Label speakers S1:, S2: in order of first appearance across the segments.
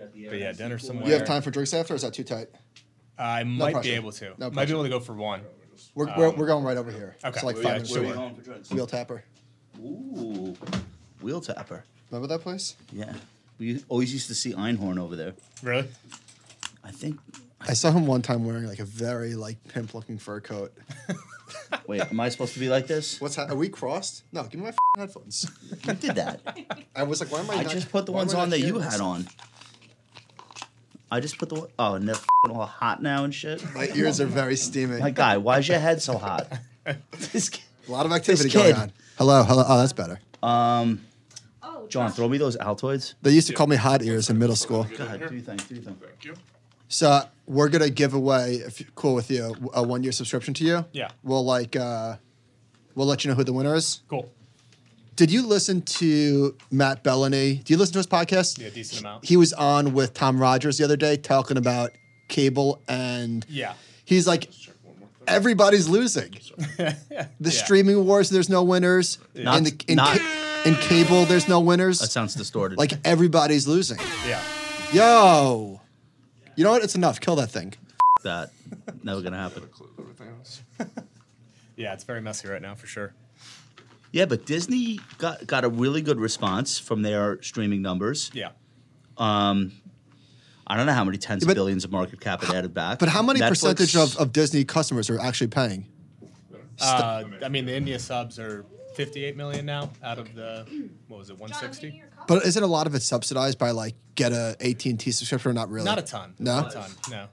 S1: at the end.
S2: But yeah, dinner somewhere.
S3: You have time for drinks after? Or is that too tight?
S2: I might be
S3: pressure.
S2: able to.
S3: No
S2: might be
S3: pressure.
S2: able to go for one.
S3: We're, we're, we're going right over here.
S2: Um, okay.
S3: It's like
S2: Well, yeah,
S3: five minutes
S2: sure.
S3: away.
S1: Going for drinks.
S3: Wheel Tapper.
S1: Ooh, wheel tapper.
S3: Remember that place?
S1: Yeah, we always used to see Einhorn over there.
S2: Really?
S1: I think.
S3: I saw him one time wearing like a very like pimp looking fur coat.
S1: Wait, am I supposed to be like this?
S3: What's ha- are we crossed? No, give me my f- headphones.
S1: You did that.
S3: I was like, why am I?
S1: I
S3: not-
S1: just put the
S3: why am
S1: ones
S3: I
S1: on
S3: not
S1: that you
S3: hearing
S1: had
S3: this?
S1: on. I just put the one- oh, and they're f***ing all hot now and shit.
S3: My ears are very steaming.
S1: My guy, why's your head so hot? This kid-
S3: a lot of activity
S1: this
S3: going
S1: kid.
S3: on. Hello, hello. Oh, that's better.
S1: um,
S4: Oh,
S1: John, throw me those Altoids.
S3: They used to call me hot ears in middle school.
S1: Go ahead, do you think? Do you think?
S5: Thank you.
S3: So we're gonna give away, if you're cool with you, a one year subscription to you.
S2: Yeah.
S3: We'll like, uh, we'll let you know who the winner is.
S2: Cool.
S3: Did you listen to Matt Bellany? Do you listen to his podcast?
S2: Yeah, decent amount.
S3: He was on with Tom Rogers the other day talking about cable and
S2: Yeah.
S3: he's like,
S5: Check one more thing.
S3: everybody's losing. The
S2: Yeah.
S3: streaming wars, there's no winners.
S1: Not-
S3: in, the, in,
S1: not-
S3: ca- in cable, there's no winners.
S1: That sounds distorted.
S3: like everybody's losing.
S2: Yeah.
S3: Yo, you know what? It's enough. Kill that thing.
S1: that. Never gonna happen.
S5: Include everything else.
S2: Yeah, it's very messy right now for sure.
S1: Yeah, but Disney got got a really good response from their streaming numbers.
S2: Yeah.
S1: I don't know how many tens
S3: But-
S1: of billions of market cap it added back.
S3: But how many
S1: Netflix-
S3: percentage of, of Disney customers are actually paying?
S2: Uh, I mean, the India subs are 58 million now out of the what was it
S4: John, I'm getting
S2: 160?
S4: your coffee.
S3: But isn't a lot of it subsidized by like get a AT and T subscription or not really?
S2: Not a ton.
S3: No?
S2: Not a ton. No.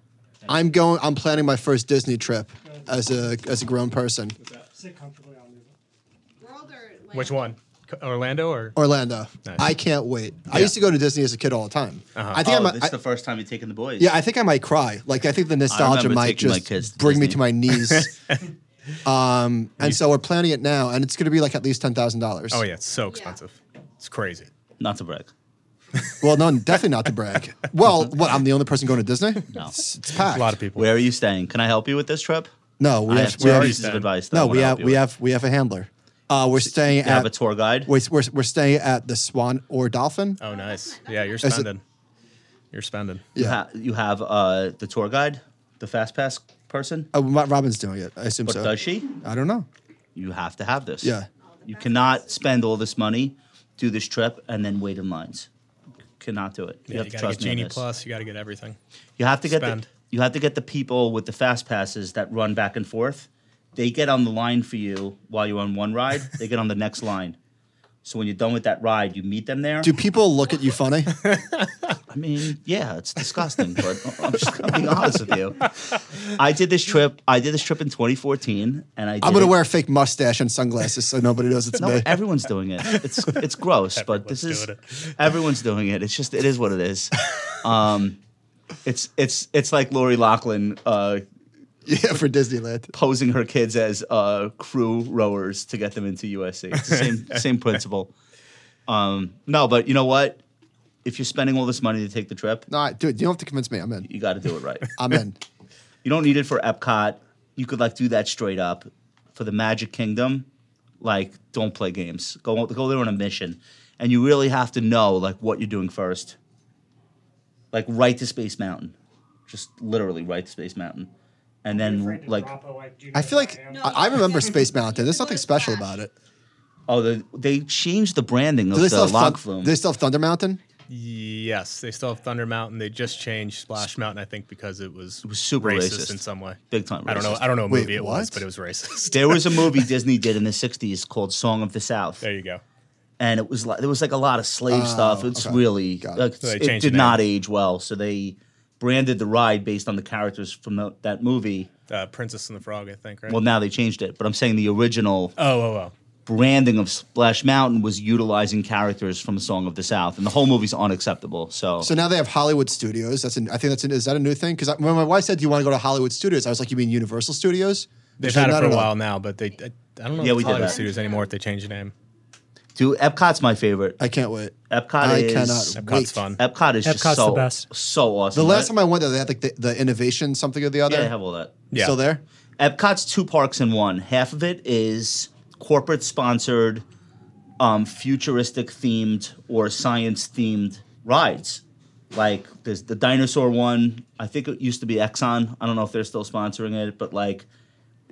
S3: I'm going. I'm planning my first Disney trip as a as a grown person.
S6: Sit comfortably on the
S4: World or land?
S2: Which one? C- Orlando or?
S3: Orlando.
S2: Nice.
S3: I can't wait. I used to go to Disney as a kid all the time.
S2: Uh-huh.
S3: I
S1: Oh,
S3: think I
S1: this
S3: might.
S1: is the first time you're taking the boys.
S3: yeah, I think I might cry. Like I think the nostalgia
S1: remember
S3: might
S1: taking my kids
S3: just
S1: to
S3: bring me
S1: Disney.
S3: to my knees. um, and so we're planning it now, and it's going to be like at least ten thousand dollars.
S2: Oh yeah, it's so expensive. It's crazy.
S1: Not to brag.
S3: Well, no, definitely not to brag. Well, what? I'm the only person going to Disney.
S1: No.
S3: it's, it's packed.
S2: A lot of people.
S1: Where are you staying? Can I help you with this trip?
S3: No, we
S1: I
S3: have,
S1: have
S3: we
S1: two
S3: have
S1: pieces of advice. that I
S3: no,
S1: wanna
S3: we
S1: help
S3: have
S1: you
S3: we
S1: with.
S3: have we have a handler. Uh, we're staying
S1: You have a
S3: at
S1: tour guide.
S3: we're, we're, we're staying at the Swan or Dolphin.
S2: Oh nice. Yeah, you're
S3: it-
S2: spending. You're spending.
S1: You,
S3: yeah.
S1: ha- you have uh, the tour guide, the fast pass person.
S3: Uh, Ro- Robin's doing it. I assume
S1: But
S3: so.
S1: does she?
S3: I don't know.
S1: You have to have this.
S3: Yeah.
S1: You cannot spend all this money, do this trip, and then wait in lines. Cannot do it. You
S2: Yeah,
S1: have
S2: you
S1: to
S2: gotta
S1: trust
S2: get
S1: me. on
S2: Genie
S1: this.
S2: Plus. You gotta get everything.
S1: You have to get the,
S2: Spend.
S1: you have to get the people with the fast passes that run back and forth. They get on the line for you while you're on one ride. they get on the next line. So when you're done with that ride, you meet them there.
S3: Do people look at you funny?
S1: I mean, yeah, it's disgusting, but I'm just I'm being honest with you. I did this trip. I did this trip in 2014, and I. Did
S3: I'm gonna
S1: it-
S3: wear a fake mustache and sunglasses so nobody knows it's
S1: No,
S3: me.
S1: everyone's doing it. It's it's gross, but this
S2: Everyone's
S1: is
S2: doing
S1: everyone's doing it. It's just it is what it is. Um, it's it's it's like Lori Lachlan uh,
S3: yeah, for Disneyland.
S1: posing her kids as uh, crew rowers to get them into USC. It's the same same principle. Um, no, but you know what? If you're spending all this money to take the trip,
S3: No, I- dude, you don't have to convince me. I'm in.
S1: you got to do it right.
S3: I'm in.
S1: You don't need it for Epcot. You could like do that straight up for the Magic Kingdom. Like, don't play games. Go go there on a mission, and you really have to know like what you're doing first. Like right to Space Mountain, just literally right to Space Mountain, and then like
S3: I feel like
S4: No.
S3: I, I remember Space Mountain. There's nothing special about it.
S1: oh the, they changed the branding of
S3: Do they still
S1: the
S3: have
S1: log
S3: Thun-
S1: flume.
S3: do they still have Thunder Mountain?
S2: Yes, they still have Thunder Mountain. They just changed Splash Mountain, I think, because it was,
S1: was super racist.
S2: in some way.
S1: Big time
S2: I don't know.
S1: racist.
S2: I don't know what
S3: Wait,
S2: movie it was,
S3: what?
S2: but it was racist.
S1: there was a movie Disney did in the '60s called "Song of the South,"
S2: there you go.
S1: and it was like there was like a lot of slave stuff. It's
S3: Oh, okay.
S1: really
S3: Got it.
S1: like,
S2: So they
S1: it
S2: changed the
S1: did not
S2: name.
S1: age well. So they branded the ride based on the characters from the, that movie.
S2: Uh, Princess and the Frog, I think. Right.
S1: Well, now they changed it, but I'm saying the original
S2: oh, oh, oh.
S1: branding of Splash Mountain was utilizing characters from Song of the South, and the whole movie's unacceptable. So,
S3: So now they have Hollywood Studios. That's an, I think that's an, is that a new thing? Because when my wife said, "Do you want to go to Hollywood Studios?" I was like, "You mean Universal Studios?" And
S2: They've
S3: she
S2: had
S3: said,
S2: it
S3: "No,
S2: for a
S3: no, no."
S2: while now, but they. I, I don't know.
S1: Yeah,
S2: if
S1: we did
S2: it's Hollywood
S1: that.
S2: Studios anymore if they changed the name.
S1: dude, Epcot's my favorite.
S3: I can't wait.
S1: Epcot
S3: I
S1: is
S3: cannot
S2: Epcot's
S3: wait.
S2: fun.
S1: Epcot is just
S6: Epcot's
S1: so
S6: the best.
S1: so awesome.
S3: The last time I went there, they had like the, the innovation something or the other.
S1: yeah, they have all that.
S2: Yeah.
S3: Still there?
S1: Epcot's two parks in one. Half of it is corporate sponsored, um, futuristic themed or science themed rides. Like there's the dinosaur one. I think it used to be Exxon. I don't know if they're still sponsoring it, but like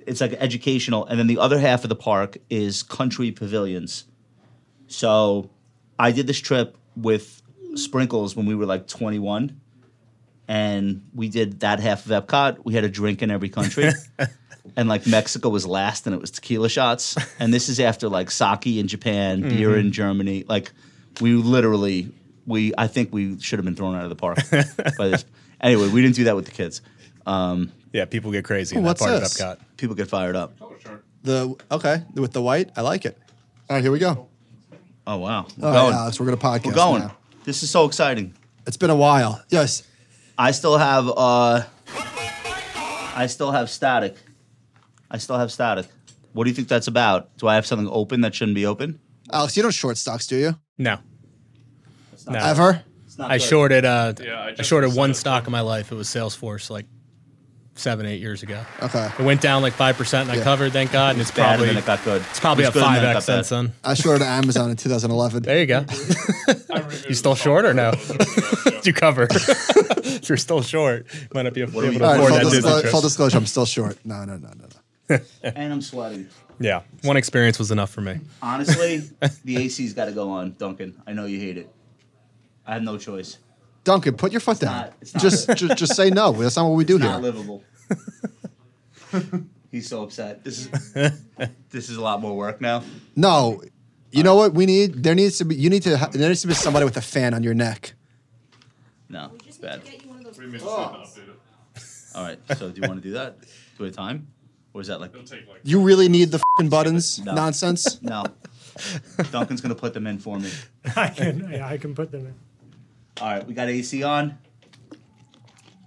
S1: it's like educational. And then the other half of the park is country pavilions. So I did this trip with Sprinkles when we were like 21. And we did that half of Epcot. We had a drink in every country. and like Mexico was last and it was tequila shots. And this is after like sake in Japan, beer in Germany. Like we literally, we I think we should have been thrown out of the park by this. Anyway, we didn't do that with the kids. Um,
S5: Yeah, people get crazy in
S3: Ooh,
S5: that
S3: what's
S5: part
S3: this?
S5: of Epcot.
S1: people get fired up.
S3: The okay with the white, I like it. All right, here we go.
S1: Oh wow, we're
S3: All right,
S1: going.
S3: Alex, we're gonna podcast.
S1: we're going.
S3: now.
S1: This is so exciting.
S3: It's been a while. Yes,
S1: I still have uh I still have static. I still have static. What do you think that's about? Do I have something open that shouldn't be open?
S3: Alex, you don't short stocks, do you?
S2: No. No.
S3: Ever?
S1: It's not
S2: I
S1: good.
S2: shorted uh
S7: Yeah, I
S2: I,
S7: just
S2: shorted
S7: said
S2: one
S7: it.
S2: stock in my life. It was Salesforce like seven, eight years ago.
S3: Okay.
S2: It went down like five percent and
S3: Yeah.
S2: I covered, thank God, and it's
S1: Bad
S2: probably
S1: and then it got good.
S2: it's probably
S1: It
S2: a
S1: was good and
S2: five
S1: then it
S2: X
S1: got bad.
S2: since then.
S3: I shorted Amazon in 2011.
S2: There you go. you still short or no? Did you cover? if you're still short, might not be able
S1: are
S2: to
S1: we
S3: All
S1: Before
S2: afford
S3: right,
S2: that
S3: full,
S1: doing?
S3: disclo-
S2: Disney
S3: full
S2: trip.
S3: disclosure, I'm still short. No, no, no, no, no.
S1: And I'm sweating.
S2: Yeah, one experience was enough for me.
S1: Honestly, the AC's got to go on, Duncan. I know you hate it. I have no choice.
S3: Duncan, put your foot down.
S1: not- it's not
S3: just, ju- just say no. That's not what we do
S1: Not
S3: here.
S1: livable. He's so upset. This is this is a lot more work now.
S3: No, you know what we need? There needs to be you need to ha- there needs to be somebody with a fan on your neck.
S1: No,
S4: We
S1: it's
S4: just need
S1: bad.
S4: to get you one of those.
S7: Three
S3: Oh.
S7: minutes
S4: claws.
S7: to update it.
S1: All right. So do you want to do that? Do we have time? Or is that like
S7: It'll take like
S3: You really need the fing buttons
S1: No.
S3: nonsense.
S1: No. Duncan's gonna put them in for me.
S6: I can, yeah, I can put them in.
S1: All right, we got AC on.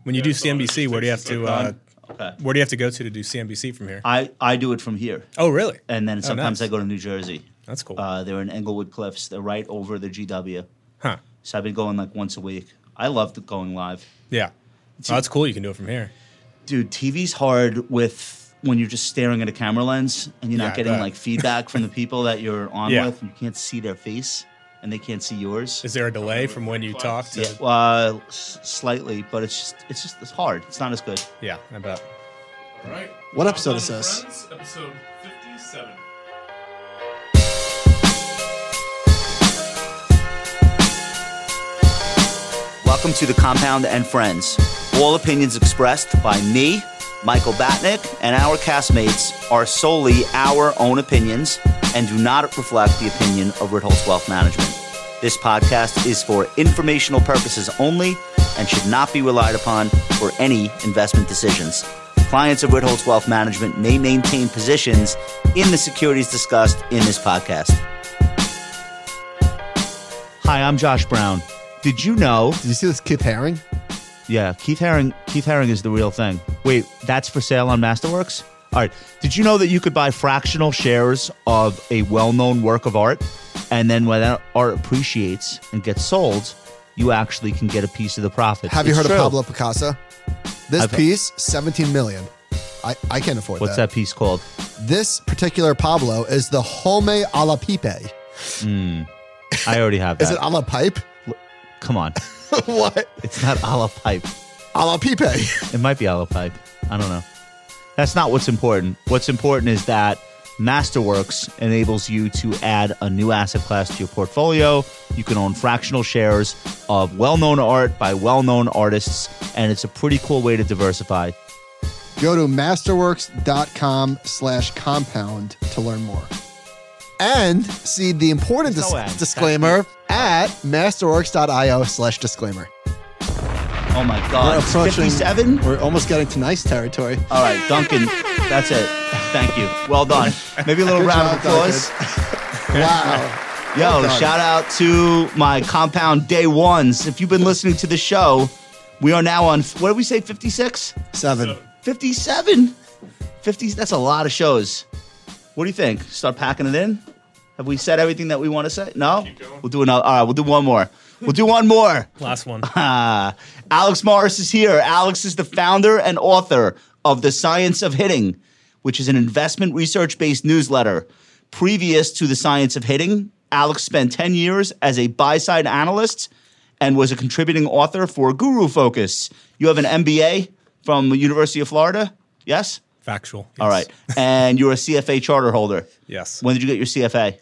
S2: When you do
S7: Yeah, so it just
S2: CNBC, where do you have
S7: takes
S2: to
S7: us
S2: uh,
S1: on. Okay.
S2: where do you have to go to to do CNBC from here?
S1: I I do it from here,
S2: Oh, really?
S1: and then sometimes
S2: nice.
S1: I go to New Jersey.
S2: That's cool.
S1: Uh, they're in Englewood Cliffs. They're right over the GW.
S2: huh?
S1: So I've been going like once a week. I love going live,
S2: Yeah. Oh, that's cool. You can do it from here.
S1: dude. TV's hard with when you're just staring at a camera lens and you're
S2: Yeah,
S1: not
S2: I
S1: getting
S2: bet.
S1: like feedback from the people that you're on
S2: Yeah.
S1: with. And you can't see their face, and they can't see yours.
S2: Is there a delay from when you talk to?
S1: yeah, uh, s- slightly, but it's just it's just it's hard. It's not as good.
S2: Yeah, I bet.
S7: all right.
S3: What episode
S7: Hotline
S3: is this?
S7: Friends, Episode fifty-seven.
S1: Welcome to the Compound and Friends. All opinions expressed by me, Michael Batnick, and our castmates are solely our own opinions and do not reflect the opinion of Ritholtz Wealth Management. This podcast is for informational purposes only and should not be relied upon for any investment decisions. Clients of Ritholtz Wealth Management may maintain positions in the securities discussed in this podcast. Hi, I'm Josh Brown. Did you know
S3: Did you see this Keith Haring?
S1: yeah, Keith Haring. Keith Haring is the real thing. Wait, that's for sale on Masterworks. All right. Did you know that you could buy fractional shares of a well-known work of art, and then when that art appreciates and gets sold, you actually can get a piece of the profit.
S3: Have you
S1: It's
S3: heard
S1: true.
S3: of Pablo Picasso? This
S1: I've-
S3: piece, 17 million. I, I can't afford
S1: What's that piece called?
S3: This particular Pablo is the Home a la Pipe.
S1: I already have that.
S3: Is it a la pipe?
S1: Come on,
S3: what?
S1: it's not a la pipe.
S3: A la Pipe.
S1: It might be hollow pipe. I don't know. That's not what's important. What's important is that Masterworks enables you to add a new asset class to your portfolio. You can own fractional shares of well known art by well known artists, and it's a pretty cool way to diversify.
S3: Go to masterworks.com slash compound to learn more. And see the important
S1: There's no
S3: dis-
S1: ad.
S3: disclaimer at masterworks.io slash disclaimer.
S1: Oh my God. it's 57?
S3: We're almost getting to nice territory.
S1: All right, Duncan, that's it. Thank you. Well done. Maybe a little
S3: Good
S1: round of
S3: job, Duncan.
S1: applause.
S3: Wow.
S1: Yo,
S3: done.
S1: shout out to my compound day ones. If you've been listening to the show, we are now on, what did we say, 56?
S3: Seven.
S1: 57 50 that's a lot of shows what do you think start packing it in have we said everything that we want to say no
S7: going.
S1: we'll do another all right we'll do one more we'll do one more
S2: Last one.
S1: Ah, alex morris is here alex is the founder and author of the science of hitting which is an investment research-based newsletter previous to the science of hitting alex spent 10 years as a buy-side analyst and was a contributing author for Guru Focus. You have an MBA from the University of Florida? Yes?
S2: Factual.
S1: All
S2: yes.
S1: right. And you're a CFA charter holder.
S2: Yes.
S1: When did you get your CFA?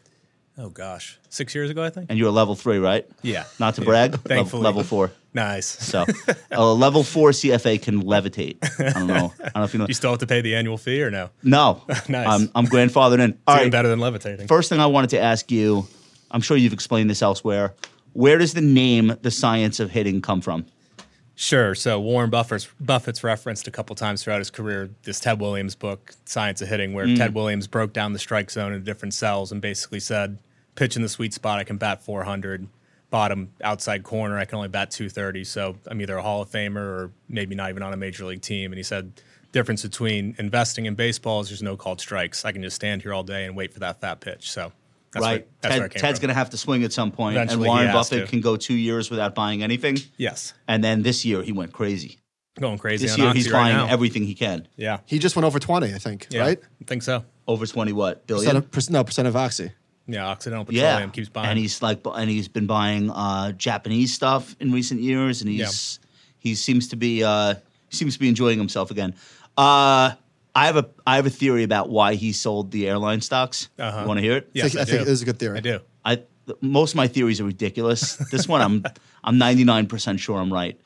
S2: Oh gosh, six years ago, I think.
S1: And you're a level three, right?
S2: Yeah.
S1: Not to
S2: Yeah.
S1: brag, lev-
S2: Thankfully.
S1: level four.
S2: Nice.
S1: So a level four CFA can levitate. I don't know. I don't know if you know.
S2: You still have to pay the annual fee or no? It's
S1: No.
S2: Nice.
S1: I'm, I'm grandfathered in. All
S2: even
S1: right.
S2: better than levitating.
S1: First thing I wanted to ask you, I'm sure you've explained this elsewhere. Where does the name the science of hitting come from?
S2: Sure. So Warren Buffett's, Buffett's referenced a couple times throughout his career this Ted Williams book, Science of Hitting,
S1: Mm.
S2: where Ted Williams broke down the strike zone into different cells and basically said, pitch in the sweet spot, I can bat 400. Bottom outside corner, I can only bat 230. So I'm either a Hall of Famer or maybe not even on a major league team. And he said, difference between investing in baseball is there's no called strikes. I can just stand here all day and wait for that fat pitch. So that's where, that's where I
S1: Ted,
S2: came
S1: Ted's
S2: from.
S1: going to have to swing at some point,
S2: Eventually he
S1: and Warren
S2: has
S1: Buffett
S2: to.
S1: can go two years without buying anything.
S2: yes,
S1: And then this year he went crazy.
S2: going crazy.
S1: This
S2: on
S1: year
S2: Oxy
S1: he's
S2: right
S1: buying
S2: now.
S1: everything he can.
S2: Yeah.
S3: He just went over 20, I think,
S2: yeah.
S3: right?
S2: I think so.
S1: Over twenty what
S3: Percent
S1: billion?
S3: of, percent, no, percent of Oxy.
S2: Yeah, Occidental Petroleum
S1: yeah,
S2: keeps buying.
S1: and he's like, bu- and he's been buying uh, Japanese stuff in recent years, and he's he seems to be uh, seems to be enjoying himself again. Uh, I have a I have a theory about why he sold the airline stocks.
S2: Uh-huh.
S1: You want to hear it?
S2: Yes,
S3: I think-
S2: I,
S3: I think
S2: do.
S3: it is a good theory.
S2: I do.
S1: I th- most of my theories are ridiculous. This one I'm I'm 99% sure I'm right.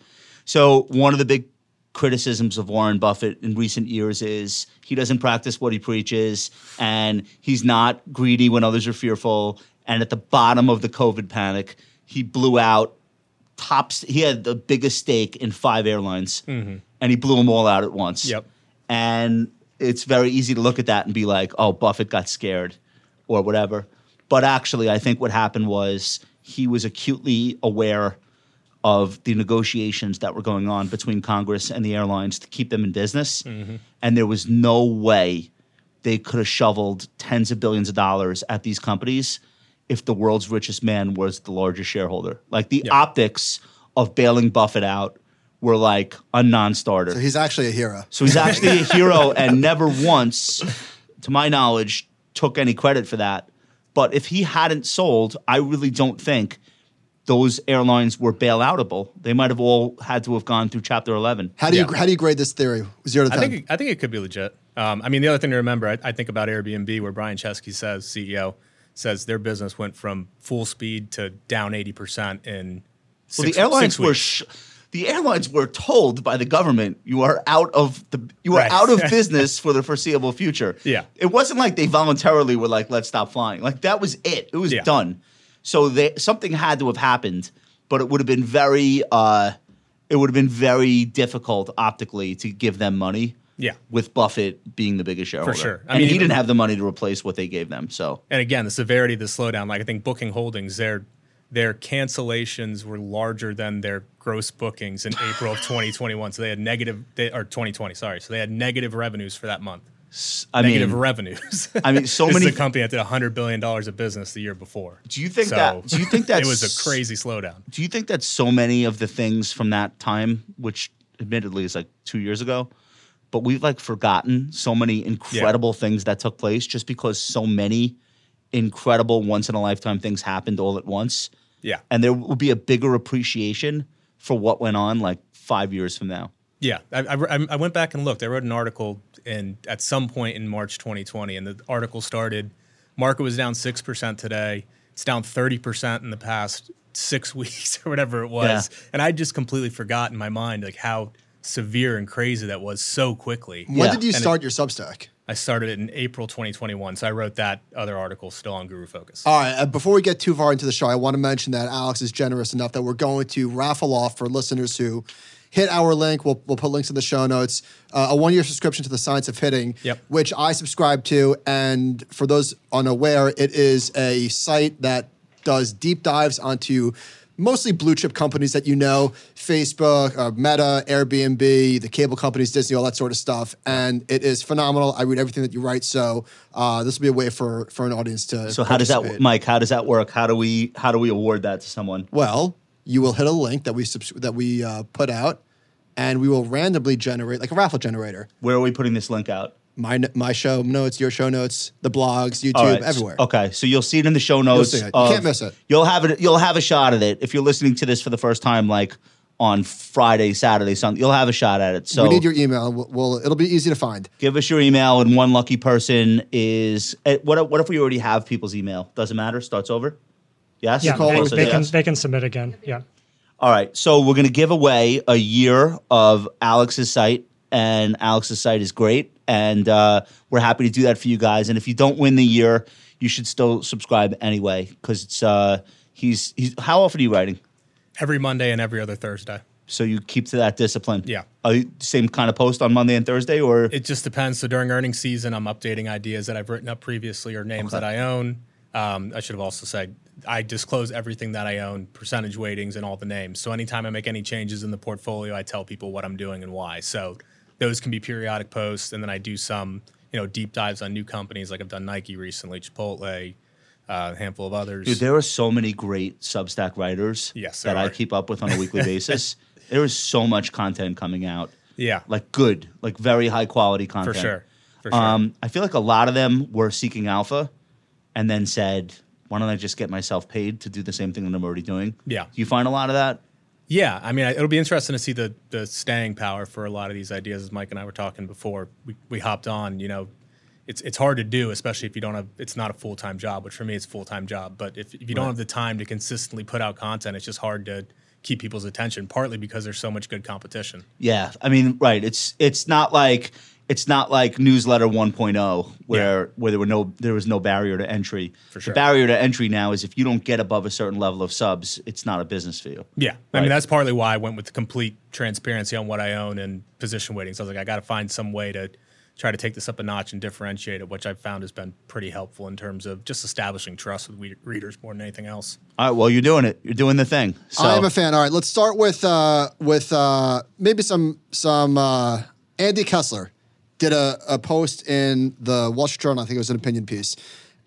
S1: So one of the big criticisms of Warren Buffett in recent years is he doesn't practice what he preaches and he's not greedy when others are fearful and at the bottom of the COVID panic he blew out tops he had the biggest stake in five airlines and he blew them all out at once.
S2: Yep.
S1: And it's very easy to look at that and be like, oh, Buffett got scared or whatever. But actually, I think what happened was he was acutely aware of the negotiations that were going on between Congress and the airlines to keep them in business. And there was no way they could have shoveled tens of billions of dollars at these companies if the world's richest man was the largest shareholder. Like the optics of bailing Buffett out were like a non starter.
S3: So he's actually a hero.
S1: So he's actually a hero and never once, to my knowledge, took any credit for that. But if he hadn't sold, I really don't think those airlines were bailoutable. They might have all had to have gone through Chapter 11.
S3: How do you
S2: Yeah.
S3: how do you grade this theory? Zero to
S2: I
S3: ten.
S2: think I think it could be legit. Um, I mean, the other thing to remember, I, I think about Airbnb, where Brian Chesky says CEO says their business went from full speed to down eighty percent in. Six,
S1: Well,
S2: six
S1: the airlines were
S2: weeks.
S1: sh- the airlines were told by the government you are out of the you are
S2: Right.
S1: out of business for the foreseeable future.
S2: Yeah.
S1: it wasn't like they voluntarily were like let's stop flying. Like that was it. It was
S2: Yeah.
S1: done. So they something had to have happened, but it would have been very uh, it would have been very difficult optically to give them money.
S2: Yeah.
S1: with Buffett being the biggest shareholder
S2: sure.
S1: I
S2: I
S1: mean,
S2: mean,
S1: he
S2: even-
S1: didn't have the money to replace what they gave them. So
S2: and again, the severity of the slowdown. Like I think Booking Holdings, their their cancellations were larger than their gross bookings in April of 2021. So they had negative, they, or 2020, sorry. So they had negative revenues for that month.
S1: I
S2: Negative
S1: mean,
S2: revenues.
S1: I mean, so
S2: this
S1: many
S2: is a company that did 100 billion dollars of business the year before.
S1: Do you think that- do you think that's-
S2: it was a crazy slowdown?
S1: do you think that so many of the things from that time, which admittedly is like two years ago, but we've like forgotten so many incredible things that took place just because so many incredible once in a lifetime things happened all at once.
S2: Yeah,
S1: And there will be a bigger appreciation for what went on like five years from now.
S2: yeah. I, I, I went back and looked. I wrote an article in at some point in March 2020, and the article started. Market was down six percent today. It's down 30 percent in the past six weeks or whatever it was. And I just completely forgot in my mind like how severe and crazy that was so quickly.
S3: when
S1: Yeah.
S3: did you
S2: And it-
S3: start your Substack?
S2: I started it in April 2021, so I wrote that other article still on Guru Focus.
S3: All right. Uh, before we get too far into the show, I want to mention that Alex is generous enough that we're going to raffle off for listeners who hit our link. We'll, we'll put links in the show notes. Uh, a one year subscription to the Science of Hitting,
S2: Yep.
S3: which I subscribe to. And for those unaware, it is a site that does deep dives onto mostly blue chip companies that you know Facebook, uh, Meta, Airbnb, the cable companies, Disney, all that sort of stuff. And it is phenomenal. I read everything that you write. So uh, this will be a way for, for an audience to.
S1: So how does that,
S3: participate.
S1: Mike? How does that work? How do we how do we award that to someone?
S3: Well, you will hit a link that we subs- that we uh, put out, and we will randomly generate like a raffle generator.
S1: Where are we putting this link out?
S3: my my show notes, your show notes, the blogs, YouTube,
S1: All right, s-
S3: everywhere.
S1: Okay, so you'll see it in the show notes.
S3: see it. You can't
S1: of-
S3: miss it.
S1: You'll have it. You'll have a shot at it if you're listening to this for the first time, like on Friday, Saturday, Sunday. You'll have a shot at it. So
S3: we need your email. We'll, we'll- it'll be easy to find.
S1: give us your email, and one lucky person is. eh, What? if- What if we already have people's email? Doesn't matter. Starts over. Yes.
S6: Yeah,
S3: Call
S6: they,
S3: us,
S1: Closer,
S6: they can
S1: yes.
S6: they can submit again. Yeah.
S1: All right, so we're gonna give away a year of Alex's site, and Alex's site is great, and uh, we're happy to do that for you guys. And if you don't win the year, you should still subscribe anyway, because it's uh, he's he's how often are you writing?
S2: Every Monday and every other Thursday.
S1: So you keep to that discipline.
S2: Yeah.
S1: Are you, same kind of post on Monday and Thursday, or
S2: It just depends. So during earnings season, I'm updating ideas that I've written up previously or names that I own. Um, I should have also said I disclose everything that I own, percentage weightings, and all the names. So anytime I make any changes in the portfolio, I tell people what I'm doing and why. So those can be periodic posts, and then I do some you know deep dives on new companies, like I've done Nike recently, Chipotle, uh, a handful of others.
S1: Dude, there are so many great Substack writers
S2: Yes, there
S1: that I
S2: are.
S1: keep up with on a weekly basis. There is so much content coming out.
S2: Yeah.
S1: Like good, like very high quality
S2: for
S1: content.
S2: sure, for sure.
S1: Um, I feel like a lot of them were seeking alpha and then said, why don't I just get myself paid to do the same thing that I'm already doing?
S2: Yeah.
S1: Do you find a lot of that?
S2: Yeah, I mean, I- it'll be interesting to see the the staying power for a lot of these ideas. As Mike and I were talking before we, we hopped on, you know, it's it's hard to do, especially if you don't have. It's not a full time job, which for me it's a full time job. But if, if you don't have the time to consistently put out content, it's just hard to keep people's attention. Partly because there's so much good competition.
S1: Yeah. I mean, right. It's it's not like it's not like newsletter 1.0 where where there were no there was no barrier to entry. For
S2: sure.
S1: The barrier to entry now is if you don't get above a certain level of subs, it's not a business for you.
S2: Yeah, I
S1: Right.
S2: mean that's partly why I went with complete transparency on what I own and position weightings. I was like, I got to find some way to try to take this up a notch and differentiate it, which I've found has been pretty helpful in terms of just establishing trust with we- readers more than anything else.
S1: All right, well, you're doing it. You're doing the thing. So
S3: I am a fan. All right, let's start with uh, with uh, maybe some some uh, Andy Kessler did a, a post in the Wall Street Journal. I think it was an opinion piece,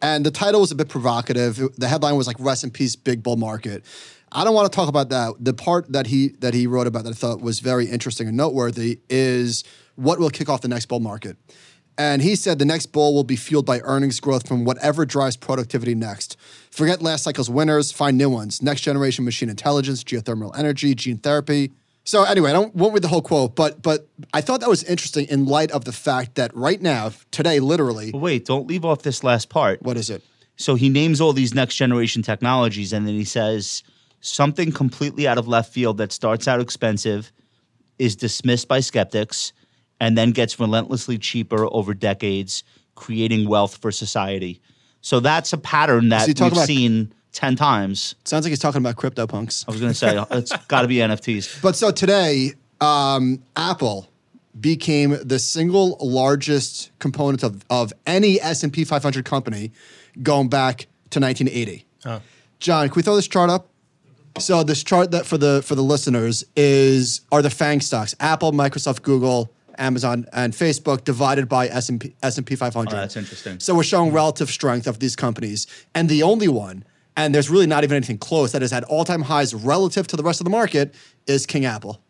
S3: and the title was a bit provocative. It- the headline was like "Rest in Peace, Big Bull Market." I don't want to talk about that. The part that he that he wrote about that I thought was very interesting and noteworthy is what will kick off the next bull market. And he said the next bull will be fueled by earnings growth from whatever drives productivity next. Forget last cycle's winners, find new ones. Next generation machine intelligence, geothermal energy, gene therapy. So anyway, I don't won't read the whole quote, but but I thought that was interesting in light of the fact that right now, today, literally,
S1: Wait, don't leave off this last part.
S3: what is it?
S1: So he names all these next generation technologies and then he says something completely out of left field that starts out expensive, is dismissed by skeptics, and then gets relentlessly cheaper over decades, creating wealth for society. So that's a pattern that
S3: Is he
S1: we've
S3: talking about-
S1: seen 10 times.
S3: Sounds like he's talking about CryptoPunks.
S1: I was going to say, it's got to be NFTs.
S3: But so today, um, Apple became the single largest component of, of any S&P 500 company going back to 1980. John, can we throw this chart up? So this chart that for the for the listeners is are the FANG stocks: Apple, Microsoft, Google, Amazon, and Facebook, divided by S and P S and P 500.
S1: Oh, that's interesting.
S3: So we're showing relative strength of these companies, and the only one, and there's really not even anything close that has had all time highs relative to the rest of the market is King Apple.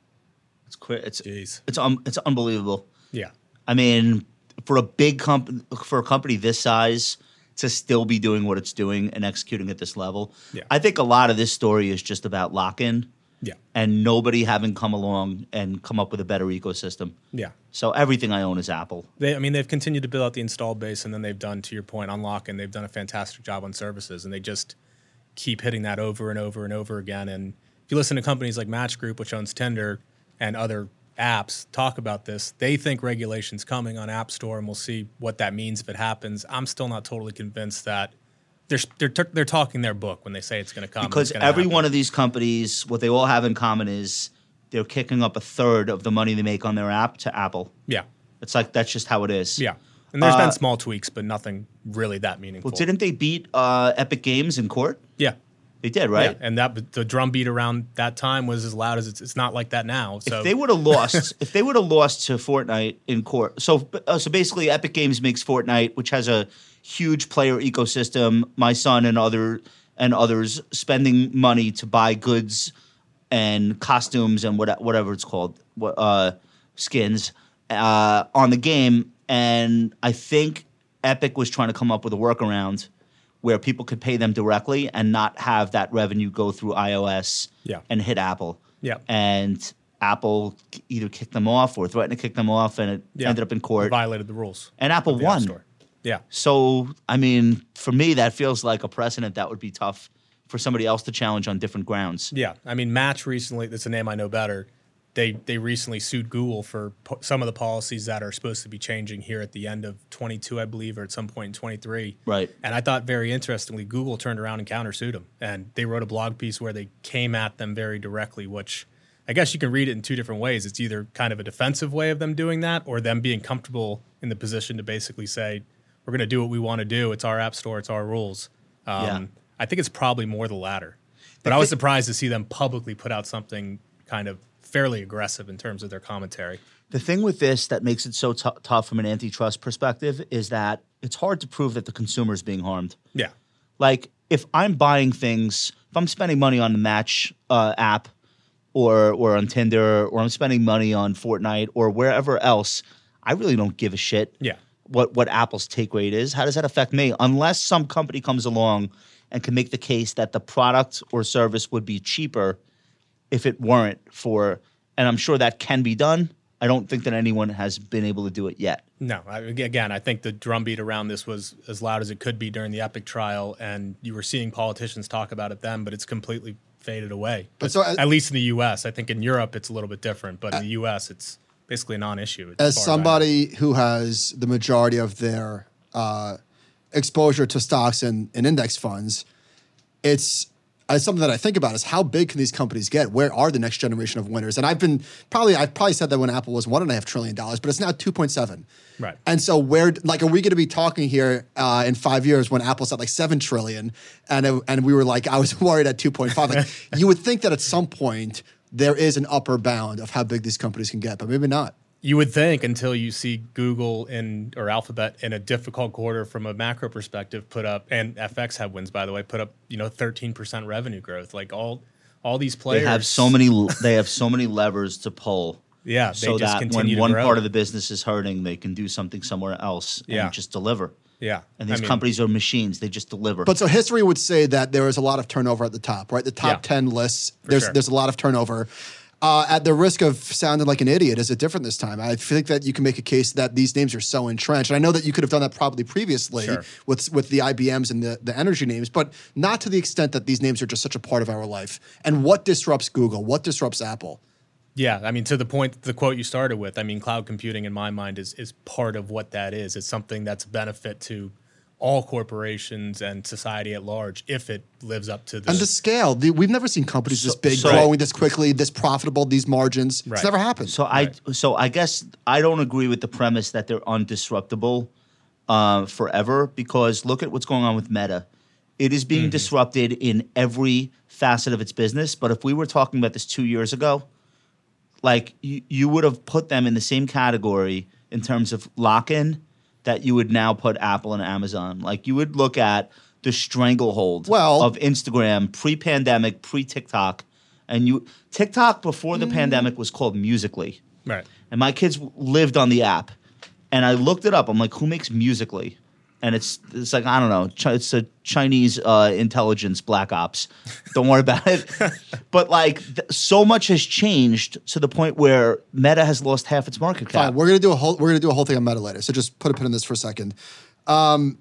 S1: It's, cra- it's,
S2: Jeez.
S1: it's, um, it's unbelievable.
S2: Yeah.
S1: I mean, for a big company, for a company this size to still be doing what it's doing and executing at this level,
S2: Yeah.
S1: I think a lot of this story is just about lock in
S2: Yeah.
S1: and nobody having come along and come up with a better ecosystem.
S2: Yeah.
S1: So everything I own is Apple.
S2: They, I mean, they've continued to build out the install base, and then they've done, to your point, unlock, and they've done a fantastic job on services, and they just keep hitting that over and over and over again. And if you listen to companies like Match Group, which owns Tinder and other apps, talk about this, they think regulation's coming on App Store, and we'll see what that means if it happens. I'm still not totally convinced that they're they're, t- they're talking their book when they say it's going to come. and
S1: Because
S2: it's gonna
S1: every
S2: happen.
S1: one of these companies, what they all have in common is they're kicking up a third of the money they make on their app to Apple.
S2: yeah,
S1: It's like that's just how it is.
S2: yeah. And there's
S1: Uh,
S2: been small tweaks, but nothing really that meaningful.
S1: Well, didn't they beat uh, Epic Games in court?
S2: yeah.
S1: They did, right?
S2: Yeah, and that the drum beat around that time was as loud as it's. It's not like that now. So
S1: If they would have lost, if they would have lost to Fortnite in court, so uh, so basically, Epic Games makes Fortnite, which has a huge player ecosystem. My son and other and others spending money to buy goods and costumes and what, whatever it's called, what, uh, skins, uh, on the game, and I think Epic was trying to come up with a workaround where people could pay them directly and not have that revenue go through iOS
S2: Yeah.
S1: and hit Apple.
S2: Yeah.
S1: And Apple k- either kicked them off or threatened to kick them off, and it
S2: Yeah.
S1: ended up in court.
S2: Violated the rules.
S1: And Apple
S2: of the App
S1: won.
S2: Store. Yeah.
S1: So, I mean, for me, that feels like a precedent that would be tough for somebody else to challenge on different grounds.
S2: Yeah, I mean, Match recently. That's a name I know better. They they recently sued Google for po- some of the policies that are supposed to be changing here at the end of 22, I believe, or at some point in 23.
S1: Right.
S2: And I thought very interestingly, Google turned around and countersued them, and they wrote a blog piece where they came at them very directly, which. I guess you can read it in two different ways. It's either kind of a defensive way of them doing that or them being comfortable in the position to basically say, we're going to do what we want to do. It's our app store, it's our rules. Um,
S1: Yeah.
S2: I think it's probably more the latter. But I was surprised to see them publicly put out something kind of fairly aggressive in terms of their commentary.
S1: The thing with this that makes it so tou- tough from an antitrust perspective is that it's hard to prove that the consumer is being harmed.
S2: Yeah.
S1: Like, if I'm buying things, if I'm spending money on the Match uh, app or, or on Tinder or I'm spending money on Fortnite or wherever else, I really don't give a shit
S2: Yeah.
S1: what, what Apple's take rate is. How does that affect me? Unless some company comes along and can make the case that the product or service would be cheaper if it weren't for, and I'm sure that can be done. I don't think that anyone has been able to do it yet.
S2: No, I, again, I think the drumbeat around this was as loud as it could be during the Epic trial, and you were seeing politicians talk about it then, but it's completely faded away.
S3: But so uh, as-
S2: at least in the U.S., I think in Europe it's a little bit different, but in the U.S. it's basically a non-issue.
S3: as
S2: far I know.
S3: somebody who has the majority of their uh, exposure to stocks and, and index funds, it's, it's something that I think about is how big can these companies get? Where are the next generation of winners? And I've been probably I've probably said that when Apple was one and a half trillion dollars, but it's now two point seven.
S2: Right.
S3: And so where like are we going to be talking here uh, in five years when Apple's at like seven trillion and it- and we were like I was worried at two point five. Like you would think that at some point there is an upper bound of how big these companies can get, but maybe not.
S2: You would think until you see Google in or Alphabet in a difficult quarter from a macro perspective put up and FX headwinds by the way put up you know 13% revenue growth like all all these players
S1: They have so many. They have so many levers to pull.
S2: Yeah, they
S1: so
S2: just
S1: that
S2: continue
S1: when one
S2: to grow.
S1: part of the business is hurting, they can do something somewhere else and
S2: Yeah.
S1: just deliver.
S2: yeah
S1: And these
S2: I mean,
S1: companies are machines; they just deliver.
S3: But so history would say that there is a lot of turnover at the top, right? The top
S2: Yeah.
S3: ten lists. There's
S2: sure.
S3: there's a lot of turnover. Uh, at the risk of sounding like an idiot, is it different this time? I think that you can make a case that these names are so entrenched. And I know that you could have done that probably previously
S2: Sure.
S3: with with the IBMs and the, the energy names, but not to the extent that these names are just such a part of our life. And what disrupts Google? What disrupts Apple?
S2: yeah I mean to the point the quote you started with I mean cloud computing in my mind is is part of what that is it's something that's a benefit to all corporations and society at large if it lives up to the
S3: And the scale. The, we've never seen companies this big,
S1: so-
S3: growing this quickly, this profitable, these margins.
S2: Right.
S3: It's never happened.
S1: so I, so I guess I don't agree with the premise that they're undisruptible uh, forever because look at what's going on with Meta. It is being disrupted in every facet of its business. But if we were talking about this two years ago, like you, you would have put them in the same category in terms of lock in that you would now put Apple and Amazon. Like you would look at the stranglehold
S3: Well-
S1: of Instagram pre pandemic, pre TikTok. And you TikTok before the pandemic was called Musically.
S2: right
S1: And my kids w- lived on the app. And I looked it up. I'm like, who makes Musically? And it's it's like I don't know. Chi- It's a Chinese uh, intelligence black ops. Don't worry about it. But like, th- so much has changed to the point where Meta has lost half its market cap.
S3: Fine, Uh, we're gonna do a whole we're gonna do a whole thing on meta later. So just put a pin in this for a second. Um,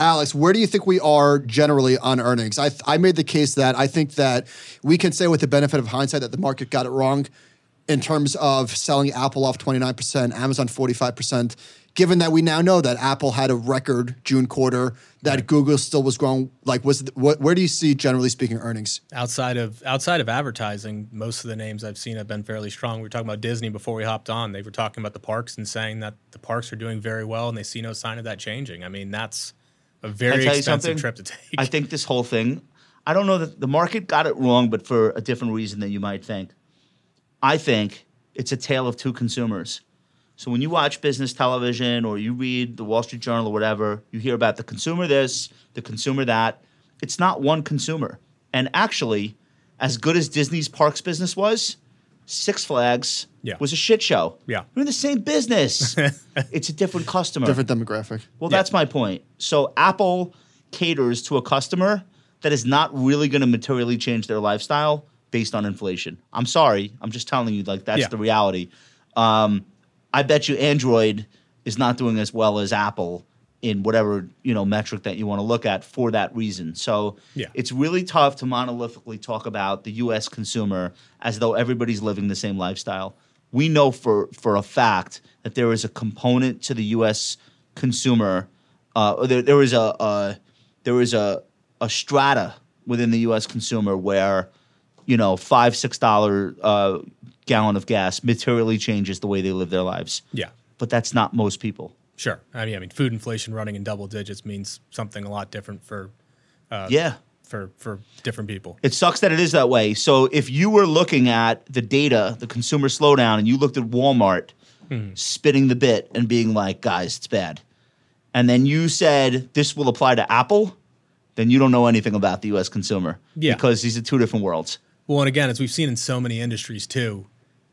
S3: Alex, where do you think we are generally on earnings? I I made the case that I think that we can say with the benefit of hindsight that the market got it wrong in terms of selling Apple off 29%, Amazon 45%, given that we now know that Apple had a record June quarter, that Google still was growing like was what where do you see generally speaking earnings?
S2: outside of outside of advertising, most of the names I've seen have been fairly strong. We were talking about Disney before we hopped on. They were talking about the parks and saying that the parks are doing very well and they see no sign of that changing. I mean, that's a very
S1: Can I tell you
S2: expensive
S1: something?
S2: trip to take.
S1: I think this whole thing, I don't know that the market got it wrong, but for a different reason than you might think. I think it's a tale of two consumers. So when you watch business television or you read the Wall Street Journal or whatever, you hear about the consumer this, the consumer that. It's not one consumer. And actually, as good as Disney's parks business was, Six Flags
S2: Yeah.
S1: was a shit show.
S2: Yeah.
S1: We're in the same business. it's a different customer.
S3: Different demographic.
S1: Well, that's my point. So Apple caters to a customer that is not really going to materially change their lifestyle based on inflation. I'm sorry, I'm just telling you like that's
S2: Yeah.
S1: the reality. Um, I bet you Android is not doing as well as Apple in whatever you know metric that you want to look at for that reason. So
S2: Yeah.
S1: it's really tough to monolithically talk about the U.S. consumer as though everybody's living the same lifestyle. We know for for a fact that there is a component to the U.S. consumer. Uh, or there, there is a, a there is a a strata within the U.S. consumer where you know five six dollar uh, gallon of gas materially changes the way they live their lives.
S2: Yeah.
S1: but that's not most people.
S2: Sure. I mean, I mean, food inflation running in double digits means something a lot different for Uh,
S1: yeah.
S2: for for different people.
S1: It sucks that it is that way. So if you were looking at the data, the consumer slowdown, and you looked at Walmart
S2: Hmm.
S1: spitting the bit and being like, guys, it's bad. And then you said this will apply to Apple, then you don't know anything about the US consumer.
S2: Yeah.
S1: Because these are two different worlds.
S2: Well, and again, as we've seen in so many industries too,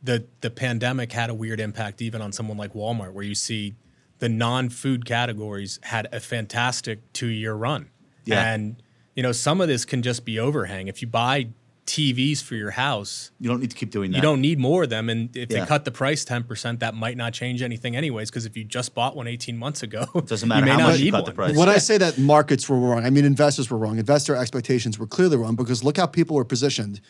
S2: the the pandemic had a weird impact even on someone like Walmart, where you see the non-food categories had a fantastic two-year run.
S1: Yeah.
S2: And you know, some of this can just be overhang. If you buy TVs for your house,
S1: You don't need to keep doing that.
S2: you don't need more of them. And if
S1: Yeah.
S2: they cut the price 10%, that might not change anything anyways, because if you just bought one 18 months ago,
S1: Doesn't matter how much you cut the price.
S3: When I say that markets were wrong, I mean investors were wrong. Investor expectations were clearly wrong because look how people were positioned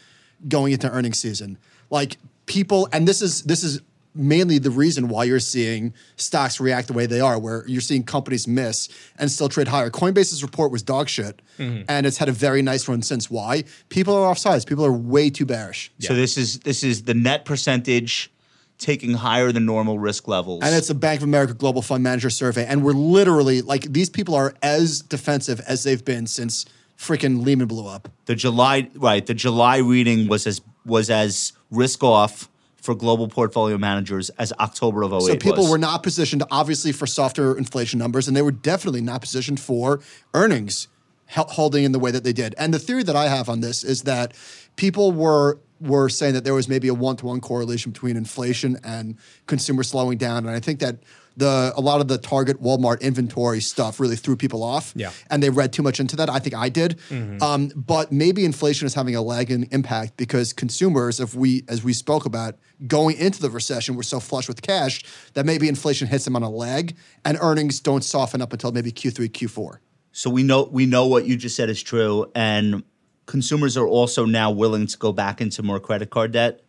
S3: going into earnings season. Like people, and this is this is mainly the reason why you're seeing stocks react the way they are, where you're seeing companies miss and still trade higher. Coinbase's report was dog shit, and it's had a very nice run since. Why? People are off sides. People are way too bearish.
S1: So this is this is the net percentage taking higher than normal risk levels.
S3: And it's a Bank of America Global Fund Manager survey. And we're literally like, these people are as defensive as they've been since freaking Lehman blew up.
S1: the July right the July reading was as was as risk off for global portfolio managers as October of 08
S3: So people
S1: was.
S3: were not positioned, obviously, for softer inflation numbers, and they were definitely not positioned for earnings hel- holding in the way that they did. And the theory that I have on this is that people were were saying that there was maybe a one to one correlation between inflation and consumer slowing down, and I think that. The, a lot of the Target Walmart inventory stuff really threw people off,
S2: Yeah.
S3: and they read too much into that. I think I did,
S2: Mm-hmm.
S3: um, but maybe inflation is having a lagging impact because consumers, if we as we spoke about going into the recession, were so flush with cash that maybe inflation hits them on a lag, and earnings don't soften up until maybe Q three, Q four.
S1: so we know we know what you just said is true and consumers are also now willing to go back into more credit card debt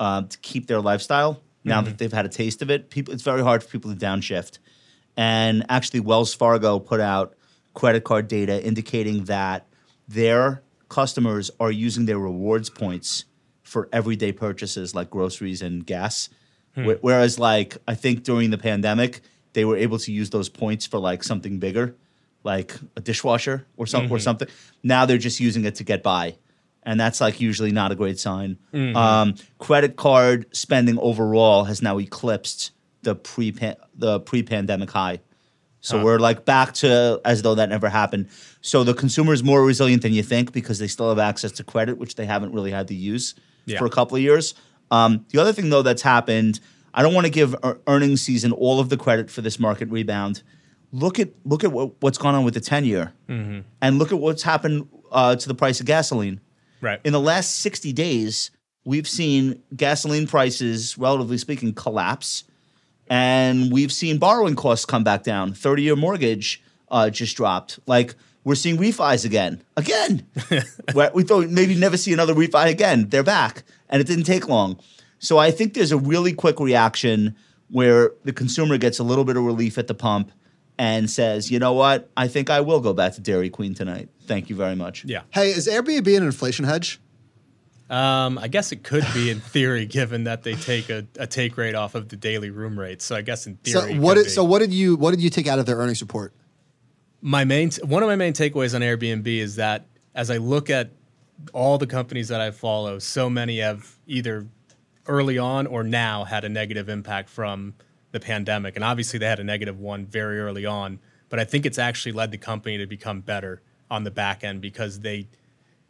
S1: uh, to keep their lifestyle now that they've had a taste of it people it's very hard for people to downshift and actually wells fargo put out credit card data indicating that their customers are using their rewards points for everyday purchases like groceries and gas Wh- whereas like i think during the pandemic they were able to use those points for like something bigger like a dishwasher or something or something now they're just using it to get by and that's like usually not a great sign. Um, credit card spending overall has now eclipsed the pre the pre pandemic high, so we're like back to as though that never happened. So the consumer is more resilient than you think because they still have access to credit, which they haven't really had to use
S2: Yeah.
S1: for a couple of years. Um, the other thing though that's happened, I don't want to give ear- earnings season all of the credit for this market rebound. Look at look at what, what's gone on with the ten year, and look at what's happened uh, to the price of gasoline
S2: Right.
S1: in the last 60 days, we've seen gasoline prices, relatively speaking, collapse. And we've seen borrowing costs come back down. 30 year mortgage uh, just dropped. Like, we're seeing refis again. Again. Where we thought we'd maybe never see another refi again. They're back. And it didn't take long. So I think there's a really quick reaction where the consumer gets a little bit of relief at the pump and says, you know what? I think I will go back to Dairy Queen tonight. Thank you very much.
S2: yeah.
S3: Hey, is Airbnb an inflation hedge?
S2: Um, I guess it could be in theory, given that they take a, a take rate off of the daily room rate. So I guess in theory,
S3: so
S2: it
S3: what?
S2: could
S3: Did,
S2: be.
S3: so what did you what did you take out of their earnings report?
S2: my main one of my main takeaways on Airbnb is that as I look at all the companies that I follow, so many have either early on or now had a negative impact from the pandemic, and obviously they had a negative one very early on. But I think it's actually led the company to become better on the back end because they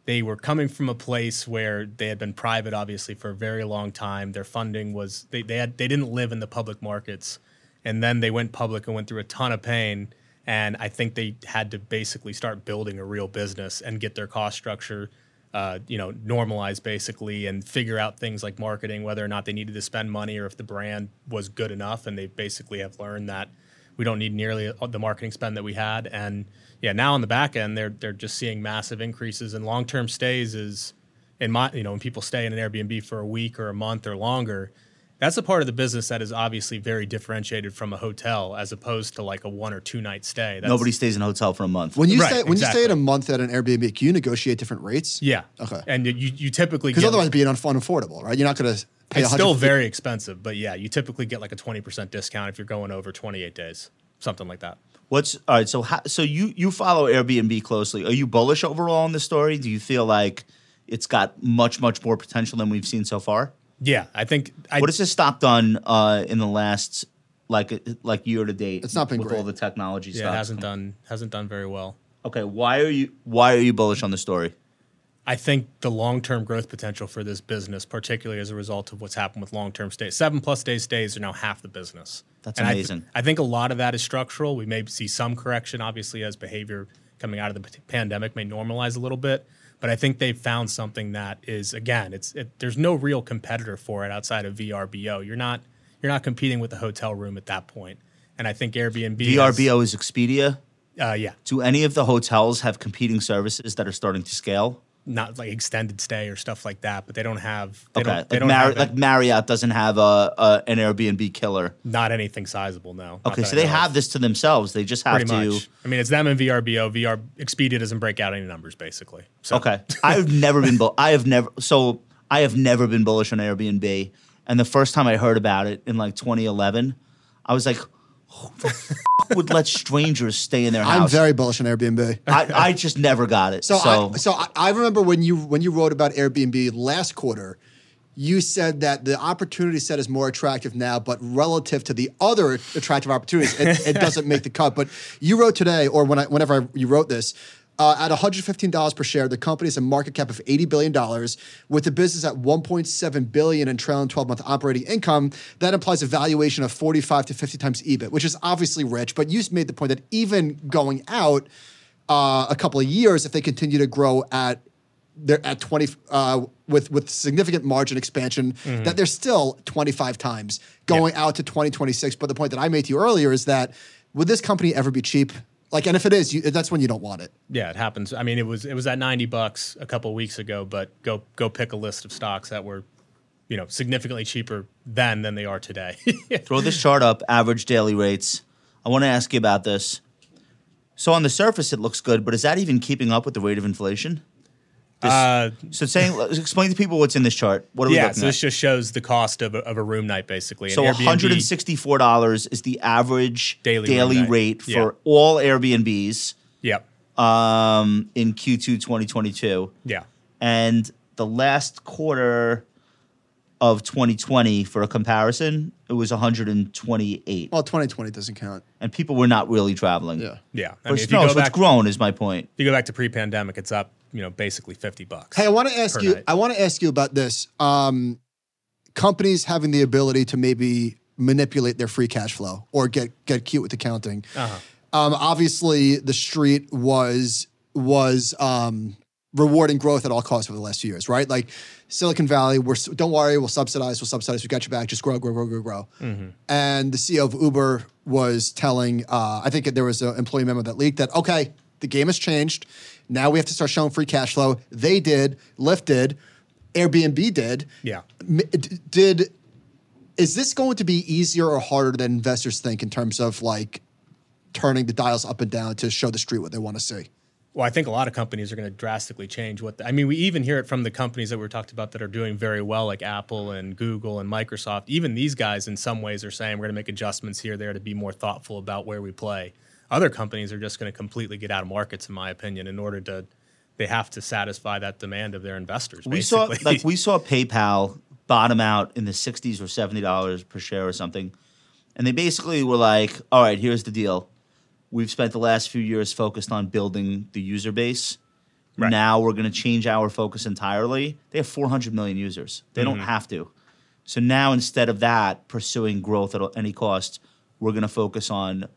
S2: They were coming from a place where they had been private, obviously, for a very long time. Their funding was they they had they didn't live in the public markets, and then they went public and went through a ton of pain. And I think they had to basically start building a real business and get their cost structure, uh, you know, normalized basically, and figure out things like marketing, whether or not they needed to spend money or if the brand was good enough. And they basically have learned that we don't need nearly uh, the marketing spend that we had. And yeah, now on the back end, they're they're just seeing massive increases. And long term stays is, in my you know, when people stay in an Airbnb for a week or a month or longer, that's a part of the business that is obviously very differentiated from a hotel as opposed to like a one or two night stay. That's,
S1: Nobody stays in a hotel for a month.
S3: When you
S2: Right,
S3: stay when you stay at a
S2: exactly.
S3: month at an Airbnb, can you negotiate different rates?
S2: yeah,
S3: Okay.
S2: and you you typically
S3: Because
S2: get-
S3: otherwise, it'd be an unfun affordable, right? You're not going to pay.
S2: it's still
S3: 150
S2: very expensive, but yeah, you typically get like a twenty percent discount if you're going over twenty eight days, something like that.
S1: What's all right? So, how, so you you follow Airbnb closely. Are you bullish overall on the story? Do you feel like it's got much much more potential than we've seen so far?
S2: Yeah, I think I,
S1: What has this stock done uh, in the last like like year to date?
S3: It's not been
S1: with
S3: great.
S1: all the technology
S2: yeah,
S1: stuff.
S2: it hasn't done hasn't done very well.
S1: Okay, why are you why are you bullish on the story?
S2: I think the long term growth potential for this business, particularly as a result of what's happened with long term stays, seven plus day stays are now half the business.
S1: That's
S2: And I th-
S1: amazing.
S2: I, think a lot of that is structural. We may see some correction, obviously, as behavior coming out of the p- pandemic may normalize a little bit. But I think they've found something that is, again, it's it, there's no real competitor for it outside of VRBO. You're not you're not competing with the hotel room at that point. And I think Airbnb has-
S1: VRBO is Expedia.
S2: uh, yeah,
S1: Do any of the hotels have competing services that are starting to scale?
S2: not like extended stay or stuff like that, but they don't have they
S1: okay,
S2: don't they
S1: like,
S2: don't
S1: Mar-
S2: have it.
S1: like Marriott doesn't have a, a an Airbnb killer.
S2: Not anything sizable, no. Not
S1: Okay,
S2: that
S1: so
S2: I
S1: they
S2: know
S1: have
S2: of.
S1: this to themselves. They just have
S2: pretty
S1: to.
S2: much. I mean, it's them and VRBO. VR Expedia doesn't break out any numbers, basically. So,
S1: Okay. I've never been bull. I have never so I have never been bullish on Airbnb. And the first time I heard about it in like 2011, I was like, who the f- would let strangers stay in their
S3: I'm
S1: house?
S3: very bullish on Airbnb.
S1: I, I just never got it.
S3: So,
S1: So,
S3: I, so I, I remember when you when you wrote about Airbnb last quarter, you said that the opportunity set is more attractive now, but relative to the other attractive opportunities, it, it doesn't make the cut. But you wrote today, or when I, whenever I, you wrote this. Uh, at $115 per share, the company has a market cap of $80 billion with the business at $1.7 billion in trailing 12-month operating income. That implies a valuation of 45 to 50 times E EBIT, which is obviously rich. But you made the point that even going out, uh, a couple of years if they continue to grow at they're at 20 uh, with with significant margin expansion that they're still 25 times going out to 2026 but the point that i made to you earlier is that would this company ever be cheap like and if it is you, that's when you don't want it
S2: yeah, it happens. I mean, it was it was at ninety bucks a couple weeks ago, but go go pick a list of stocks that were, you know, significantly cheaper then than they are today.
S1: throw this chart up, average daily rates. I want to ask you about this. So on the surface, it looks good, but is that even keeping up with the rate of inflation? This-
S2: uh,
S1: so saying, explain to people what's in this chart. What are we
S2: yeah,
S1: looking
S2: so
S1: at?
S2: this just shows the cost of a, of a room night, basically. And
S1: So
S2: Airbnb-
S1: $164 is the average
S2: Daily
S1: daily,
S2: room night.
S1: rate for
S2: Yeah.
S1: all Airbnbs
S2: Yep.
S1: um, in Q2 2022.
S2: Yeah.
S1: And the last quarter of 2020, for a comparison, it was 128.
S3: well 2020 doesn't count
S1: And people were not really traveling.
S3: yeah
S2: Yeah. I
S1: But
S2: mean, if
S1: it's-
S2: you
S1: no,
S2: go
S1: so
S2: back,
S1: it's grown, is my point.
S2: if you go back to pre-pandemic, it's up, you know, basically fifty bucks.
S3: Hey, I want to ask
S2: per
S3: you.
S2: night.
S3: I want to ask you about this. Um, companies having the ability to maybe manipulate their free cash flow or get get cute with accounting. Um, obviously, the street was was um, rewarding growth at all costs over the last few years, right? Like Silicon Valley, we're s- don't worry, we'll subsidize, we'll subsidize, we got your back, just grow, grow, grow, grow, grow. And the CEO of Uber was telling, uh, I think there was an employee memo that leaked that okay, the game has changed. Now we have to start showing free cash flow. They did, Lyft did, Airbnb did.
S2: Yeah.
S3: M- d- Did is this going to be easier or harder than investors think in terms of like turning the dials up and down to show the street what they want to see?
S2: Well, I think a lot of companies are going to drastically change what. The, I mean, we even hear it from the companies that we talked about that are doing very well, like Apple and Google and Microsoft. Even these guys, in some ways, are saying we're going to make adjustments here there to be more thoughtful about where we play. Other companies are just going to completely get out of markets, in my opinion, in order to they have to satisfy that demand of their investors.
S1: We
S2: basically.
S1: saw like we saw PayPal bottom out in the 60s or 70 dollars per share or something. And they basically were like, "All right, here's the deal. We've spent the last few years focused on building the user base.
S2: Right.
S1: Now we're going to change our focus entirely. They have 400 million users. They
S2: Mm-hmm.
S1: don't have to. So now instead of that, pursuing growth at any cost, we're going to focus on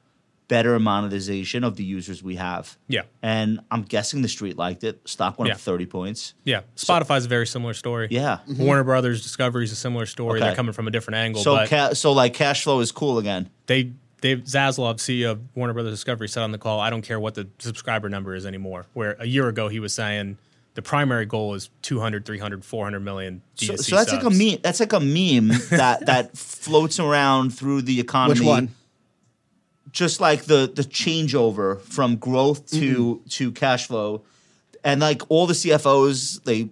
S1: better monetization of the users we have.
S2: Yeah.
S1: And I'm guessing the street liked it. Stock went up
S2: Yeah.
S1: 30 points.
S2: Yeah, Spotify's a very similar story.
S1: Yeah.
S2: Warner Brothers Discovery is a similar story.
S1: Okay.
S2: They're coming from a different angle.
S1: So
S2: but
S1: ca- so like cash flow is cool again.
S2: they they Zaslav, CEO of Warner Brothers Discovery, said on the call, "I don't care what the subscriber number is anymore." Where a year ago he was saying the primary goal is 200, 300, 400 million.
S1: So,
S2: DSC
S1: so that's like a
S2: subs.
S1: meme. That's like a meme that that floats around through the economy.
S3: Which one?
S1: Just like the the changeover from growth to to cash flow, and like all the CFOs, they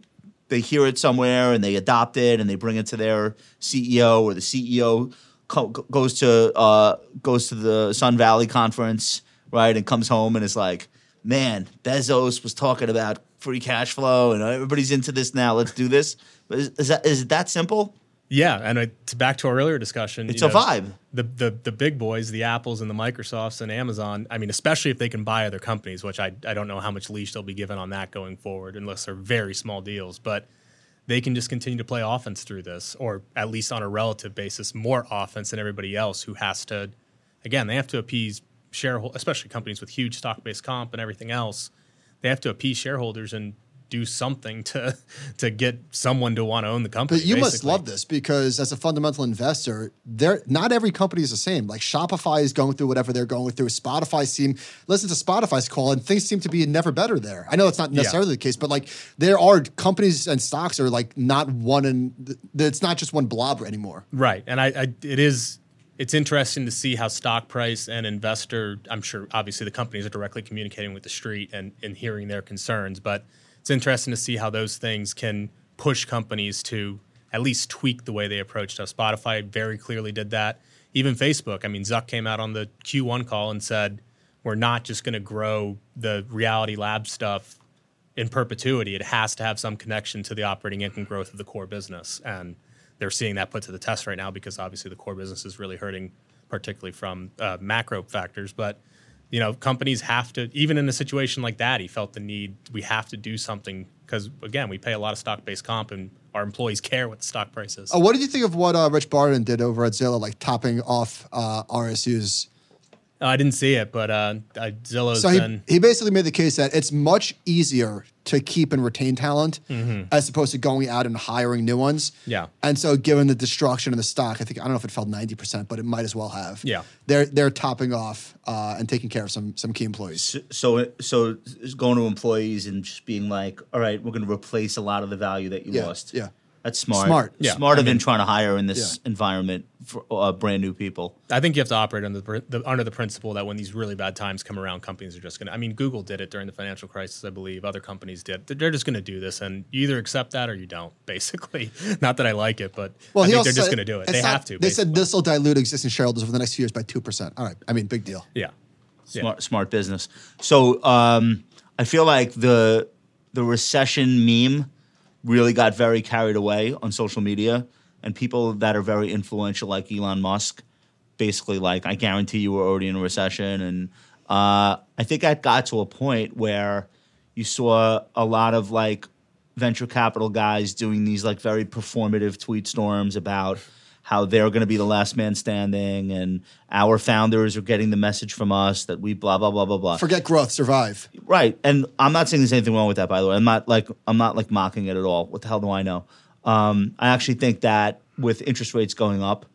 S1: they hear it somewhere and they adopt it and they bring it to their CEO or the CEO co- goes to uh, goes to the Sun Valley conference right and comes home and is like, man, Bezos was talking about free cash flow and everybody's into this now. Let's do this. But is, is that is it that simple?
S2: Yeah, and I, to back to our earlier discussion,
S1: It's
S2: you
S1: a
S2: know,
S1: vibe.
S2: The, the the big boys, the Apples and the Microsofts and Amazon. I mean, especially if they can buy other companies, which I I don't know how much leash they'll be given on that going forward, unless they're very small deals. But they can just continue to play offense through this, or at least on a relative basis, more offense than everybody else who has to. Again, they have to appease shareholders, especially companies with huge stock based comp and everything else. They have to appease shareholders and do something to to get someone to want to own the company.
S3: But you must
S2: basically.
S3: love this because as a fundamental investor, there not every company is the same. Like Shopify is going through whatever they're going through. Spotify seem listen to Spotify's call and things seem to be never better there. I know that's not necessarily the case, but like there are companies and stocks are like not one and it's not just one blob anymore.
S2: Right, and I, I it is it's interesting to see how stock price and investor. I'm sure, obviously, the companies are directly communicating with the street and and hearing their concerns, but it's interesting to see how those things can push companies to at least tweak the way they approach stuff. Spotify very clearly did that. Even Facebook. I mean, Zuck came out on the Q1 call and said, "We're not just going to grow the reality lab stuff in perpetuity, it has to have some connection to the operating income growth of the core business. And they're seeing that put to the test right now because obviously the core business is really hurting, particularly from uh, macro factors. But you know, companies have to, even in a situation like that, he felt the need we have to do something because again, we pay a lot of stock-based comp, and our employees care what the stock price is.
S3: Uh, what did you think of what uh, Rich Barton did over at Zillow, like topping off uh, RSUs?
S2: Uh, I didn't see it, but uh, I, Zillow's
S3: So he,
S2: been
S3: he basically made the case that it's much easier to keep and retain talent as opposed to going out and hiring new ones.
S2: Mm-hmm. Yeah.
S3: And so given the destruction of the stock, I think I don't know if it fell 90%, but it might as well have.
S2: Yeah.
S3: They're they're topping off uh, and taking care of some some key employees.
S1: So so it's going to employees and just being like, all right, we're going to replace a lot of the value that you
S3: Yeah,
S1: lost.
S3: yeah.
S1: That's smart.
S3: Smart.
S2: Yeah,
S1: Smarter
S2: I
S1: than
S2: mean-
S1: trying to hire in this environment for uh, brand new people.
S2: I think you have to operate under the, pr- the under the principle that when these really bad times come around, companies are just going to. I mean, Google did it during the financial crisis, I believe. Other companies did. They're- They're just going to do this, and you either accept that or you don't. Basically, not that I like it, but I think they're just
S3: said-
S2: going to do it.
S3: it's
S2: They
S3: not-
S2: have to.
S3: They said this will dilute existing shareholders over the next few years by 2%. All right. I mean, big deal.
S2: basically. Yeah.
S1: Smart smart business. So um, I feel like the the recession meme really got very carried away on social media, and people that are very influential, like Elon Musk, basically like I guarantee you we're already in a recession, and uh, I think that got to a point where you saw a lot of like venture capital guys doing these like very performative tweet storms about how they're going to be the last man standing and our founders are getting the message from us that we blah blah blah blah blah
S3: Forget growth, survive.
S1: right and i'm not saying there's anything wrong with that by the way i'm not like i'm not like mocking it at all what the hell do i know um, i actually think that with interest rates going up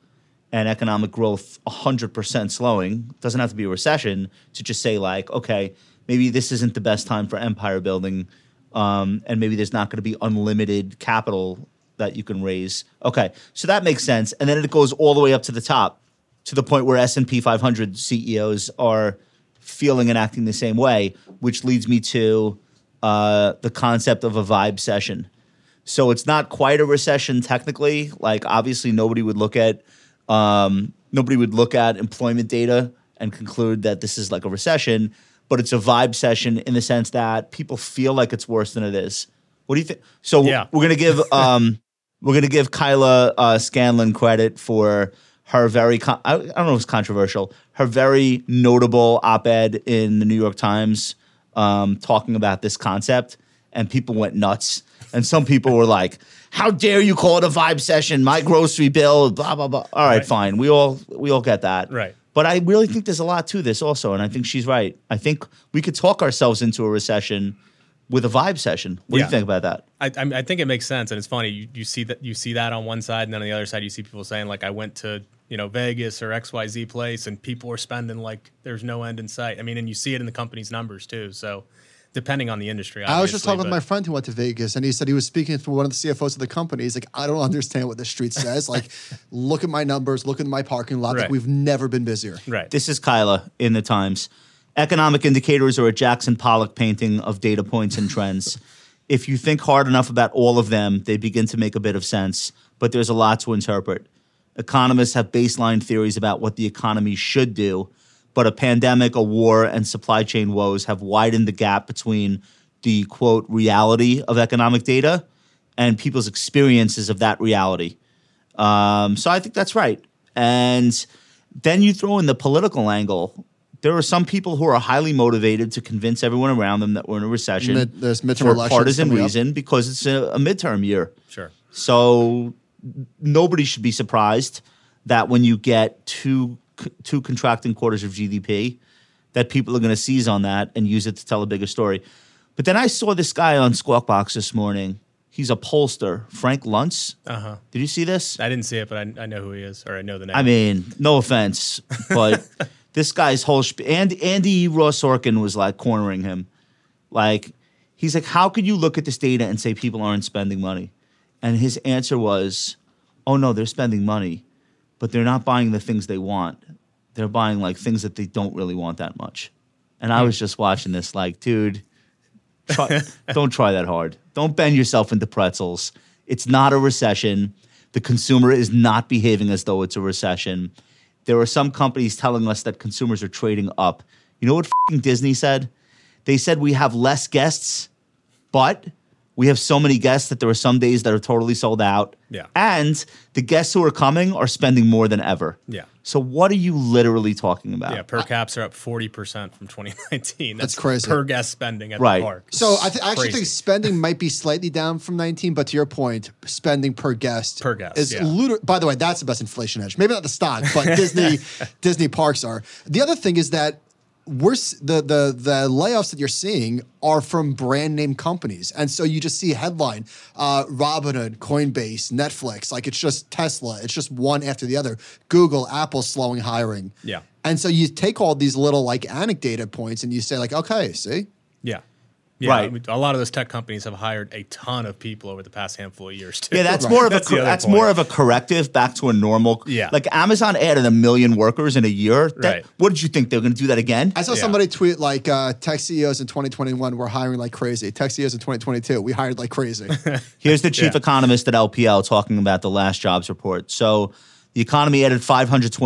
S1: and economic growth 100% slowing doesn't have to be a recession to just say like okay maybe this isn't the best time for empire building um, and maybe there's not going to be unlimited capital that you can raise okay so that makes sense and then it goes all the way up to the top to the point where S&P 500 CEOs E are feeling and acting the same way, which leads me to uh, the concept of a vibe session. So it's not quite a recession technically. Like obviously, nobody would look at um, nobody would look at employment data and conclude that this is like a recession. But it's a vibe session in the sense that people feel like it's worse than it is. What do you think? So
S2: Yeah.
S1: we're gonna give um, we're gonna give Kyla uh, Scanlon credit for her very con- I, I don't know if it's controversial her very notable op-ed in the New York Times um, talking about this concept and people went nuts. And some people were like, "How dare you call it a vibe session? My grocery bill, blah blah blah." All right, fine. We all we all get that.
S2: Right.
S1: But I really think there's a lot to this also, and I think she's right. I think we could talk ourselves into a recession with a vibe session. What do
S2: Yeah.
S1: you think about that?
S2: I, I, mean, I think it makes sense, and it's funny. You, you see that you see that on one side, and then on the other side, you see people saying like, "I went to you know Vegas or X Y Z place, and people are spending like there's no end in sight." I mean, and you see it in the company's numbers too. So, depending on the industry,
S3: I was just talking
S2: obviously,
S3: with my friend who went to Vegas, and he said he was speaking to one of the CFOs of the company. He's like, I don't understand what the street says. Like, look at my numbers, look at my parking lot. Like,
S2: Right.
S3: we've never been busier.
S2: but- right.
S1: This is Kyla in the Times. Economic indicators are a Jackson Pollock painting of data points and trends. if you think hard enough about all of them, they begin to make a bit of sense, but there's a lot to interpret. Economists have baseline theories about what the economy should do, but a pandemic, a war, and supply chain woes have widened the gap between the quote reality of economic data and people's experiences of that reality. Um, so I think that's right. And then you throw in the political angle. There are some people who are highly motivated to convince everyone around them that we're in a recession
S3: Mid- there's midterm
S1: for
S3: elections
S1: partisan
S3: coming up.
S1: reason because it's a, a midterm year.
S2: Sure.
S1: So nobody should be surprised that when you get two two contracting quarters of GDP, that people are going to seize on that and use it to tell a bigger story. But then I saw this guy on Squawk Box this morning. He's a pollster, Frank Luntz. Uh-huh. Did you see this?
S2: I didn't see it, but I, I know who he is, or I know the name.
S1: I mean, no offense, but this guy's whole sp- and Andy Ross Sorkin was like cornering him. Like he's like, "How could you look at this data and say people aren't spending money?" And his answer was, "Oh no, they're spending money, but they're not buying the things they want. They're buying like things that they don't really want that much." And
S2: Hmm.
S1: I was just watching this like, dude, try, don't try that hard. Don't bend yourself into pretzels. It's not a recession. The consumer is not behaving as though it's a recession. There are some companies telling us that consumers are trading up. You know what fing Disney said? They said we have less guests, but we have so many guests that there are some days that are totally sold out.
S2: Yeah.
S1: And the guests who are coming are spending more than ever.
S2: Yeah.
S1: So what are you literally talking about?
S2: yeah, per caps are up forty percent from 2019.
S3: That's crazy.
S2: Per guest spending at
S1: Right.
S2: the park.
S3: So I, th- I actually
S2: Crazy.
S3: think spending might be slightly down from 19, but to your point, spending per guest
S2: Per guest,
S3: is
S2: yeah.
S3: ludic- By the way, that's the best inflation hedge. Maybe not the stock, but Disney Disney parks are. The other thing is that we're s- the the the layoffs that you're seeing are from brand name companies, and so you just see headline uh, Robinhood, Coinbase, Netflix. Like it's just Tesla. It's just one after the other. Google, Apple slowing hiring.
S2: Yeah.
S3: And so you take all these little like anecdata points and you say like, okay, see,
S2: yeah. Yeah,
S1: Right.
S2: I mean, a lot of those tech companies have hired a ton of people over the past handful of years too.
S1: Yeah, that's more of
S2: That's
S1: a
S2: the
S1: cor-
S2: other
S1: that's
S2: point.
S1: more of a corrective back to a normal.
S2: Yeah.
S1: like Amazon added a million workers in a year. That-
S2: Right.
S1: What did you think they were going to do that again?
S3: I saw
S2: Yeah.
S3: somebody tweet like uh, tech CEOs in 2021 were hiring like crazy. Tech CEOs in 2022 we hired like crazy.
S1: Here's the chief
S2: Yeah.
S1: economist at LPL talking about the last jobs report. So the economy added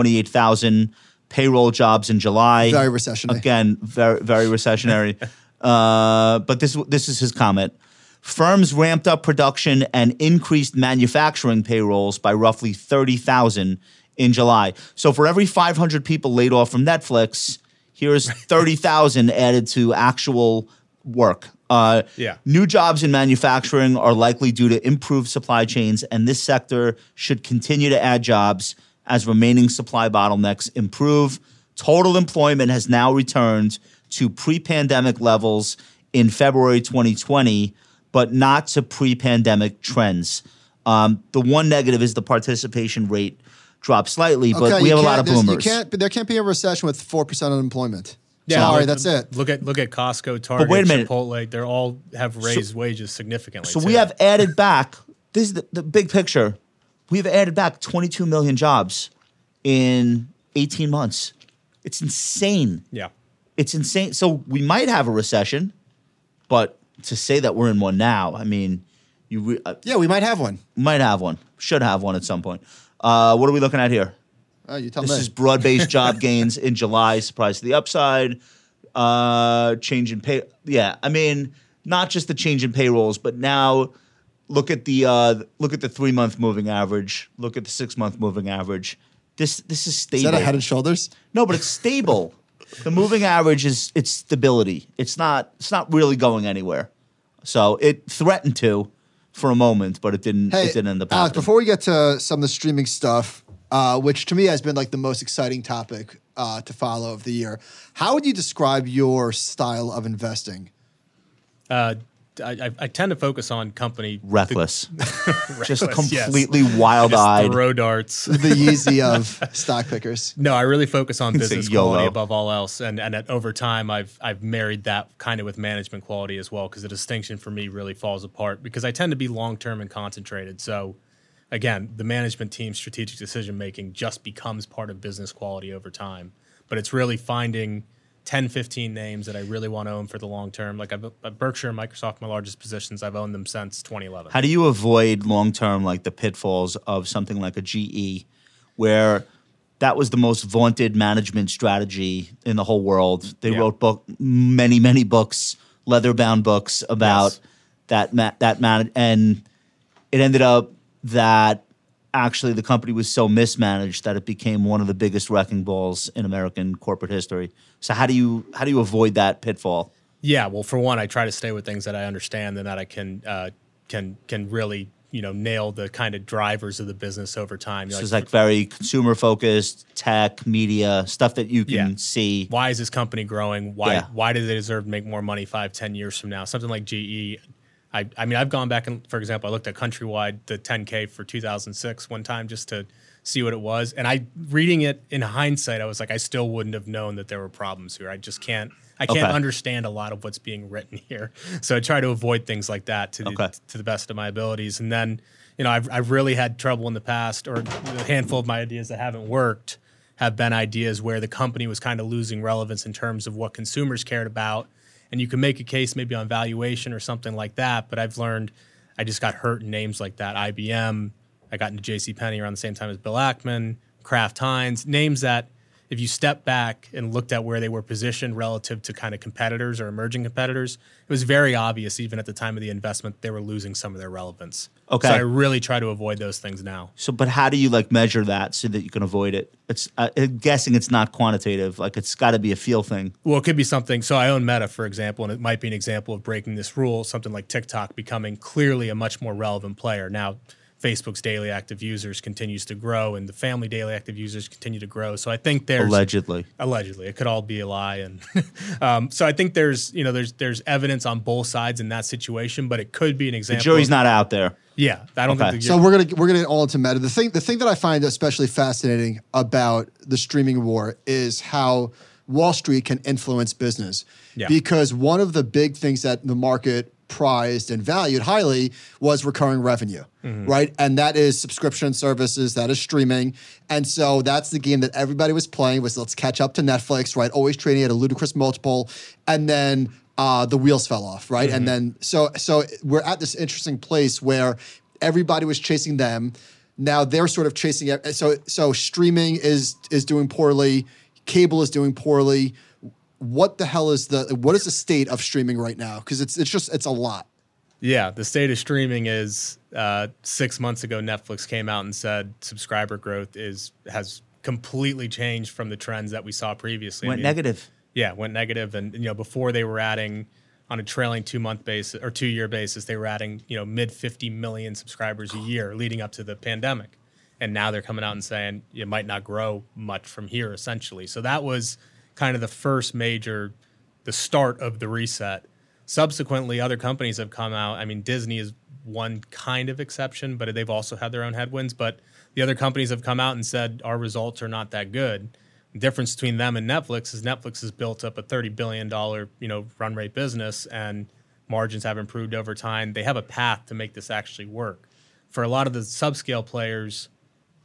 S1: 528,000 payroll jobs in July.
S3: Very recessionary.
S1: Again, very very recessionary. uh, but this this is his comment. Firms ramped up production and increased manufacturing payrolls by roughly 30,000 in July. So for every 500 people laid off from Netflix, here's 30,000 added to actual work. Uh,
S2: Yeah.
S1: New jobs in manufacturing are likely due to improved supply chains, and this sector should continue to add jobs as remaining supply bottlenecks improve. Total employment has now returned to pre pandemic levels in February 2020, but not to pre pandemic trends. Um, the one negative is the participation rate dropped slightly, but
S3: Okay,
S1: we
S3: you
S1: have a lot of
S3: can't- there's-
S1: boomers.
S3: You can't, there can't be a recession with four percent unemployment.
S2: Yeah,
S3: Sorry,
S2: look-
S3: that's it.
S2: Look at look at Costco, Target,
S1: wait a minute.
S2: Chipotle. They're all have raised wages significantly.
S1: So
S2: too.
S1: we have added back. This is the, the big picture. We've added back 22 million jobs in 18 months. It's insane.
S2: yeah,
S1: It's insane. So we might have a recession, but to say that we're in one now, I mean, you re- uh,
S3: Yeah, we might have one.
S1: might have one. Should have one at some point. Uh, what are we looking at here?
S3: Uh, you tell
S1: This
S3: me.
S1: is broad based job gains in July, surprise to the upside, uh, change in pay. Yeah, I mean, not just the change in payrolls, but now look at the uh, look at the three month moving average, look at the six month moving average. This this is
S3: is
S1: stable.
S3: that a Head and Shoulders?
S1: no, but it's stable. the moving average is it's stability. It's not it's not really going anywhere. So it threatened to for a moment, but it didn't.
S3: Hey,
S1: it didn't end up.
S3: Alec,
S1: happening.
S3: before we get to some of the streaming stuff, uh, which to me has been like the most exciting topic uh, to follow of the year, how would you describe your style of investing?
S2: Uh, I, I, I tend to focus on company
S1: reckless, just
S2: Reckless, yes.
S1: completely
S2: I just
S1: wild-eyed.
S2: throw darts.
S3: The Yeezy of stock pickers.
S2: No, I really focus on
S1: It's a
S2: business
S1: YOLO.
S2: quality above all else, and and at, over time, I've I've married that kind of with management quality as well, because the distinction for me really falls apart because I tend to be long term and concentrated. So, again, the management team's strategic decision making just becomes part of business quality over time, but it's really finding. 10 15 names that I really want to own for the long term. Like I've, uh, Berkshire and Microsoft, my largest positions, I've owned them since 2011.
S1: How do you avoid long term like the pitfalls of something like a GE, where that was the most vaunted management strategy in the whole world? They
S2: Yeah.
S1: wrote book many many books, leather bound books about
S2: Yes.
S1: that ma- that man, and it ended up that actually the company was so mismanaged that it became one of the biggest wrecking balls in American corporate history. So how do you how do you avoid that pitfall?
S2: Yeah, well, for one, I try to stay with things that I understand and that I can uh, can can really you know nail the kind of drivers of the business over time.
S1: So
S2: Like,
S1: it's like very consumer focused, tech, media, stuff that you can
S2: Yeah.
S1: see.
S2: why is this company growing? Why
S1: Yeah.
S2: why do they deserve to make more money five ten years from now? Something like GE. I, I mean, I've gone back and, for example, I looked at Countrywide, the 10K for 2006 one time just to see what it was. And I, reading it in hindsight, I was like, I still wouldn't have known that there were problems here. I just can't, I can't
S1: Okay.
S2: understand a lot of what's being written here. So I try to avoid things like that to the,
S1: Okay.
S2: to the best of my abilities. And then, you know, I've, I've really had trouble in the past, or a handful of my ideas that haven't worked have been ideas where the company was kind of losing relevance in terms of what consumers cared about. And you can make a case maybe on valuation or something like that. But I've learned I just got hurt in names like that. IBM, I got into JCPenney around the same time as Bill Ackman, Kraft Heinz, names that if you step back and looked at where they were positioned relative to kind of competitors or emerging competitors, it was very obvious even at the time of the investment they were losing some of their relevance.
S1: Okay.
S2: So I really try to avoid those things now.
S1: So, but how do you like measure that so that you can avoid it? It's uh, I'm guessing it's not quantitative. Like it's got to be a feel thing.
S2: Well, it could be something. So I own Meta, for example, and it might be an example of breaking this rule, something like TikTok becoming clearly a much more relevant player. Now, Facebook's daily active users continues to grow and the family daily active users continue to grow. So I think there's
S1: Allegedly,
S2: allegedly it could all be a lie and um, so i think there's you know there's there's evidence on both sides in that situation but it could be an
S1: the
S2: example
S1: jury's
S2: of-
S1: not out there.
S2: yeah i don't
S1: Okay.
S2: think the,
S3: So we're gonna we're gonna get all into meta. The thing the thing that I find especially fascinating about the streaming war is how Wall Street can influence business.
S2: Yeah.
S3: Because one of the big things that the market prized and valued highly was recurring revenue,
S2: Mm-hmm.
S3: right? And that is subscription services, that is streaming. And so that's the game that everybody was playing was let's catch up to Netflix, right? Always trading at a ludicrous multiple. And then uh, the wheels fell off, right? And
S2: Mm-hmm.
S3: then so so we're at this interesting place where everybody was chasing them. Now they're sort of chasing it. So so streaming is is doing poorly, cable is doing poorly. What the hell is the what is the state of streaming right now? Because it's it's just it's a lot.
S2: yeah the state of streaming is uh, six months ago netflix came out and said subscriber growth is has completely changed from the trends that we saw previously I
S1: Went
S2: mean,
S1: negative.
S2: yeah went negative and you know before they were adding on a trailing two month basis or two year basis they were adding you know mid 50 million subscribers a year leading up to the pandemic and now they're coming out and saying it might not grow much from here essentially so that was kind of the first major the start of the reset subsequently other companies have come out i mean disney is one kind of exception but they've also had their own headwinds but the other companies have come out and said our results are not that good the difference between them and netflix is netflix has built up a $30 billion you know run rate business and margins have improved over time they have a path to make this actually work for a lot of the subscale players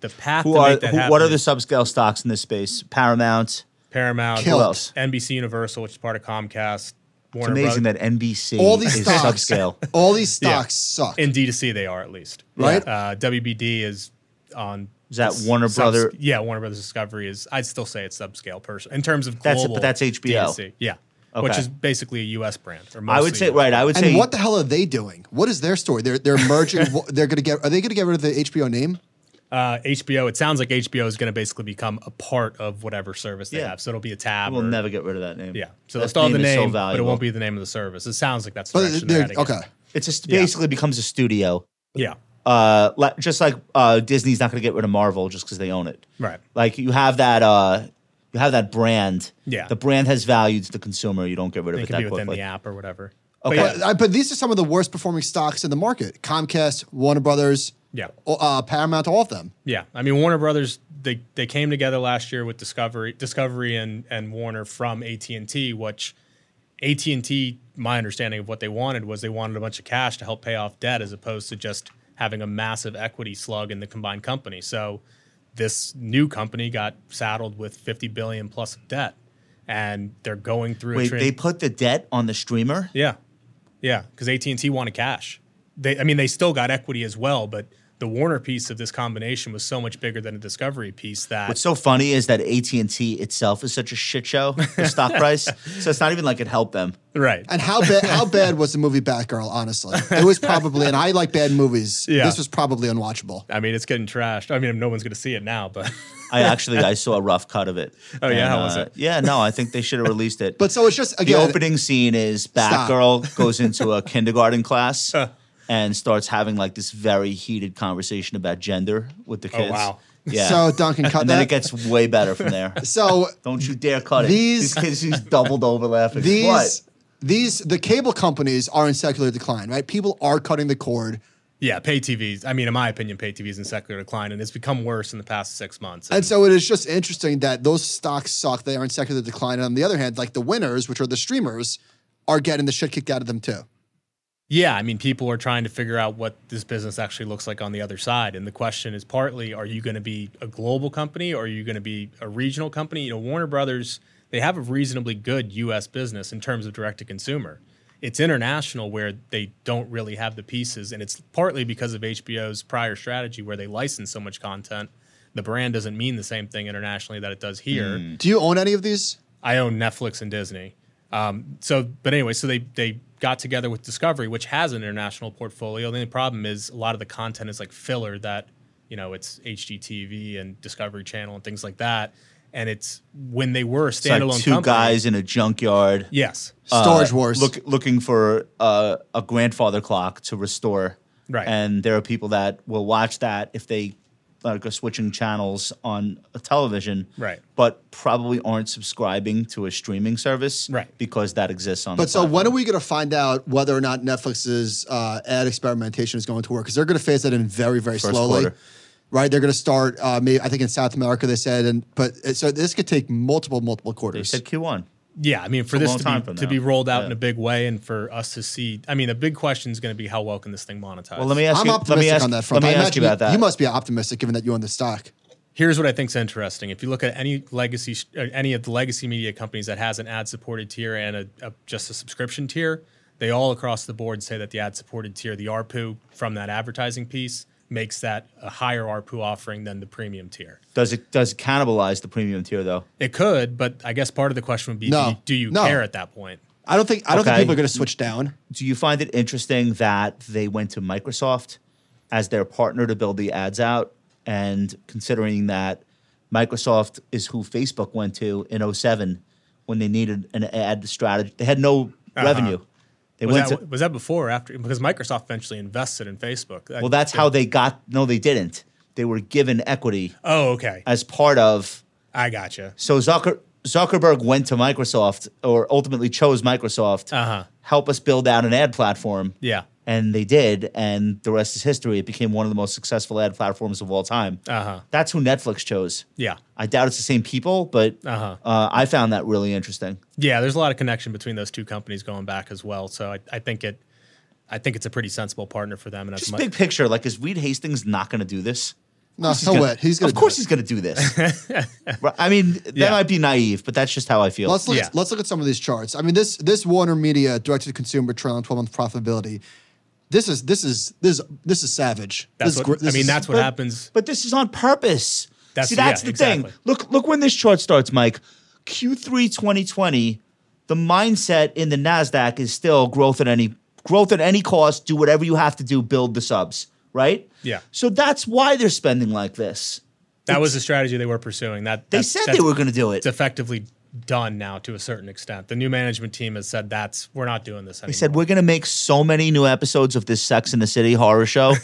S2: the path
S1: Who
S2: to
S1: are
S2: make that
S1: who,
S2: happen
S1: what are the
S2: is
S1: subscale stocks in this space? Paramount.
S2: paramount
S3: Kill
S1: Who
S3: Kelp.
S1: else?
S2: nbc universal which is part of comcast
S1: It's
S2: Warner Bros.
S1: amazing that NBC
S3: All these
S1: is
S3: stocks,
S1: subscale.
S3: all these
S2: Yeah.
S3: stocks suck.
S2: in D2C they are at least.
S3: Right.
S2: Uh, WBD is on.
S1: Is that
S2: s-
S1: Warner
S2: subs-
S1: Brother-
S2: Yeah, Warner Brothers Discovery is. I'd still say it's subscale person in terms of
S1: That's it,
S2: global.
S1: but that's HBO.
S2: D2C, yeah, which
S1: Okay.
S2: is basically a U.S. brand. Or
S1: I would
S2: mostly
S1: say
S2: US.
S1: right. I would
S3: and
S1: say
S3: what the hell are they doing? What is their story? They're they're merging. wha- they're gonna get. Are they gonna get rid of the HBO name?
S2: Uh, HBO. It sounds like HBO is going to basically become a part of whatever service they
S1: Yeah.
S2: have. So it'll be a tab.
S1: we'll
S2: or-
S1: never get rid of that name.
S2: Yeah. So
S1: That
S2: they'll still have the
S1: is so
S2: name, but it
S1: valuable.
S2: won't be the name of the service. It sounds like that's the
S3: But
S2: direction they're
S3: they're
S2: heading. in.
S3: okay.
S1: It's just
S2: Yeah.
S1: basically becomes a studio.
S2: Yeah.
S1: Uh, like- just like uh, Disney's not going to get rid of Marvel just because they own it.
S2: Right.
S1: Like you have that uh, you have that brand.
S2: Yeah.
S1: The brand has value to the consumer. You don't get rid of
S2: It
S1: it
S2: can
S1: that
S2: be within
S1: quickly.
S2: the app or whatever.
S1: Okay.
S2: But
S3: But, I- but these are some of the worst performing stocks in the market: Comcast, Warner Brothers,
S2: Yeah.
S3: uh, Paramount, all of them.
S2: Yeah, I mean Warner Brothers they they came together last year with Discovery Discovery and and Warner from AT and T, which AT and T, my understanding of what they wanted was they wanted a bunch of cash to help pay off debt, as opposed to just having a massive equity slug in the combined company. So this new company got saddled with fifty billion plus of debt, and they're going through. a
S1: Wait,
S2: tran-
S1: they put the debt on the streamer.
S2: yeah, yeah, because AT and T wanted cash. They, I mean, they still got equity as well, but the Warner piece of this combination was so much bigger than the Discovery piece that
S1: What's so funny is that AT and T itself is such a shit show. The stock price, so it's not even like it helped them.
S2: right.
S3: And how bad how bad was the movie Batgirl? Honestly, it was probably. And I like bad movies.
S2: Yeah.
S3: This was probably unwatchable.
S2: I mean, it's getting trashed. I mean, no one's going to see it now, but
S1: I actually I saw a rough cut of it. uh,
S2: Oh, yeah? How was it?
S1: Yeah, no, I think they should have released it.
S3: But so it's just
S1: the
S3: again.
S1: opening scene is Batgirl goes into a kindergarten class and starts having like this very heated conversation about gender with the kids.
S2: wow.
S1: Yeah.
S3: So Duncan cut
S1: and
S3: that.
S1: then it gets way better from there.
S3: so
S1: Don't you dare cut
S3: These-
S1: it. These kids he's doubled over laughing.
S3: these
S1: what?
S3: these the cable companies are in secular decline, right? People are cutting the cord.
S2: yeah, pay TVs. I mean, in my opinion, pay TVs in secular decline, and it's become worse in the past six months.
S3: And so it is just interesting that those stocks suck. They are in secular decline. And on the other hand, like the winners, which are the streamers, are getting the shit kicked out of them too.
S2: Yeah, I mean, people are trying to figure out what this business actually looks like on the other side. And the question is partly, are you going to be a global company or are you going to be a regional company? You know, Warner Brothers, they have a reasonably good US business in terms of direct to consumer. It's international where they don't really have the pieces. And it's partly because of HBO's prior strategy where they license so much content. The brand doesn't mean the same thing internationally that it does here.
S3: Do you own any of these?
S2: I own Netflix and Disney. Um, so, but anyway, so they they got together with Discovery, which has an international portfolio. The only problem is a lot of the content is like filler that you know it's HGTV and Discovery Channel and things like that. And it's when they were a
S1: It's like
S2: standalone
S1: two
S2: company-
S1: guys in a junkyard.
S2: Yes,
S3: Storage
S1: uh,
S3: Wars.
S1: Look, looking for uh, a grandfather clock to restore.
S2: Right.
S1: And there are people that will watch that if they like are switching channels on a television.
S2: Right.
S1: But probably aren't subscribing to a streaming service.
S2: Right.
S1: Because that exists on.
S3: But
S1: the
S3: so when
S1: platform.
S3: are we going to find out whether or not Netflix's uh, ad experimentation is going to work? Because they're going to phase that in very, very
S1: First
S3: slowly.
S1: quarter.
S3: Right, they're going to start. Uh, maybe I think in South America they said, and but uh, so this could take multiple, multiple
S1: They
S3: quarters.
S1: said Q one.
S2: Yeah, I mean, for
S1: a
S2: this
S1: long
S2: to
S1: time
S2: be,
S1: from
S2: to
S1: now.
S2: be rolled out in
S1: Yeah.
S2: a big way, and for us to see, I mean, the big question is going to be how well can this thing monetize?
S1: Well, let me ask
S3: I'm
S1: you.
S3: optimistic
S1: let me ask,
S3: on that front.
S1: Let me
S3: I
S1: ask you
S3: imagine
S1: about that.
S3: You must be optimistic given that you own the stock.
S2: here's what I think's interesting. If you look at any legacy, uh, any of the legacy media companies that has an ad-supported tier and a, a just a subscription tier, they all across the board say that the ad-supported tier, the ARPU from that advertising piece, makes that a higher ARPU offering than the premium tier.
S1: Does it does it cannibalize the premium tier though?
S2: It could, but I guess part of the question would be,
S3: No.
S2: do you, do you
S3: No.
S2: care at that point?
S3: I don't think I don't think
S1: Okay.
S3: people are going to switch down.
S1: Do you find it interesting that they went to Microsoft as their partner to build the ads out? And considering that Microsoft is who Facebook went to in 07 when they needed an ad strategy, they had no revenue. They
S2: Uh-huh. Was
S1: went
S2: that,
S1: to,
S2: was that before or after? Because Microsoft eventually invested in Facebook.
S1: well, that's
S2: So-
S1: how they got, no, they didn't. They were given equity
S2: Oh, okay.
S1: as part of,
S2: I gotcha.
S1: so Zucker, Zuckerberg went to Microsoft or ultimately chose Microsoft,
S2: Uh-huh.
S1: help us build out an ad platform.
S2: Yeah.
S1: and they did, and the rest is history. It became one of the most successful ad platforms of all time.
S2: Uh-huh.
S1: That's who Netflix chose.
S2: Yeah.
S1: I doubt it's the same people, but
S2: Uh-huh.
S1: uh, I found that really interesting.
S2: Yeah, there's a lot of connection between those two companies going back as well. So I, I think it, I think it's a pretty sensible partner for them. And that's
S1: Just
S2: my-
S1: big picture, like is Reed Hastings not going to do this?
S3: No,
S1: He's
S3: so
S1: gonna-
S3: what? He's going
S1: of course he's going to do this. Right, I mean, that
S2: Yeah.
S1: might be naive, but that's just how I feel.
S3: Let's look.
S2: Yeah.
S3: Let's look at some of these charts. I mean, this this Warner Media directed to consumer trailing twelve month profitability. This is this is this is, this is savage.
S2: that's
S3: this
S2: what,
S3: is, gr-
S2: I
S3: this
S2: mean,
S3: is-
S2: that's what
S1: but-
S2: happens.
S1: But this is on purpose.
S2: That's-
S1: See, that's
S2: yeah,
S1: the
S2: exactly.
S1: thing. Look, look when this chart starts, Mike. Q3 2020, the mindset in the Nasdaq is still growth at any growth at any cost. Do whatever you have to do, build the subs, right?
S2: Yeah.
S1: So that's why they're spending like this.
S2: That was the strategy they were pursuing. That
S1: They
S2: that-
S1: said
S2: that's-
S1: they were going to do it.
S2: It's effectively done now to a certain extent. The new management team has said that's we're not doing this anymore.
S1: He said we're gonna make so many new episodes of this Sex in the City horror show,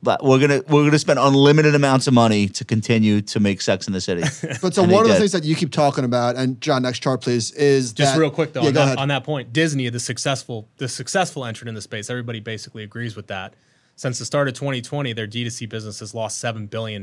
S1: but we're gonna we're gonna spend unlimited amounts of money to continue to make Sex in the City.
S3: But so
S1: And they
S3: one of the
S1: did.
S3: things that you keep talking about, and John, next chart, please, is
S2: just
S3: that-
S2: real quick though
S3: Yeah,
S2: on,
S3: go
S2: that,
S3: ahead.
S2: on that point disney the successful the successful entrant in the space everybody basically agrees with that since the start of 2020 their d2c business has lost $7 billion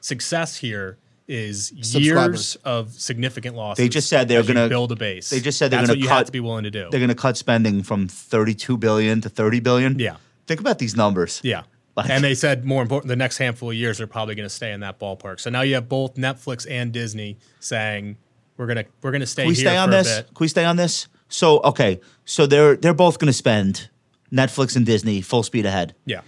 S2: success here is years
S3: Subscribers.
S2: of significant losses
S1: They just said they're
S2: as you
S1: gonna-
S2: build a base
S1: they just said they're
S2: That's
S1: gonna
S2: what you
S1: cut-
S2: have to be willing to do
S1: They're gonna cut spending from 32 billion to 30 billion.
S2: Yeah.
S1: think about these numbers.
S2: yeah
S1: Like-
S2: and they said more important the next handful of years are probably going to stay in that ballpark so now you have both netflix and disney saying we're going to we're going to stay
S1: Can we
S2: here
S1: stay on
S2: for
S1: this? Can
S2: a bit
S1: we stay on this? So okay, so they're they're both gonna spend Netflix and Disney full speed ahead.
S2: yeah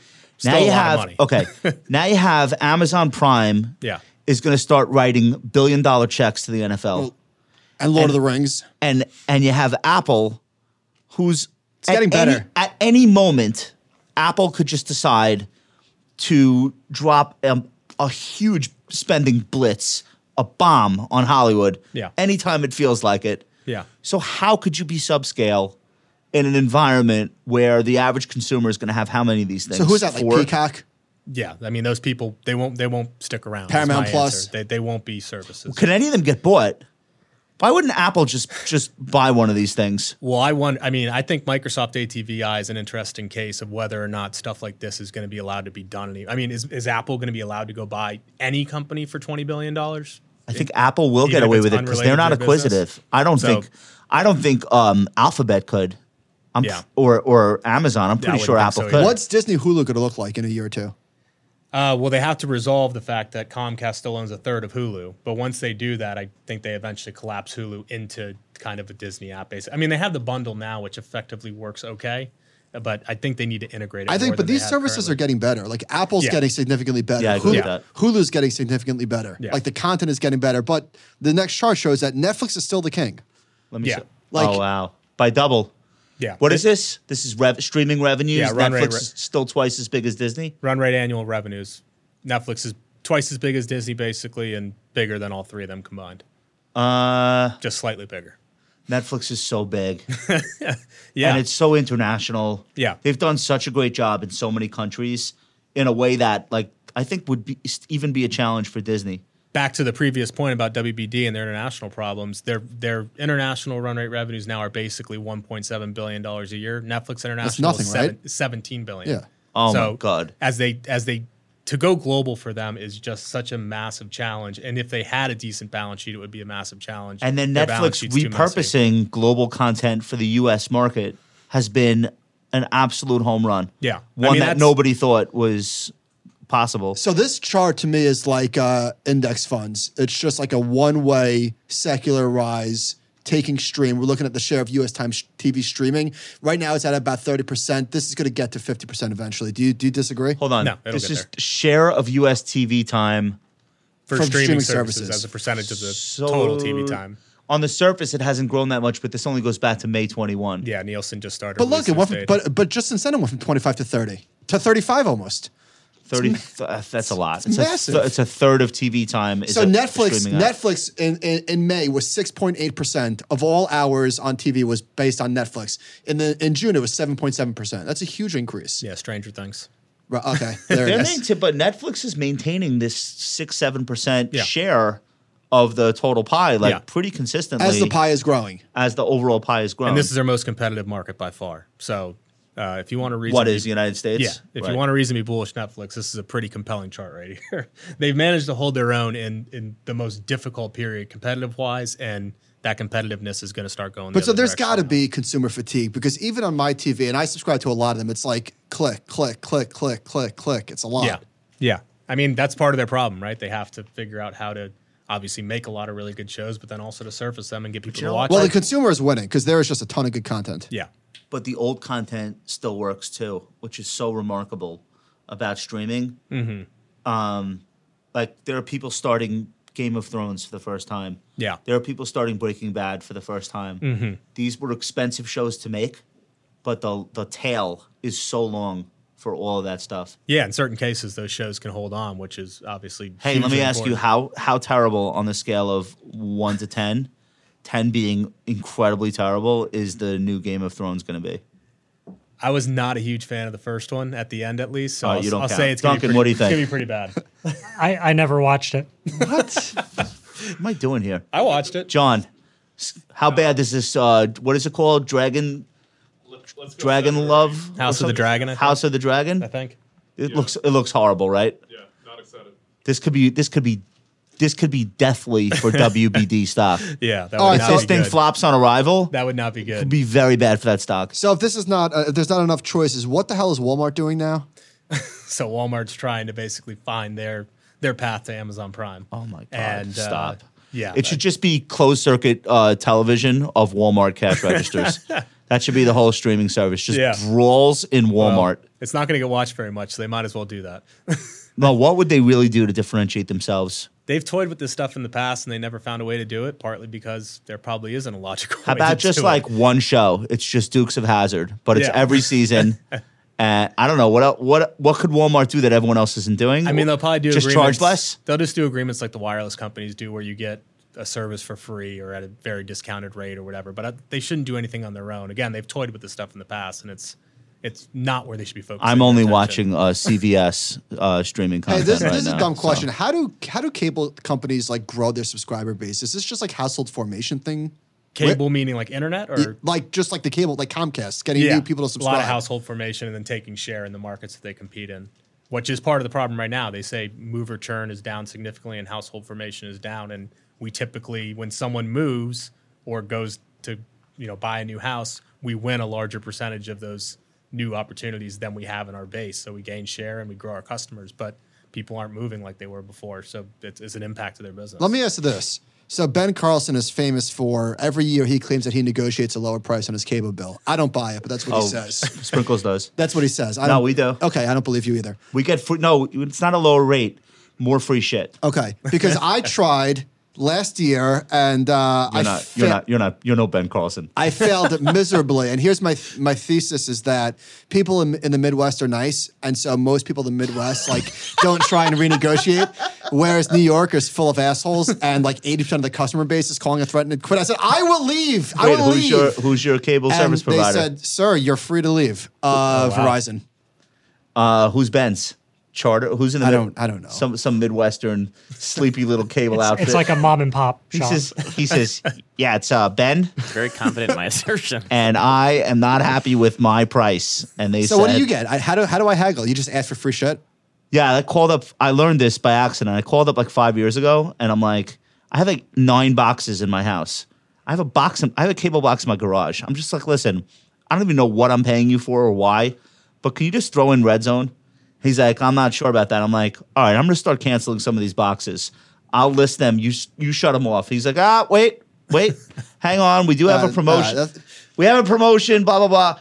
S1: now
S2: Still
S1: you
S2: a lot
S1: have
S2: of money.
S1: okay. now you have Amazon Prime.
S2: Yeah.
S1: is going to start writing billion dollar checks to the NFL,
S3: and Lord of the Rings.
S1: and and you have Apple, who's it's
S3: getting
S1: any,
S3: better.
S1: at any moment. Apple could just decide to drop um, a huge spending blitz, a bomb on Hollywood.
S2: Yeah.
S1: anytime it feels like it.
S2: yeah
S1: So how could you be subscale in an environment where the average consumer is going to have how many of these things?
S3: So who's that? Like
S1: Four?
S3: Peacock?
S2: Yeah, I mean those people they won't they won't stick around. is my
S3: Paramount
S2: answer.
S3: Plus.
S2: They, they won't be services.
S1: Could any of them get bought? Why wouldn't Apple just just buy one of these things?
S2: Well, I want I mean I think Microsoft ATVI is an interesting case of whether or not stuff like this is going to be allowed to be done. Any, I mean is is Apple going to be allowed to go buy any company for 20 billion dollars?
S1: I think Apple will
S2: even
S1: get
S2: if
S1: away
S2: it's
S1: with it because
S2: unrelated
S1: they're
S2: to
S1: not
S2: their business.
S1: acquisitive. I don't
S2: So-
S1: think I don't think um, Alphabet could. I'm
S2: Yeah.
S1: or or Amazon. I'm pretty
S2: I
S1: sure
S2: wouldn't
S1: Apple
S2: think so
S1: could.
S2: either.
S3: What's Disney Hulu going to look like in a year or two?
S2: Uh, well, they have to resolve the fact that Comcast still owns a third of Hulu. But once they do that, I think they eventually collapse Hulu into kind of a Disney app base. I mean, they have the bundle now, which effectively works okay. But I think they need to integrate it.
S3: I
S2: more
S3: think,
S2: than
S3: but
S2: they
S3: these
S2: have
S3: services
S2: currently.
S3: are getting better. Like Apple's
S2: Yeah.
S3: getting significantly better.
S1: Yeah, I agree
S3: Hulu-
S1: with that.
S3: Hulu's getting significantly better.
S2: Yeah.
S3: Like the content is getting better. But the next chart shows that Netflix is still the king.
S1: Let me.
S2: Yeah.
S1: See.
S3: Like-
S1: oh wow, by double.
S2: yeah.
S1: What is this? This is rev- streaming revenues.
S2: Yeah, run
S1: Netflix
S2: rate-
S1: is still twice as big as Disney.
S2: run rate annual revenues. Netflix is twice as big as Disney, basically, and bigger than all three of them combined,
S1: Uh,
S2: just slightly bigger.
S1: Netflix is so big
S2: Yeah,
S1: and it's so international.
S2: Yeah.
S1: they've done such a great job in so many countries in a way that like I think would be even be a challenge for Disney.
S2: back to the previous point about WBD and their international problems. Their their international run rate revenues now are basically 1.7 billion dollars a year. Netflix international
S3: nothing,
S2: is seven,
S3: right?
S2: 17 billion.
S3: Yeah.
S1: Oh, my God.
S2: As they as they to go global for them is just such a massive challenge. And if they had a decent balance sheet, it would be a massive challenge.
S1: And then
S2: Their balance
S1: Netflix
S2: sheet's too messy.
S1: repurposing global content for the U.S. market has been an absolute home run.
S2: Yeah. I
S1: one
S2: mean,
S1: that
S2: that's-
S1: nobody thought was possible.
S3: So this chart to me is like uh, index funds. It's just like a one-way secular rise taking stream. We're looking at the share of U.S. time sh- TV streaming right now. It's at about thirty percent. This is going to get to fifty percent eventually. Do you do you disagree?
S1: Hold on,
S2: No, it'll
S1: this
S2: get
S1: is
S2: there.
S1: share of U.S. TV time.
S2: for
S3: from
S2: streaming,
S3: streaming
S2: services, as
S3: services.
S2: a percentage of the
S1: So-
S2: total TV time.
S1: On the surface, it hasn't grown that much, but this only goes back to May 21.
S2: Yeah, Nielsen just started.
S3: But look, it
S2: releasing
S3: went
S2: his
S3: from,
S2: data.
S3: but but just incentive went from twenty-five to thirty to thirty-five almost.
S1: 30, uh, that's a lot. It's,
S3: massive.
S1: A th- it's a third of TV time. Is
S3: So
S1: a-
S3: Netflix,
S1: streaming app.
S3: Netflix in, in, in May was six point eight percent of all hours on TV was based on Netflix. In the in June it was seven point seven percent. That's a huge increase.
S2: yeah, Stranger Things.
S3: Right, okay, there
S1: They're
S3: it is.
S1: maintain- but Netflix is maintaining this six seven percent
S2: Yeah.
S1: share of the total pie, like
S2: Yeah.
S1: pretty consistently
S3: As the pie is growing.
S1: as the overall pie is growing.
S2: And this is their most competitive market by far. So, uh, if you want to reason,
S1: what
S2: to
S1: is the
S2: be,
S1: United States?
S2: yeah, if
S1: Right.
S2: you want a reason to be bullish, Netflix, this is a pretty compelling chart right here. They've managed to hold their own in in the most difficult period, competitive wise, and that competitiveness is going to start going.
S3: But so
S2: there's
S3: there's got to be consumer fatigue because even on my TV, and I subscribe to a lot of them, it's like click, click, click, click, click, click. It's a lot.
S2: yeah, yeah. I mean, that's part of their problem, right? They have to figure out how to obviously make a lot of really good shows, but then also to surface them and get people
S1: you
S2: to
S1: know-
S2: watch.
S3: Well,
S2: it.
S3: the consumer is winning because there is just a ton of good content.
S2: yeah,
S1: but the old content still works too, which is so remarkable about streaming. Mm-hmm. Um, like there are people starting Game of Thrones for the first time.
S2: Yeah. Mm-hmm.
S1: there are people starting Breaking Bad for the first time. These were expensive shows to make, but the the tail is so long for all of that stuff.
S2: yeah. In certain cases, those shows can hold on, which is obviously.
S1: Hey, let
S2: hugely
S1: me ask you
S2: important.
S1: how how terrible on the scale of one to ten ten being incredibly terrible is the new Game of Thrones going to be?
S2: I was not a huge fan of the first one at the end, at least. So
S1: Oh,
S2: I'll,
S1: you don't
S2: I'll
S1: count.
S2: say it's going
S1: Duncan, what do you
S2: to be
S1: think?
S2: pretty bad.
S6: I, I never watched it.
S1: What? what am I doing here,
S2: I watched it.
S1: John? s- How bad is this? Uh, what is it called? Dragon,
S7: Let- let's go
S1: Dragon
S7: separate.
S1: Love, or
S2: House of the
S1: something?
S2: Dragon, I think.
S1: House of the
S2: I
S1: Dragon.
S2: think.
S1: It looks it looks horrible, right?
S7: Yeah, not excited.
S1: This could be this could be this could be deathly for WBD stock.
S2: Yeah, that would
S3: Oh, I
S2: not
S3: thought-
S1: This
S2: be
S1: thing
S2: good.
S1: flops on arrival. That
S2: That would not be
S1: would
S2: good.
S1: be very bad for that stock.
S3: So if this is not, uh, if there's not enough choices, what the hell is Walmart doing now?
S2: so Walmart's trying to basically find their their path to Amazon Prime.
S1: Oh my god!
S2: And, uh,
S1: stop.
S2: yeah,
S1: it should just be closed circuit uh, television of Walmart cash registers. that should be the whole streaming service. Just
S2: Yeah.
S1: brawls in Walmart.
S2: It's not going to get watched very much, so they might as well do that.
S1: now, what would they really do to differentiate themselves?
S2: They've toyed with this stuff in the past and they never found a way to do it, partly because there probably isn't a logical
S1: How
S2: way
S1: about
S2: to
S1: just
S2: do it.
S1: like one show? It's just Dukes of Hazard, but it's
S2: Yeah.
S1: every season. And I don't know what el- what what could Walmart do that everyone else isn't doing.
S2: I mean, they'll probably do
S1: just
S2: agreements-
S1: charge less.
S2: They'll just do agreements like the wireless companies do, where you get a service for free or at a very discounted rate or whatever. But uh they shouldn't do anything on their own. Again, they've toyed with this stuff in the past, and it's it's not where they should be focusing.
S1: I'm
S2: their
S1: only
S2: attention.
S1: watching uh, CVS uh, streaming
S3: Hey,
S1: content
S3: this,
S1: right
S3: this is
S1: now,
S3: a dumb
S1: so.
S3: question. How do how do cable companies like grow their subscriber base? Is this just like household formation thing?
S2: cable, meaning like internet or.
S3: Y- Like just like the cable, like Comcast, getting new people to subscribe.
S2: A lot of household formation and then taking share in the markets that they compete in, which is part of the problem right now. They say mover churn is down significantly and household formation is down. And we typically, when someone moves or goes to, you know, buy a new house, we win a larger percentage of those new opportunities than we have in our base. So we gain share and we grow our customers, but people aren't moving like they were before. So it's, it's an impact to their business.
S3: Let me ask you this. So Ben Carlson is famous for every year he claims that he negotiates a lower price on his cable bill. I don't buy it, but that's what he
S1: Oh,
S3: says.
S1: Sprinkles does.
S3: That's what he says. I
S1: No,
S3: don't-
S1: we do.
S3: Okay, I don't believe you either.
S1: We get free. No, it's not a lower rate. More free shit.
S3: Okay, because I tried last year and uh, I
S1: You're not. You're
S3: fa-
S1: not. You're not. You're no Ben Carlson.
S3: I failed miserably. And here's my my thesis is that people in, in the Midwest are nice, and so most people in the Midwest like don't try and renegotiate. Whereas New York is full of assholes, and like eighty percent of the customer base is calling a threat and quit. I said, I will leave. I
S1: Wait,
S3: will
S1: who's
S3: leave.
S1: your who's your cable
S3: and
S1: service
S3: they
S1: provider? Oh,
S3: said, "Sir, you're free to leave." Uh, Verizon.
S1: uh, who's Ben's charter? Who's in the?
S3: I
S1: mid-
S3: don't- I don't know.
S1: Some some midwestern sleepy little cable
S6: It's,
S1: outfit.
S6: it's like a mom and pop
S1: he
S6: shop.
S1: says he says yeah, it's uh, Ben,
S5: Very confident in my assertion.
S1: and I am not happy with my price. And they
S3: So
S1: said,
S3: what do you get? I, how do how do I haggle? You just ask for free shit.
S1: Yeah, I called up. I learned this by accident. I called up like five years ago, and I'm like, I have like nine boxes in my house. I have a box. In, I have a cable box in my garage. I'm just like, listen, I don't even know what I'm paying you for or why, but can you just throw in Red Zone? He's like, I'm not sure about that. I'm like, all right, I'm gonna start canceling some of these boxes. I'll list them. You s- you shut them off. He's like, ah, wait, wait, hang on. We do have
S3: Uh,
S1: a
S3: uh,
S1: promotion.
S3: that's-
S1: we have a promotion. Blah blah blah.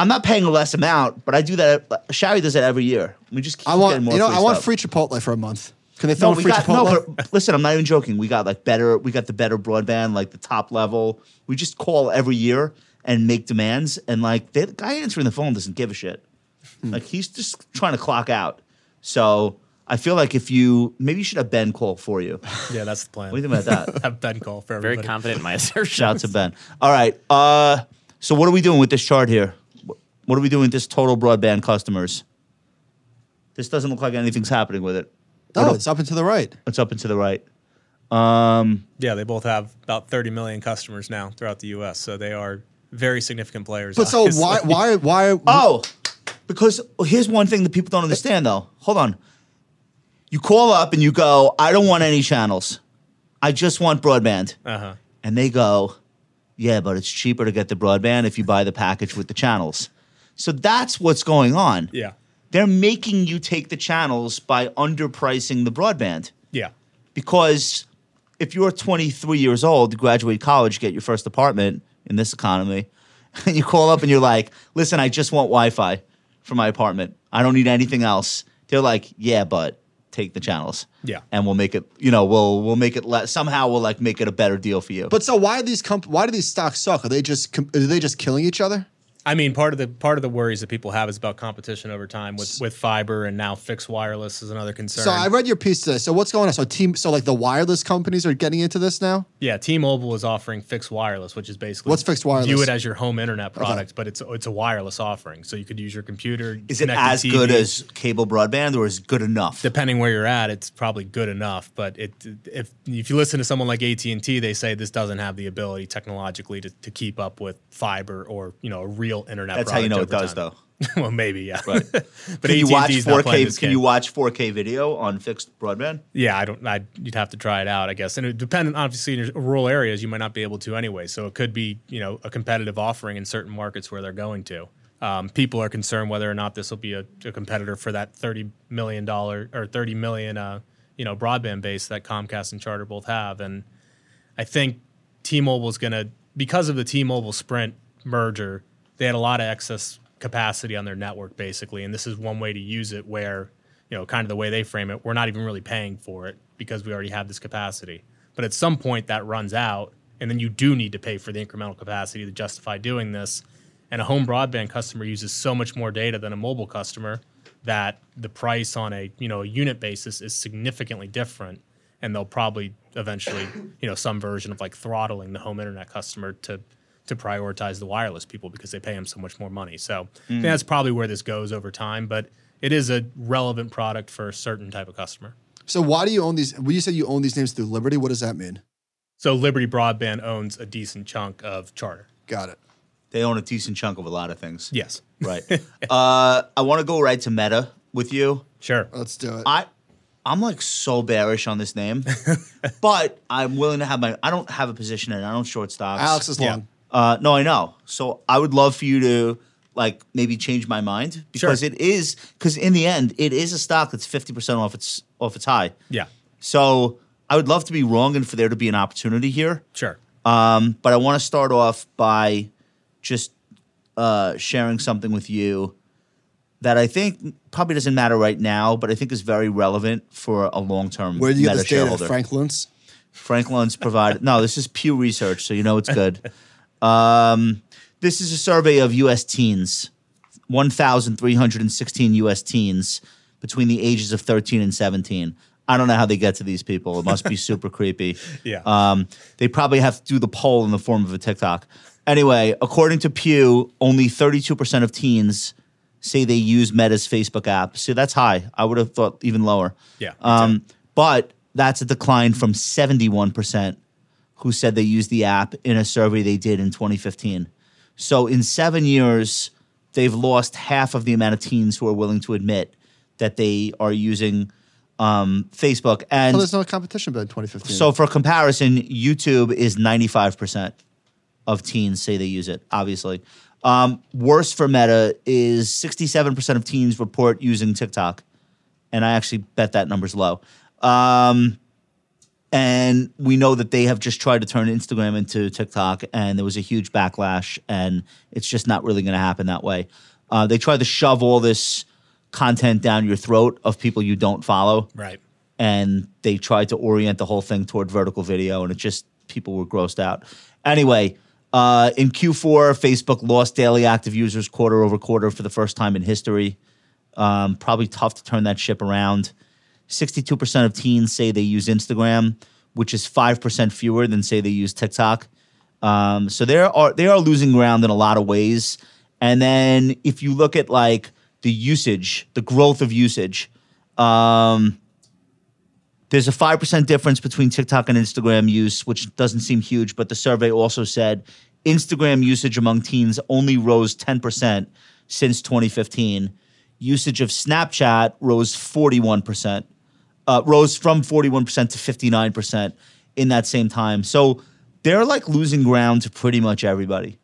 S1: I'm not paying a less amount, but I do that. Shari does that every year. We just keep
S3: I want
S1: getting more
S3: you know
S1: free
S3: I want
S1: stuff.
S3: free Chipotle for a month. Can they
S1: No,
S3: film
S1: we
S3: free
S1: got
S3: Chipotle?
S1: no. But listen, I'm not even joking. We got like better. We got the better broadband, like the top level. We just call every year and make demands, and like the guy answering the phone doesn't give a shit.
S3: Hmm.
S1: Like he's just trying to clock out. So I feel like if you maybe you should have Ben call for you. What
S2: yeah, that's the plan.
S1: do you think about that?
S2: Have Ben call for
S5: Very
S2: everybody.
S5: confident in my assertion.
S1: Shout out to Ben. All right. Uh, so what are we doing with this chart here? Wh- What are we doing with this total broadband customers? This doesn't look like anything's happening with it.
S3: No, it's up and to the right.
S1: It's up and to the right.
S2: Yeah, they both have about 30 million customers now throughout the U.S., so they are very significant players.
S3: But so
S2: obviously.
S3: why why why?
S1: Oh, because here's one thing that people don't understand though. Hold on. You call up and you go, I don't want any channels. I just want broadband.
S2: Uh-huh.
S1: And they go, Yeah, but it's cheaper to get the broadband if you buy the package with the channels. So that's what's going on.
S2: Yeah,
S1: They're making you take the channels by underpricing the broadband
S2: yeah,
S1: because if you're 23 years old, graduate college, get your first apartment in this economy, and you call up and you're like, "Listen, I just want Wi-Fi for my apartment. I don't need anything else." They're like, "Yeah, but take the channels,
S2: Yeah.
S1: and we'll make it. You know, we'll we'll make it less. Somehow, we'll like make it a better deal for you."
S3: But so why are these comp- why do these stocks suck? Are they just com- are they just killing each other?
S2: I mean, part of the part of the worries that people have is about competition over time with with fiber and now fixed wireless is another concern.
S3: So I read your piece today. So what's going on? So team, so like the wireless companies are getting into this now.
S2: yeah, T-Mobile is offering fixed wireless, which is basically
S3: What's fixed wireless?
S2: View it as your home internet product, but it's it's a wireless offering, so you could use your computer.
S1: Is it
S2: connect to
S1: as good
S2: TV.
S1: as cable broadband or is good enough?
S2: depending where you're at, it's probably good enough. But it, if if you listen to someone like AT and T, they say this doesn't have the ability technologically to, to keep up with fiber or you know a real internet.
S1: That's how you
S2: product
S1: know it
S2: over
S1: does,
S2: time.
S1: though.
S2: well, maybe yeah. but
S1: Can you watch
S2: AT&T's not
S1: 4K?
S2: playing this
S1: Can
S2: game.
S1: you watch 4K video on fixed broadband?
S2: Yeah, I don't. I you'd have to try it out, I guess. And it dependent, obviously, in your rural areas, you might not be able to anyway. So it could be, you know, a competitive offering in certain markets where they're going to. Um, people are concerned whether or not this will be a, a competitor for that thirty million dollar or thirty million, uh, you know, broadband base that Comcast and Charter both have. And I think T-Mobile's going to because of the T-Mobile Sprint merger, they had a lot of excess capacity on their network basically, and this is one way to use it where, you know, kind of the way they frame it, we're not even really paying for it because we already have this capacity. But at some point that runs out, and then you do need to pay for the incremental capacity to justify doing this. And a home broadband customer uses so much more data than a mobile customer that the price on a, you know, a unit basis is significantly different and they'll probably eventually, you know, some version of like throttling the home internet customer to to prioritize the wireless people because they pay them so much more money. So I think that's probably where this goes over time, but it is a relevant product for a certain type of customer.
S3: So why do you own these? Well, you said you own these names through Liberty. What does that mean?
S2: So Liberty Broadband owns a decent chunk of Charter.
S3: Got it.
S1: They own a decent chunk of a lot of things.
S2: Yes.
S1: Right. uh, I want to go right to Meta with you.
S2: Sure.
S3: Let's do it.
S1: I I'm like so bearish on this name, but I'm willing to have my. I don't have a position in. it. I don't short stocks.
S3: Alex is long.
S1: Uh, no, I know. So I would love for you to like maybe change my mind because
S2: Sure.
S1: it is because in the end it is a stock that's fifty percent off its off its high.
S2: Yeah.
S1: So I would love to be wrong and for there to be an opportunity here.
S2: Sure.
S1: Um, but I want to start off by just uh, sharing something with you that I think probably doesn't matter right now, but I think is very relevant for a long term.
S3: Where do you get
S1: meta
S3: this data?
S1: shareholder.
S3: Franklin's.
S1: Franklin's provided. No, this is Pew Research, so you know it's good. Um, this is a survey of U.S. teens, 1,316 U.S. teens between the ages of 13 and 17. I don't know how they get to these people. It must be super creepy.
S2: Yeah.
S1: Um, they probably have to do the poll in the form of a TikTok. Anyway, according to Pew, only 32% of teens say they use Meta's Facebook app. So that's high. I would have thought even lower.
S2: Yeah.
S1: Um, but that's a decline from 71% who said they used the app in a survey they did in 2015. So in seven years, they've lost half of the amount of teens who are willing to admit that they are using um, Facebook. And
S3: Well, there's no competition bid in 2015.
S1: so for comparison, YouTube is 95% of teens say they use it, obviously. Um, worse for Meta is 67% of teens report using TikTok. And I actually bet that number's low. Um, and we know that they have just tried to turn Instagram into TikTok, and there was a huge backlash, and it's just not really going to happen that way. Uh, they tried to shove all this content down your throat of people you don't follow
S2: Right.
S1: and they tried to orient the whole thing toward vertical video, and it just people were grossed out. Anyway, uh, in Q4, Facebook lost daily active users quarter over quarter for the first time in history. Um, probably tough to turn that ship around. 62% of teens say they use Instagram, which is 5% fewer than say they use TikTok. Um, so they are they are losing ground in a lot of ways. And then if you look at like the usage, the growth of usage, um, there's a 5% difference between TikTok and Instagram use, which doesn't seem huge, but the survey also said Instagram usage among teens only rose 10% since 2015. Usage of Snapchat rose 41%, uh, rose from 41% to 59% in that same time. So they're like losing ground to pretty much everybody.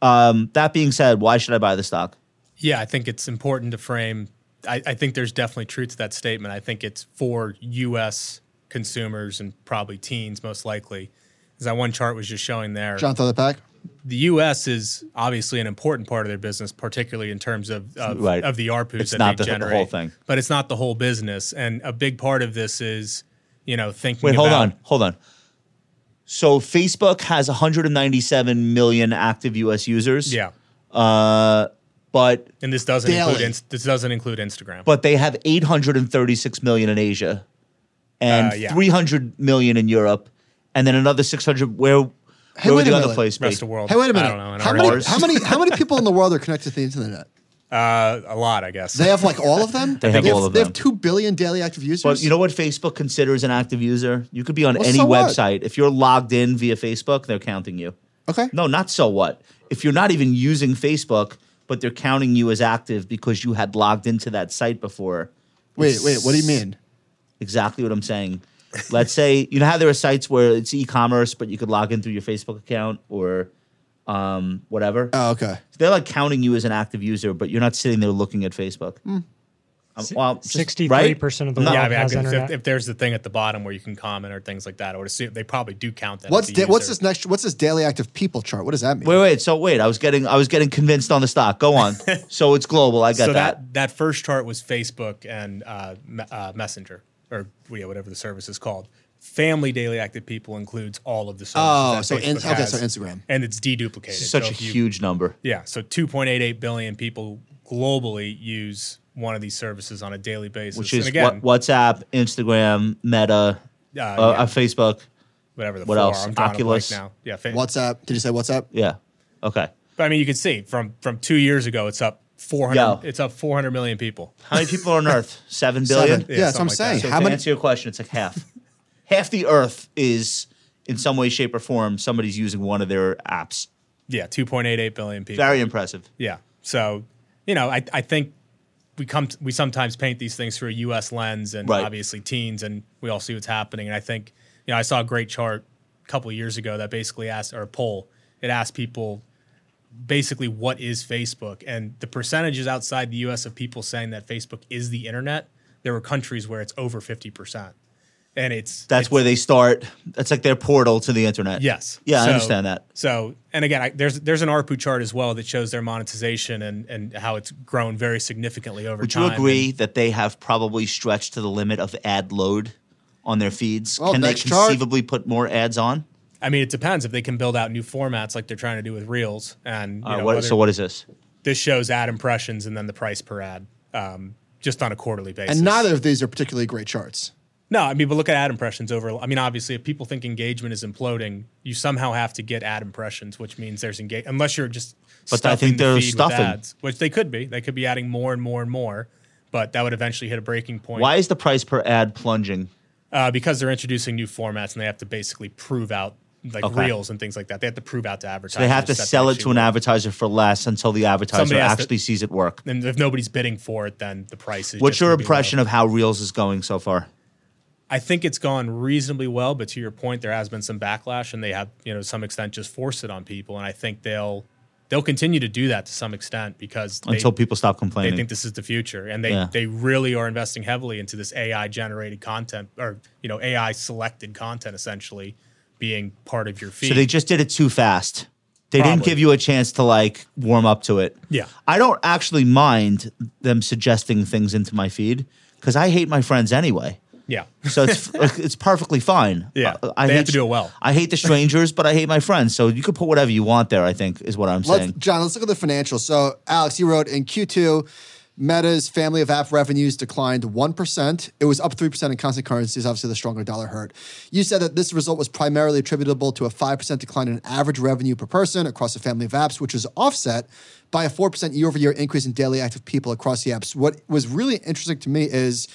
S1: Um, that being said, why should I buy the stock?
S2: Yeah, I think it's important to frame. I, I think there's definitely truth to that statement. I think it's for U.S. consumers and probably teens most likely. As that one chart was just showing there,
S3: John, throw that back.
S2: the U.S. is obviously an important part of their business, particularly in terms of of,
S1: Right.
S2: of the ARPUs
S1: It's
S2: that
S1: not
S2: they
S1: the- the whole
S2: generate.
S1: thing.
S2: but it's not the whole business. And a big part of this is, you know, thinking.
S1: Wait, hold
S2: about-
S1: on, hold on. So Facebook has 197 million active U.S. users.
S2: Yeah.
S1: Uh, but
S2: And this doesn't include
S3: Daily.
S2: ins- this doesn't include Instagram.
S1: but they have 836 million in Asia and
S2: Uh, yeah.
S1: 300 million in Europe, and then another 600. Where, where
S3: Hey,
S1: would
S3: wait
S1: the
S3: a
S1: other
S3: minute.
S1: place be?
S2: rest of the world.
S3: Hey, wait a
S2: I
S3: minute.
S2: don't know. in
S3: how,
S2: our
S3: many,
S2: world.
S3: how many? How many people in the world are connected to the internet?
S2: Uh, a lot, I guess.
S3: They have like all of them.
S1: They have all of
S3: They have
S1: them.
S3: two billion daily active users.
S1: But you know what Facebook considers an active user? You could be on
S3: Well,
S1: any
S3: so what?
S1: website. If you're logged in via Facebook, they're counting you.
S3: okay.
S1: No, not so what. If you're not even using Facebook, but they're counting you as active because you had logged into that site before.
S3: Wait, wait. What do you mean?
S1: Exactly what I'm saying. Let's say you know how there are sites where it's e-commerce, but you could log in through your Facebook account or um, whatever.
S3: Oh, okay.
S1: they're like counting you as an active user, but you're not sitting there looking at Facebook. Um, well, just- right?
S6: 63% of the
S1: I'm not-
S2: yeah, I
S6: world
S2: mean, I
S6: has
S2: could,
S6: internet.
S2: if, if there's the thing at the bottom where you can comment or things like that, I would assume they probably do count that.
S3: What's
S2: as a
S3: da- what's
S2: user.
S3: this next? What's this daily active people chart? What does that mean?
S1: Wait, wait. So wait, I was getting I was getting convinced on the stock. Go on. so it's global. I got
S2: so
S1: that.
S2: that that first chart was Facebook and uh, me- uh, Messenger or yeah, whatever the service is called. Family daily active people includes all of the services.
S3: Oh,
S2: that
S3: so in-
S2: Facebook
S3: okay, so
S2: has,
S3: Instagram.
S2: and it's deduplicated.
S1: It's such
S2: So
S1: a
S2: if you-
S1: huge number.
S2: yeah. So 2.88 billion people globally use one of these services on a daily basis,
S1: Which
S2: and
S1: is
S2: again,
S1: what, WhatsApp, Instagram, Meta,
S2: Uh,
S1: uh,
S2: yeah.
S1: uh, Facebook.
S2: whatever the
S1: what
S2: four
S1: else?
S2: are. I'm drawing a blank
S1: Oculus?
S2: now. Yeah, fa-
S3: WhatsApp? Did you say WhatsApp?
S1: Yeah. Okay.
S2: But I mean, you can see from from two years ago, it's up 400.
S1: Yo.
S2: It's up 400 million people.
S1: How many people are on Earth? Seven billion.
S3: Seven. Yeah, that's what I'm
S2: something
S3: saying.
S2: like that.
S1: So
S3: How
S1: to
S3: many-
S1: answer your question, it's like half. half the Earth is in some way, shape, or form somebody's using one of their apps.
S2: Yeah, 2.88 billion people.
S1: Very impressive.
S2: Yeah. So, you know, I I think we come t- we sometimes paint these things through a U.S. lens, and
S1: Right.
S2: obviously teens, and we all see what's happening. And I think you know I saw a great chart a couple of years ago that basically asked or a poll it asked people basically what is Facebook, and the percentages outside the U.S. of people saying that Facebook is the internet. There were countries where it's over 50 percent, and it's
S1: That's
S2: it's-
S1: where they start. That's like their portal to the internet.
S2: Yes.
S1: Yeah, I
S2: So-
S1: understand that.
S2: So, and again, I, there's there's an ARPU chart as well that shows their monetization and and how it's grown very significantly over
S1: Would
S2: time.
S1: you agree
S2: And
S1: that they have probably stretched to the limit of ad load on their feeds?
S3: Well,
S1: Can they
S3: next chart.
S1: conceivably put more ads on?
S2: I mean, it depends if they can build out new formats like they're trying to do with Reels and you
S1: All right,
S2: know,
S1: Uh, what,
S2: whether-
S1: so what is this?
S2: this shows ad impressions and then the price per ad, um, just on a quarterly basis.
S3: And neither of these are particularly great charts.
S2: No, I mean, but look at ad impressions over. I mean, obviously, if people think engagement is imploding, you somehow have to get ad impressions, which means there's engage. Unless you're just,
S1: But I
S2: stuffing
S1: think
S2: the
S1: they're
S2: feed with
S1: stuffing.
S2: ads, which they could be. They could be adding more and more and more, but that would eventually hit a breaking point.
S1: Why is the price per ad plunging?
S2: Uh, because they're introducing new formats and they have to basically prove out like
S1: Okay.
S2: reels and things like that. They have to prove out to advertisers.
S1: They have to
S2: that they
S1: sell it
S2: actually
S1: to an
S2: work.
S1: advertiser for less until the advertiser
S2: Somebody has to-
S1: actually sees it work.
S2: And if nobody's bidding for it, then the price is.
S1: What's
S2: just
S1: your
S2: gonna be
S1: impression
S2: low.
S1: of how Reels is going so far?
S2: I think it's gone reasonably well, but to your point, there has been some backlash, and they have, you know, to some extent, just forced it on people. And I think they'll they'll continue to do that to some extent because they,
S1: Until people stop
S2: they
S1: complaining.
S2: think this is the future, and they
S1: Yeah.
S2: they really are investing heavily into this AI generated content or you know AI selected content essentially being part of your feed.
S1: so they just did it too fast. They didn't
S2: Probably.
S1: give you a chance to like warm up to it.
S2: Yeah.
S1: I don't actually mind them suggesting things into my feed because I hate my friends anyway.
S2: yeah.
S1: So it's it's perfectly fine. Uh,
S2: Yeah,
S1: I, I
S2: they have
S1: hate-
S2: to do it well.
S1: I hate the strangers, but I hate my friends. So you could put whatever you want there. I think is what I'm
S3: Let's,
S1: saying.
S3: John, let's look at the financials. So, Alex, you wrote in Q2, Meta's family of app revenues declined 1%. It was up 3% in constant currencies. Obviously, the stronger dollar hurt. You said that this result was primarily attributable to a 5% decline in average revenue per person across the family of apps, which was offset by a 4% year over year increase in daily active people across the apps. What was really interesting to me is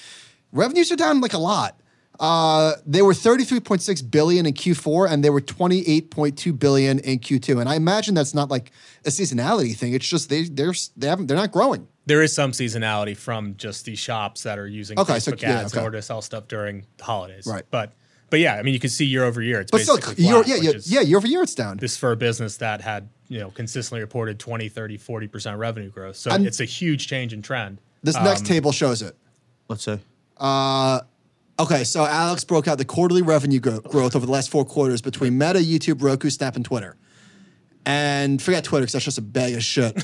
S3: revenues are down like a lot. Uh, they were 33.6 billion in Q4 and they were 28.2 billion in Q2. And I imagine that's not like a seasonality thing. It's just they they're they haven't they're not growing.
S2: There is some seasonality from just these shops that are using
S3: Okay, so-
S2: Facebook
S3: yeah,
S2: ads
S3: okay.
S2: in order to sell stuff during the holidays.
S3: Right.
S2: But but yeah, I mean you can see year over year it's
S3: But still,
S2: basically
S3: year,
S2: flat,
S3: yeah,
S2: which
S3: yeah,
S2: is
S3: yeah, year over year it's down.
S2: this for a business that had, you know, consistently reported 20, 30, 40% revenue growth. So
S3: I'm-
S2: it's a huge change in trend.
S3: This
S2: um,
S3: next table shows it.
S1: Let's see.
S3: Okay, so Alex broke out the quarterly revenue gro- growth over the last four quarters between Meta, YouTube, Roku, Snap, and Twitter. And forget Twitter because that's just a bag of shit.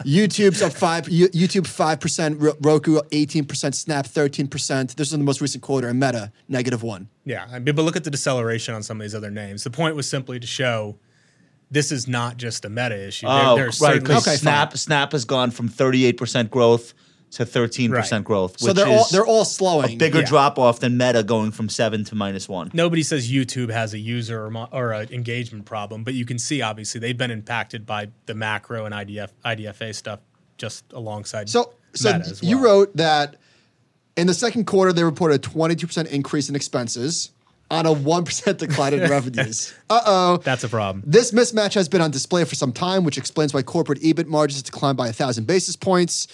S3: YouTube's up five. Yo- YouTube five percent. Roku eighteen percent. Snap thirteen percent. This is the most recent quarter. And Meta negative one.
S2: Yeah, I mean, but look at the deceleration on some of these other names. The point was simply to show this is not just a meta issue. There-
S1: Oh,
S2: there's
S1: right.
S2: certainly-
S1: Because Snap Snap has gone from 38% growth to 13%
S2: Right.
S1: growth, which
S3: So they're
S1: is
S3: all they're all slowing.
S1: a bigger
S2: yeah.
S1: drop off than Meta going from seven to minus one.
S2: nobody says YouTube has a user or, mo- or an engagement problem, but you can see obviously they've been impacted by the macro and IDF IDFA stuff just alongside.
S3: So, so
S2: Meta as
S3: you
S2: well.
S3: wrote that in the second quarter they reported a 22% increase in expenses on a 1% decline in revenues. Uh-oh.
S2: that's a problem.
S3: This mismatch has been on display for some time, which explains why corporate EBIT margins declined by 1,000 basis points.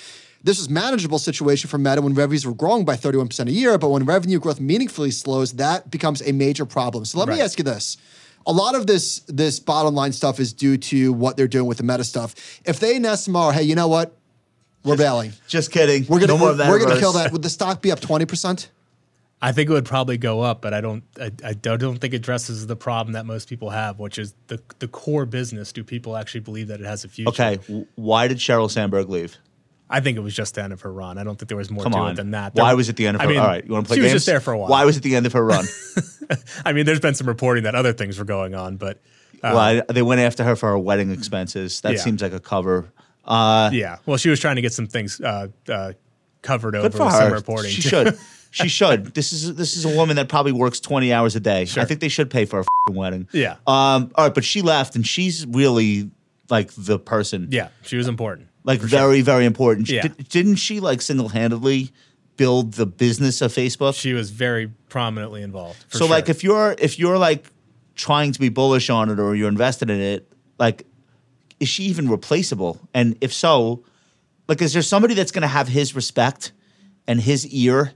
S3: This was manageable situation for Meta when revenues were growing by 31% a year, but when revenue growth meaningfully slows, that becomes a major problem. So let me
S2: Right.
S3: ask you this. A lot of this this bottom line stuff is due to what they're doing with the meta stuff. If they announce tomorrow, hey, you know what? We're bailing.
S1: Just kidding.
S3: We're gonna
S1: no more of that.
S3: we're gonna kill
S1: Russ.
S3: that. Would the stock be up twenty percent?
S2: I think it would probably go up, but I don't. I, I don't don't think it addresses the problem that most people have, which is the the core business. Do people actually believe that it has a future?
S1: Okay. w- Why did Sheryl Sandberg leave?
S2: I think it was just the end of her run. I don't think there was more
S1: Come
S2: to
S1: on.
S2: it than that.
S1: Why
S2: There-
S1: was it the end of
S2: I
S1: her?
S2: mean,
S1: All right, you want to play
S2: she
S1: games?
S2: was just there for a while.
S1: Why was it the end of her run?
S2: I mean, there's been some reporting that other things were going on, but uh,
S1: well, I, they went after her for her wedding expenses. That
S2: Yeah.
S1: seems like a cover. Uh,
S2: yeah. Well, she was trying to get some things uh, uh, covered over
S1: good for
S2: with some
S1: her.
S2: reporting.
S1: She should. She should. This is this is a woman that probably works twenty hours a day. I think they should pay for a fing wedding.
S2: Yeah.
S1: Um. All right, but she left, and she's really like the person.
S2: yeah, she was important.
S1: Like very very important. She-
S2: Yeah.
S1: di- didn't she like single handedly build the business of Facebook?
S2: She was very prominently involved.
S1: so
S2: for sure.
S1: like if you're if you're like trying to be bullish on it or you're invested in it like is she even replaceable and if so like is there somebody that's going to have his respect and his ear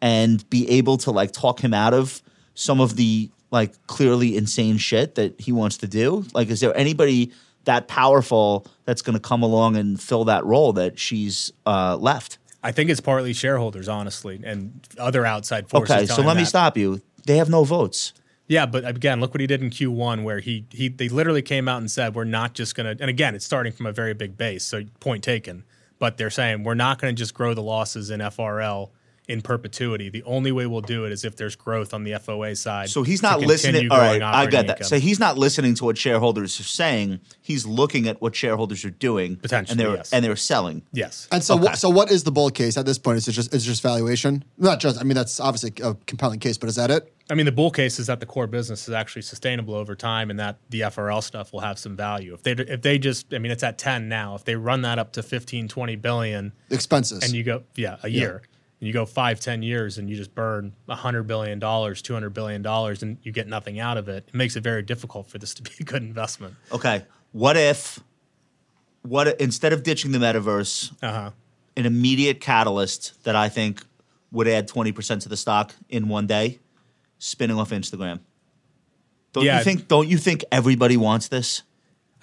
S1: and be able to like talk him out of some of the like clearly insane shit that he wants to do like is there anybody that powerful that's going to come along and fill that role that she's uh, left
S2: I think it's partly shareholders, honestly, and other outside forces.
S1: okay so
S2: telling
S1: let me
S2: that.
S1: stop you they have no votes
S2: Yeah, but again, look what he did in Q1, where he he they literally came out and said we're not just gonna. And again, it's starting from a very big base, so point taken. But they're saying we're not going to just grow the losses in FRL in perpetuity. The only way we'll do it is if there's growth on the FOA side.
S1: So he's
S2: to
S1: not
S2: continue
S1: listening. All
S2: growing
S1: right, I
S2: operating
S1: got that.
S2: income.
S1: So he's not listening to what shareholders are saying. He's looking at what shareholders are doing, and
S2: Potentially,
S1: they're
S2: yes.
S1: and they're selling.
S2: yes,
S3: And so, what, so what is the bull case at this point? Is it just is it just valuation? Not just. I mean, that's obviously a compelling case, but is that it?
S2: I mean, the bull case is that the core business is actually sustainable over time, and that the FRL stuff will have some value. If they if they just, I mean, it's at ten now. If they run that up to 15, 20 billion,
S3: Expenses.
S2: and you go, yeah, a year, and you go five, ten years, and you just burn hundred billion dollars, two hundred billion dollars, and you get nothing out of it. It makes it very difficult for this to be a good investment.
S1: Okay, what if, what if, instead of ditching the metaverse,
S2: Uh huh.
S1: an immediate catalyst that I think would add twenty percent to the stock in one day, spinning off Instagram. Don't
S2: Yeah.
S1: you think? Don't you think everybody wants this?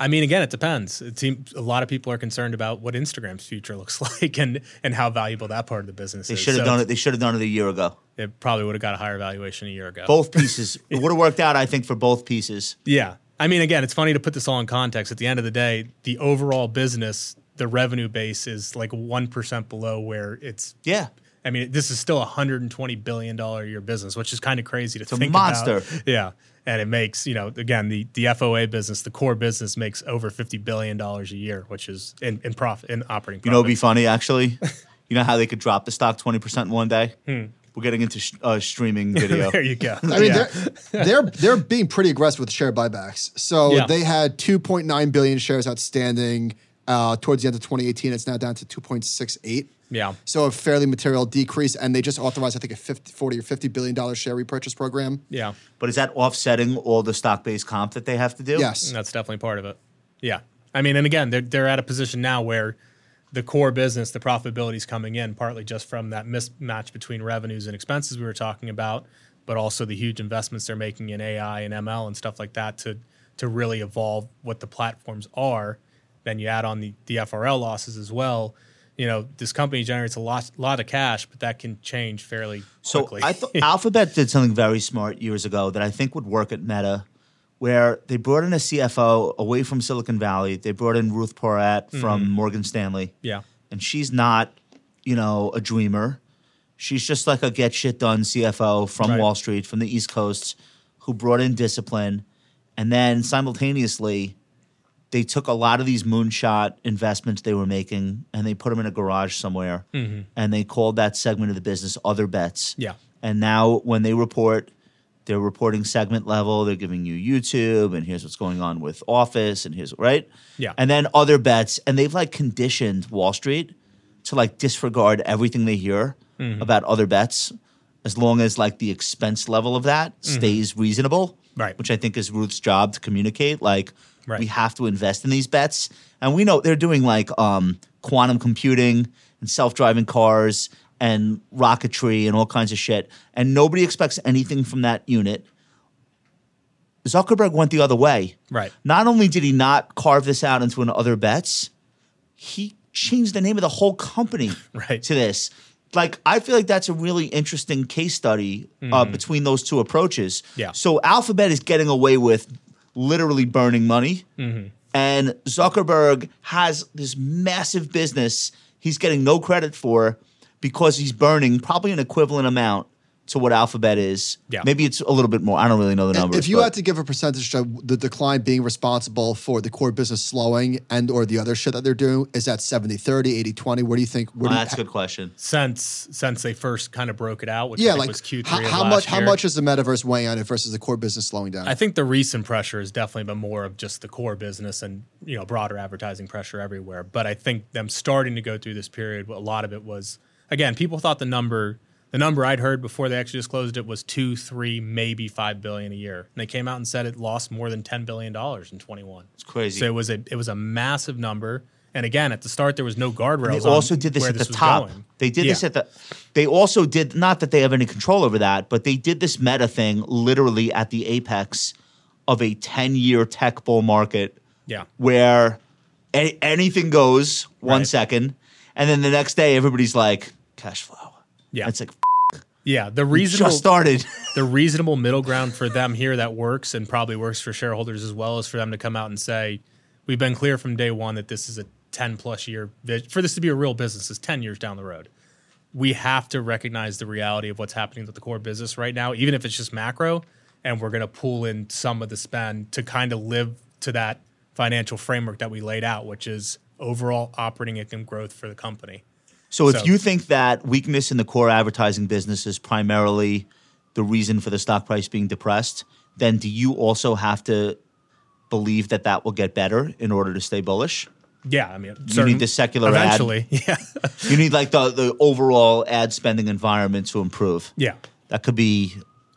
S2: I mean, again, it depends. It seems a lot of people are concerned about what Instagram's future looks like and and how valuable that part of the business
S1: They
S2: is.
S1: should have
S2: So
S1: done it. They should have done it a year ago.
S2: It probably would have got a higher valuation a year ago.
S1: Both pieces. It would have worked out, I think, for both pieces.
S2: Yeah. I mean, again, it's funny to put this all in context. At the end of the day, the overall business, the revenue base is like 1% below where it's.
S1: Yeah.
S2: I mean, this is still a $120 billion a year business, which is kind of crazy to
S1: a
S2: think
S1: monster.
S2: about. Yeah. And it makes, you know, again, the, the FOA business, the core business makes over $50 billion a year, which is in, in profit, in operating profit.
S1: You know, it'd be funny actually. you know how they could drop the stock twenty percent in one day. We're getting into sh- uh, streaming video.
S2: there you go.
S3: I mean,
S2: Yeah.
S3: they're, they're they're being pretty aggressive with share buybacks. So
S2: Yeah.
S3: they had 2.9 billion shares outstanding uh, towards the end of 2018. It's now down to 2.68.
S2: Yeah.
S3: So a fairly material decrease, and they just authorized, I think, a 50, 40 or 50 billion dollar share repurchase program.
S2: Yeah.
S1: but is that offsetting all the stock-based comp that they have to do?
S3: Yes.
S2: That's definitely part of it. Yeah. I mean, and again, they're they're at a position now where the core business, the profitability is coming in partly just from that mismatch between revenues and expenses we were talking about, but also the huge investments they're making in AI and ML and stuff like that to to really evolve what the platforms are. Then you add on the, the FRL losses as well. You know, this company generates a lot lot of cash, but that can change fairly
S1: So
S2: quickly.
S1: I thought Alphabet did something very smart years ago that I think would work at Meta, where they brought in a CFO away from Silicon Valley. They brought in Ruth Porat from Morgan Stanley.
S2: yeah.
S1: and she's not, you know, a dreamer. She's just like a get shit done CFO from
S2: Right.
S1: Wall Street, from the East Coast, who brought in discipline. And then simultaneously, they took a lot of these moonshot investments they were making and they put them in a garage somewhere and they called that segment of the business other bets
S2: Mm-hmm. Yeah.
S1: and now when they report they're reporting segment level they're giving you youtube and here's what's going on with office and here's right
S2: Yeah.
S1: and then other bets and they've like conditioned wall street to like disregard everything they hear
S2: Mm-hmm.
S1: about other bets as long as like the expense level of that stays reasonable
S2: Mm-hmm. Right.
S1: which i think is ruth's job to communicate like
S2: Right.
S1: we have to invest in these bets and we know they're doing like um, quantum computing and self-driving cars and rocketry and all kinds of shit and nobody expects anything from that unit zuckerberg went the other way
S2: Right.
S1: not only did he not carve this out into an other bets, he changed the name of the whole company
S2: Right.
S1: to this. Like, I feel like that's a really interesting case study uh, between those two approaches.
S2: Mm-hmm. Yeah.
S1: So Alphabet is getting away with literally burning money,
S2: Mm-hmm.
S1: and Zuckerberg has this massive business he's getting no credit for because he's burning probably an equivalent amount to what Alphabet is.
S2: Yeah.
S1: Maybe it's a little bit more. I don't really know the numbers.
S3: If you
S1: but-
S3: had to give a percentage to the decline being responsible for the core business slowing and or the other shit that they're doing, is that 70, 30, 80, 20? Where do you think?
S1: Well,
S3: Where do you,
S1: that's a good question.
S2: Since since they first kind of broke it out, which I
S3: Yeah,
S2: think
S3: like
S2: was Q3
S3: how,
S2: of
S3: how
S2: last
S3: much how
S2: year.
S3: much is the metaverse weighing on it versus the core business slowing down?
S2: I think the recent pressure has definitely been more of just the core business and you know broader advertising pressure everywhere. But I think them starting to go through this period, a lot of it was again people thought the number the number I'd heard before they actually disclosed it was two, three, maybe five billion a year, and they came out and said it lost more than ten billion dollars in twenty one. It's
S1: crazy.
S2: So it was a it was a massive number. And again, at the start, there was no guardrails.
S1: They
S2: on
S1: also did this
S2: where
S1: at the
S2: was
S1: top.
S2: going.
S1: They did this
S2: Yeah.
S1: at the. They also did not that they have any control over that, but they did this meta thing literally at the apex of a ten-year tech bull market
S2: yeah.
S1: where a- anything goes one
S2: Right.
S1: second, and then the next day everybody's like cash flow.
S2: Yeah.
S1: it's like
S2: Yeah, the reason
S1: just started.
S2: the reasonable middle ground for them here that works and probably works for shareholders as well is for them to come out and say, we've been clear from day one that this is a 10 plus year vision for this to be a real business is 10 years down the road. We have to recognize the reality of what's happening with the core business right now, even if it's just macro, and we're going to pull in some of the spend to kind of live to that financial framework that we laid out, which is overall operating income growth for the company.
S1: So if
S2: So-
S1: you think that weakness in the core advertising business is primarily the reason for the stock price being depressed, then do you also have to believe that that will get better in order to stay bullish?
S2: Yeah, I mean,
S1: You need the secular
S2: eventually, yeah,
S1: ad. You need like the, the overall ad spending environment to improve.
S2: yeah.
S1: That could be.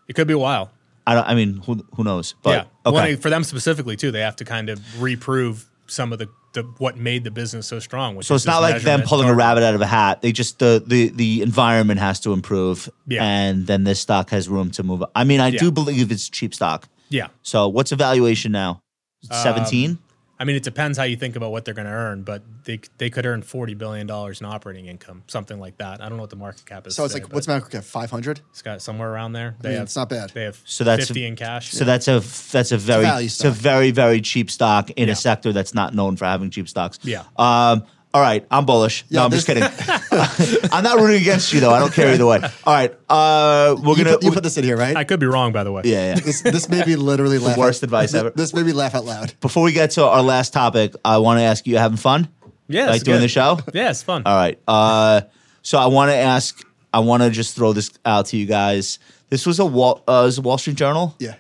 S2: It could be a while.
S1: I don't. I mean, who who knows? But
S2: yeah. Well,
S1: okay.
S2: and for them specifically too, they have to kind of reprove some of the, the what made the business so strong. Which
S1: so
S2: is
S1: it's not
S2: this
S1: like them
S2: measurement
S1: pulling a
S2: target.
S1: rabbit out of a hat. They just the the the environment has to improve,
S2: Yeah.
S1: and then this stock has room to move. up. I mean, I
S2: Yeah.
S1: do believe it's cheap stock.
S2: Yeah,
S1: So what's the valuation now?
S3: Um,
S1: Seventeen.
S2: I mean, it depends how you think about what they're going to earn, but they they could earn forty billion dollars in operating income, something like that. I don't know what the market cap is.
S3: so it's
S2: today,
S3: like
S2: but
S3: what's macro cap? Five hundred.
S2: it's got somewhere around there. They
S3: mean,
S2: have,
S3: it's not bad.
S2: They have
S1: So that's a-
S2: fifty in cash.
S1: so that's a that's a very
S3: value
S1: it's a
S3: stock.
S1: very very cheap stock in
S2: Yeah.
S1: a sector that's not known for having cheap stocks.
S2: Yeah.
S1: Um. All right. I'm bullish. no,
S3: Yeah,
S1: I'm just kidding. I'm not rooting against you though. I don't care either way. All right. Uh. We're
S3: You,
S1: gonna.
S3: put, you put this in here, right?
S2: I could be wrong, by the way.
S1: yeah. Yeah.
S3: this, this made me literally laugh.
S1: worst
S3: out-
S1: advice
S3: this-
S1: ever.
S3: This made me laugh out loud.
S1: Before we get to our last topic, I want to ask you: you Having fun?
S2: yeah,
S1: like
S2: it's
S1: doing
S2: good.
S1: the show?
S2: Yeah, it's fun.
S1: All right. Uh, so I want to ask. I want to just throw this out to you guys. This was a Wall, uh, it was a Wall Street Journal.
S3: Yeah.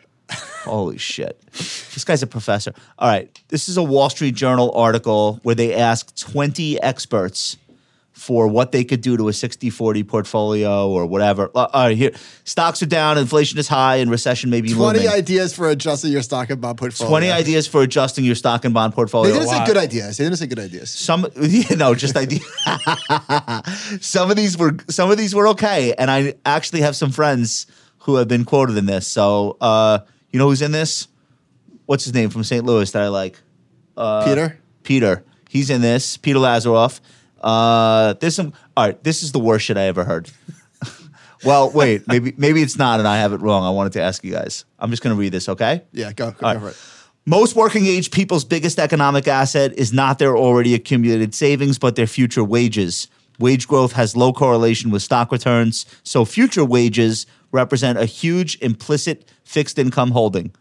S1: Holy shit. This guy's a professor. All right. This is a Wall Street Journal article where they asked 20 experts for what they could do to a 60 40 portfolio or whatever. Uh, All right, here. Stocks are down, inflation is high, and recession may be
S3: Twenty
S1: looming.
S3: ideas for adjusting your stock and bond portfolio.
S1: 20 ideas for adjusting your stock and bond
S3: They
S1: portfolio.
S3: didn't say
S2: Wow.
S3: good ideas. They didn't say good ideas.
S1: Some you know, just idea. some of these were some of these were okay, and I actually have some friends who have been quoted in this. So uh, you know who's in this? What's his name from St. Louis that I like? Uh,
S3: Peter.
S1: Peter. He's in this. Peter Lazaroff. Uh, there's some. All right, this is the worst shit I ever heard. well, wait, maybe maybe it's not, and I have it wrong. I wanted to ask you guys. I'm just gonna read this, okay?
S3: Yeah, go, go
S1: All right.
S3: for it.
S1: Most working age people's biggest economic asset is not their already accumulated savings, but their future wages. Wage growth has low correlation with stock returns, so future wages represent a huge implicit fixed income holding.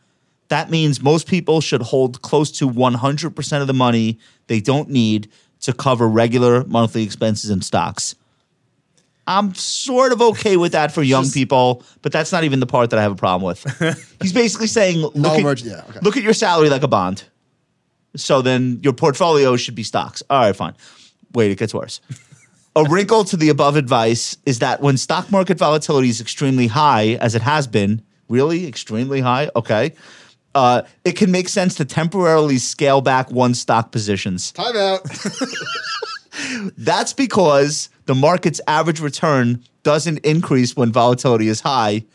S1: That means most people should hold close to 100% of the money they don't need to cover regular monthly expenses in stocks. I'm sort of okay with that for young people, but that's not even the part that I have a problem with. He's basically saying, look,
S3: No
S1: at,
S3: merge- yeah, okay.
S1: look at your salary like a bond. So then your portfolio should be stocks. All right, fine. Wait, it gets worse. A wrinkle to the above advice is that when stock market volatility is extremely high, as it has been, really extremely high, okay, uh, it can make sense to temporarily scale back one stock positions.
S3: Time out.
S1: That's because the market's average return doesn't increase when volatility is high.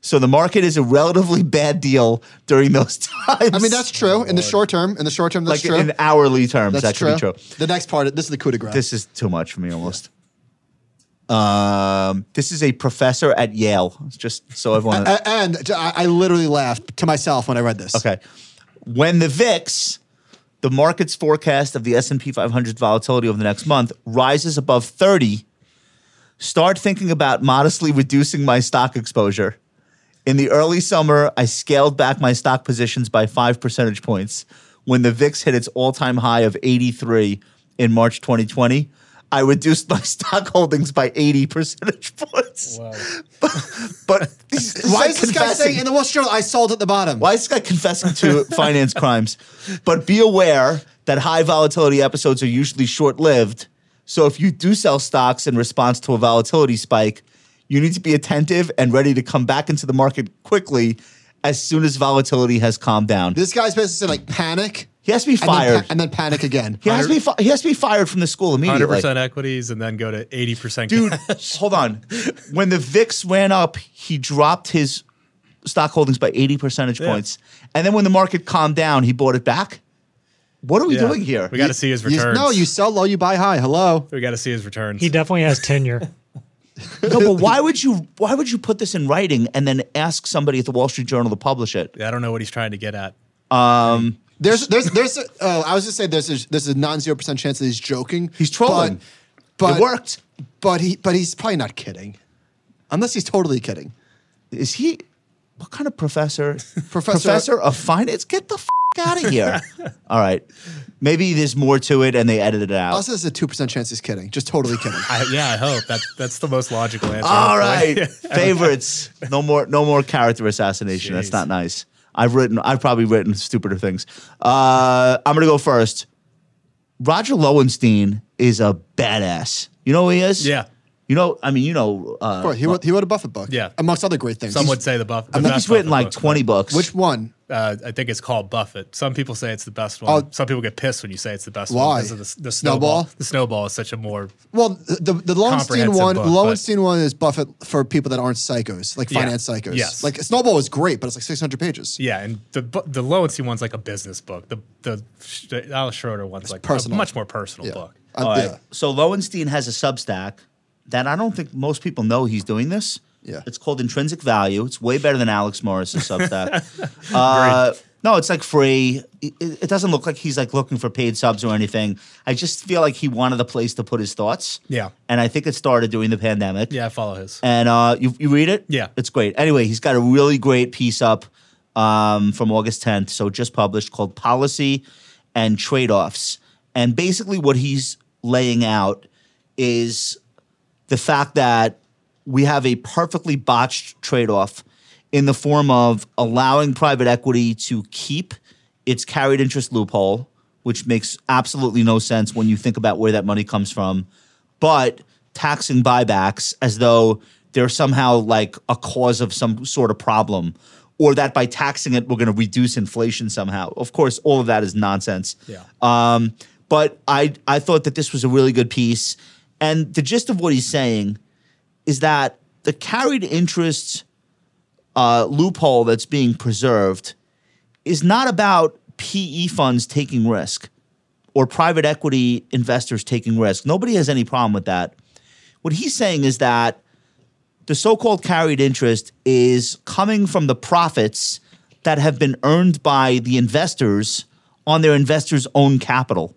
S1: So the market is a relatively bad deal during those times.
S3: I mean, that's true in the short term. In the short term, that's
S1: Oh, like
S3: true.
S1: in hourly terms,
S3: that's
S1: that could
S3: true.
S1: be true.
S3: The next part, this is the coup de grace.
S1: This is too much for me almost. Um, this is a professor at Yale, just so everyone.
S3: A- and j- I I literally laughed to myself when I read this.
S1: Okay. When the VIX, the market's forecast of the S&P 500 volatility over the next month rises above 30, start thinking about modestly reducing my stock exposure. In the early summer, I scaled back my stock positions by 5 percentage points. When the VIX hit its all-time high of 83 in March 2020, I reduced my stock holdings by 80 percentage points. But, but
S3: Why is this guy
S1: confessing-
S3: saying in the Wall Street Journal, I sold at the bottom?
S1: why is this guy confessing to finance crimes? But be aware that high volatility episodes are usually short lived. So if you do sell stocks in response to a volatility spike, you need to be attentive and ready to come back into the market quickly as soon as volatility has calmed down.
S3: This guy's basically saying, like, panic.
S1: He has to be
S3: and then pa-
S1: fired.
S3: And then, panic again.
S1: He has, to be fi- he has to be fired from the school
S2: Hundred
S1: immediately.
S2: percent equities, and then go to eighty percent.
S1: Dude, hold on. When the VIX ran up, he dropped his stock holdings by 80 percentage points. And then when the market calmed down, he bought it back. What are we doing here?
S2: We got to see his
S3: You-
S2: returns.
S3: no, you sell low, you buy high. Hello.
S2: We got to see his returns.
S6: He definitely has tenure.
S1: No, but why would you why would you put this in writing and then ask somebody at the Wall Street Journal to publish it?
S2: I don't know what he's trying to get at.
S3: There's, there's, there's. A, oh, I was just saying, there's, a, there's a non zero percent chance that he's joking.
S1: He's trolling.
S3: But, but
S1: it worked.
S3: But he, but he's probably not kidding, unless he's totally kidding.
S1: Is he what kind of professor?
S3: Professor-
S1: professor of finance? Get the f- out of here. All right. Maybe there's more to it and they edited it out.
S3: Also, there's a two percent chance he's kidding. Just totally kidding.
S2: I, yeah, I hope that that's the most logical answer.
S1: All
S2: hopefully.
S1: right, favorites. No more, no more character assassination. That's
S2: Jeez.
S1: not nice. I've written, I've probably written stupider things. Uh, I'm gonna go first. Roger Lowenstein is a badass. You know who he is?
S2: Yeah.
S1: You know, I mean, you know, uh,
S3: Boy, he, wrote, he wrote a Buffett book.
S2: Yeah.
S3: Amongst other great things.
S2: Some
S3: He's-
S2: would say the Buffett.
S1: I think he's written like 20 books.
S3: Which one?
S2: Uh, I think it's called Buffett. Some people say it's the best one.
S3: Oh.
S2: Some people get pissed when you say it's the best
S3: Why?
S2: one because of the, s- the snowball.
S3: Snowball?
S2: The snowball is such a more
S3: Well, the the Lowenstein
S2: Comprehensive
S3: one,
S2: book, but-
S3: Lowenstein one is Buffett for people that aren't psychos, like
S2: Yeah.
S3: finance psychos.
S2: Yes.
S3: Like Snowball was great, but it's like 600 pages.
S2: yeah. And the bu- the Lowenstein one's like a business book. The the, Sh- the Alice Schroeder one's like
S3: personal.
S2: a much more personal book.
S3: Uh,
S1: All right.
S3: yeah.
S1: So Lowenstein has a Substack that I don't think most people know he's doing this.
S3: Yeah.
S1: It's called Intrinsic Value. It's way better than Alex Morris's Substack. uh, no, it's like free. It, it it doesn't look like he's like looking for paid subs or anything. I just feel like he wanted a place to put his thoughts.
S2: Yeah.
S1: And I think it started during the pandemic.
S2: Yeah, I follow his.
S1: And uh, you, you read it?
S2: Yeah.
S1: It's great. Anyway, he's got a really great piece up um, from August 10th, so just published, called Policy and Trade Offs. And basically, what he's laying out is the fact that we have a perfectly botched trade off in the form of allowing private equity to keep its carried interest loophole, which makes absolutely no sense when you think about where that money comes from, but taxing buybacks as though they're somehow like a cause of some sort of problem. Or that by taxing it, we're going to reduce inflation somehow. Of course, all of that is nonsense.
S2: Yeah.
S1: Um, but I I thought that this was a really good piece, and the gist of what he's saying is that the carried interest uh, loophole that's being preserved is not about PE funds taking risk or private equity investors taking risk. Nobody has any problem with that. What he's saying is that the so-called carried interest is coming from the profits that have been earned by the investors on their investors' own capital.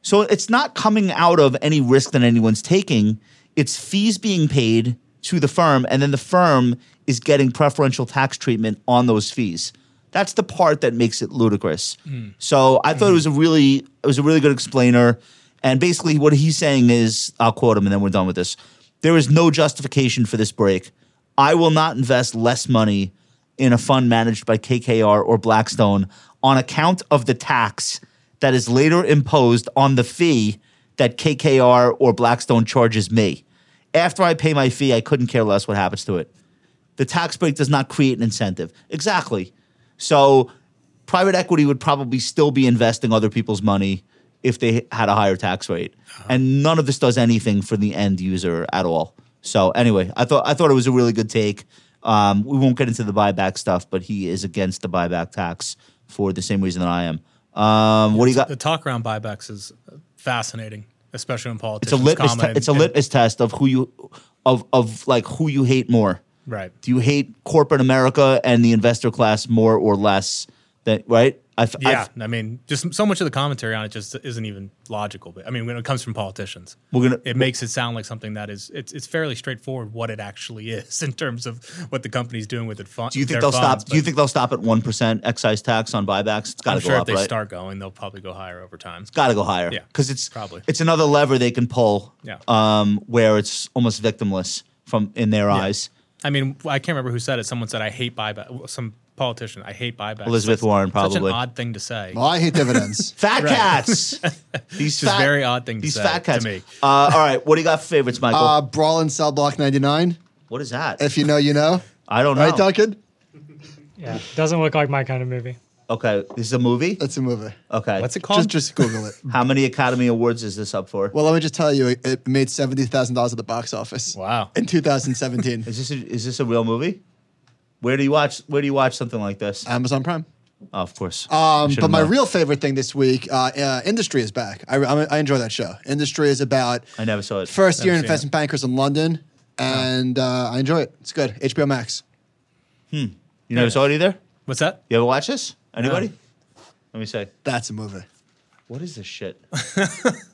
S1: So it's not coming out of any risk that anyone's taking. It's fees being paid to the firm, and then the firm is getting preferential tax treatment on those fees. That's the part that makes it ludicrous. So I thought it was a really it was a really good explainer. And basically what he's saying is, I'll quote him and then we're done with this. There is no justification for this break. I will not invest less money in a fund managed by KKR or Blackstone on account of the tax that is later imposed on the fee that KKR or Blackstone charges me. After I pay my fee, I couldn't care less what happens to it. The tax break does not create an incentive. Exactly. So private equity would probably still be investing other people's money if they had a higher tax rate.
S2: Uh-huh.
S1: And none of this does anything for the end user at all. So anyway, I thought I thought it was a really good take. Um, we won't get into the buyback stuff, but he is against the buyback tax for the same reason that I am. Um, what do you got?
S2: The talk around buybacks is fascinating, especially when
S1: It's a
S2: politicians
S1: litmus. Te-
S2: comment and-
S1: it's a
S2: and-
S1: litmus test of who you, of of like who you hate more.
S2: Right.
S1: Do you hate corporate America and the investor class more or less? That right? I f- I
S2: Yeah,
S1: f-
S2: i mean, just so much of the commentary on it just isn't even logical. But I mean, when it comes from politicians,
S1: We're gonna-
S2: it makes it sound like something that is it's it's fairly straightforward what it actually is in terms of what the company's doing with it. Fun,
S1: do you think
S2: their
S1: they'll
S2: funds,
S1: stop? Do you
S2: but
S1: think they'll stop at one percent excise tax on buybacks? It's got
S2: I'm
S1: to go
S2: sure if
S1: up,
S2: they
S1: right?
S2: start going, they'll probably go higher over time.
S1: got to go higher.
S2: Yeah,
S1: because it's
S2: probably.
S1: it's another lever they can pull.
S2: Yeah.
S1: um, where it's almost victimless from in their eyes.
S2: I mean, I can't remember who said it. Someone said, "I hate buyback." Some politician, "I hate buybacks."
S1: Elizabeth
S2: Such-
S1: Warren,
S2: Such
S1: probably.
S2: an odd thing to say.
S3: Well, I hate dividends.
S1: Fat cats. these
S2: just
S1: fat,
S2: very odd thing to
S1: These
S2: say
S1: fat
S2: to
S1: cats.
S2: me.
S1: Uh, all right, what do you got for favorites, Michael?
S3: uh, Brawl in Cell Block 99.
S1: what is that?
S3: If you know, you know.
S1: I don't know.
S3: Right, Duncan?
S6: Yeah, doesn't look like my kind of movie.
S1: Okay, this is a movie.
S3: That's a movie.
S1: Okay,
S2: What's it called?
S3: Just, just Google it.
S1: how many Academy Awards is this up for?
S3: Well, let me just tell you, it, it made $70,000 at the box office
S2: wow.
S3: in 2017.
S1: Is this a, is this a real movie? Where do you watch? Where do you watch something like this?
S3: Amazon Prime.
S1: Oh, of course.
S3: Um,
S1: Should've
S3: but my
S1: known.
S3: real favorite thing this week, uh, uh, Industry is back. I, I, I enjoy that show. Industry is about
S1: I never saw it. Oh.
S3: first year
S2: Never seen
S3: investment bankers in London, and uh, I enjoy it. It's good. HBO Max.
S1: you never saw it either.
S2: What's that?
S1: You ever watch this?
S3: Uh,
S1: Anybody? Let me say.
S3: That's a movie.
S1: What is this shit?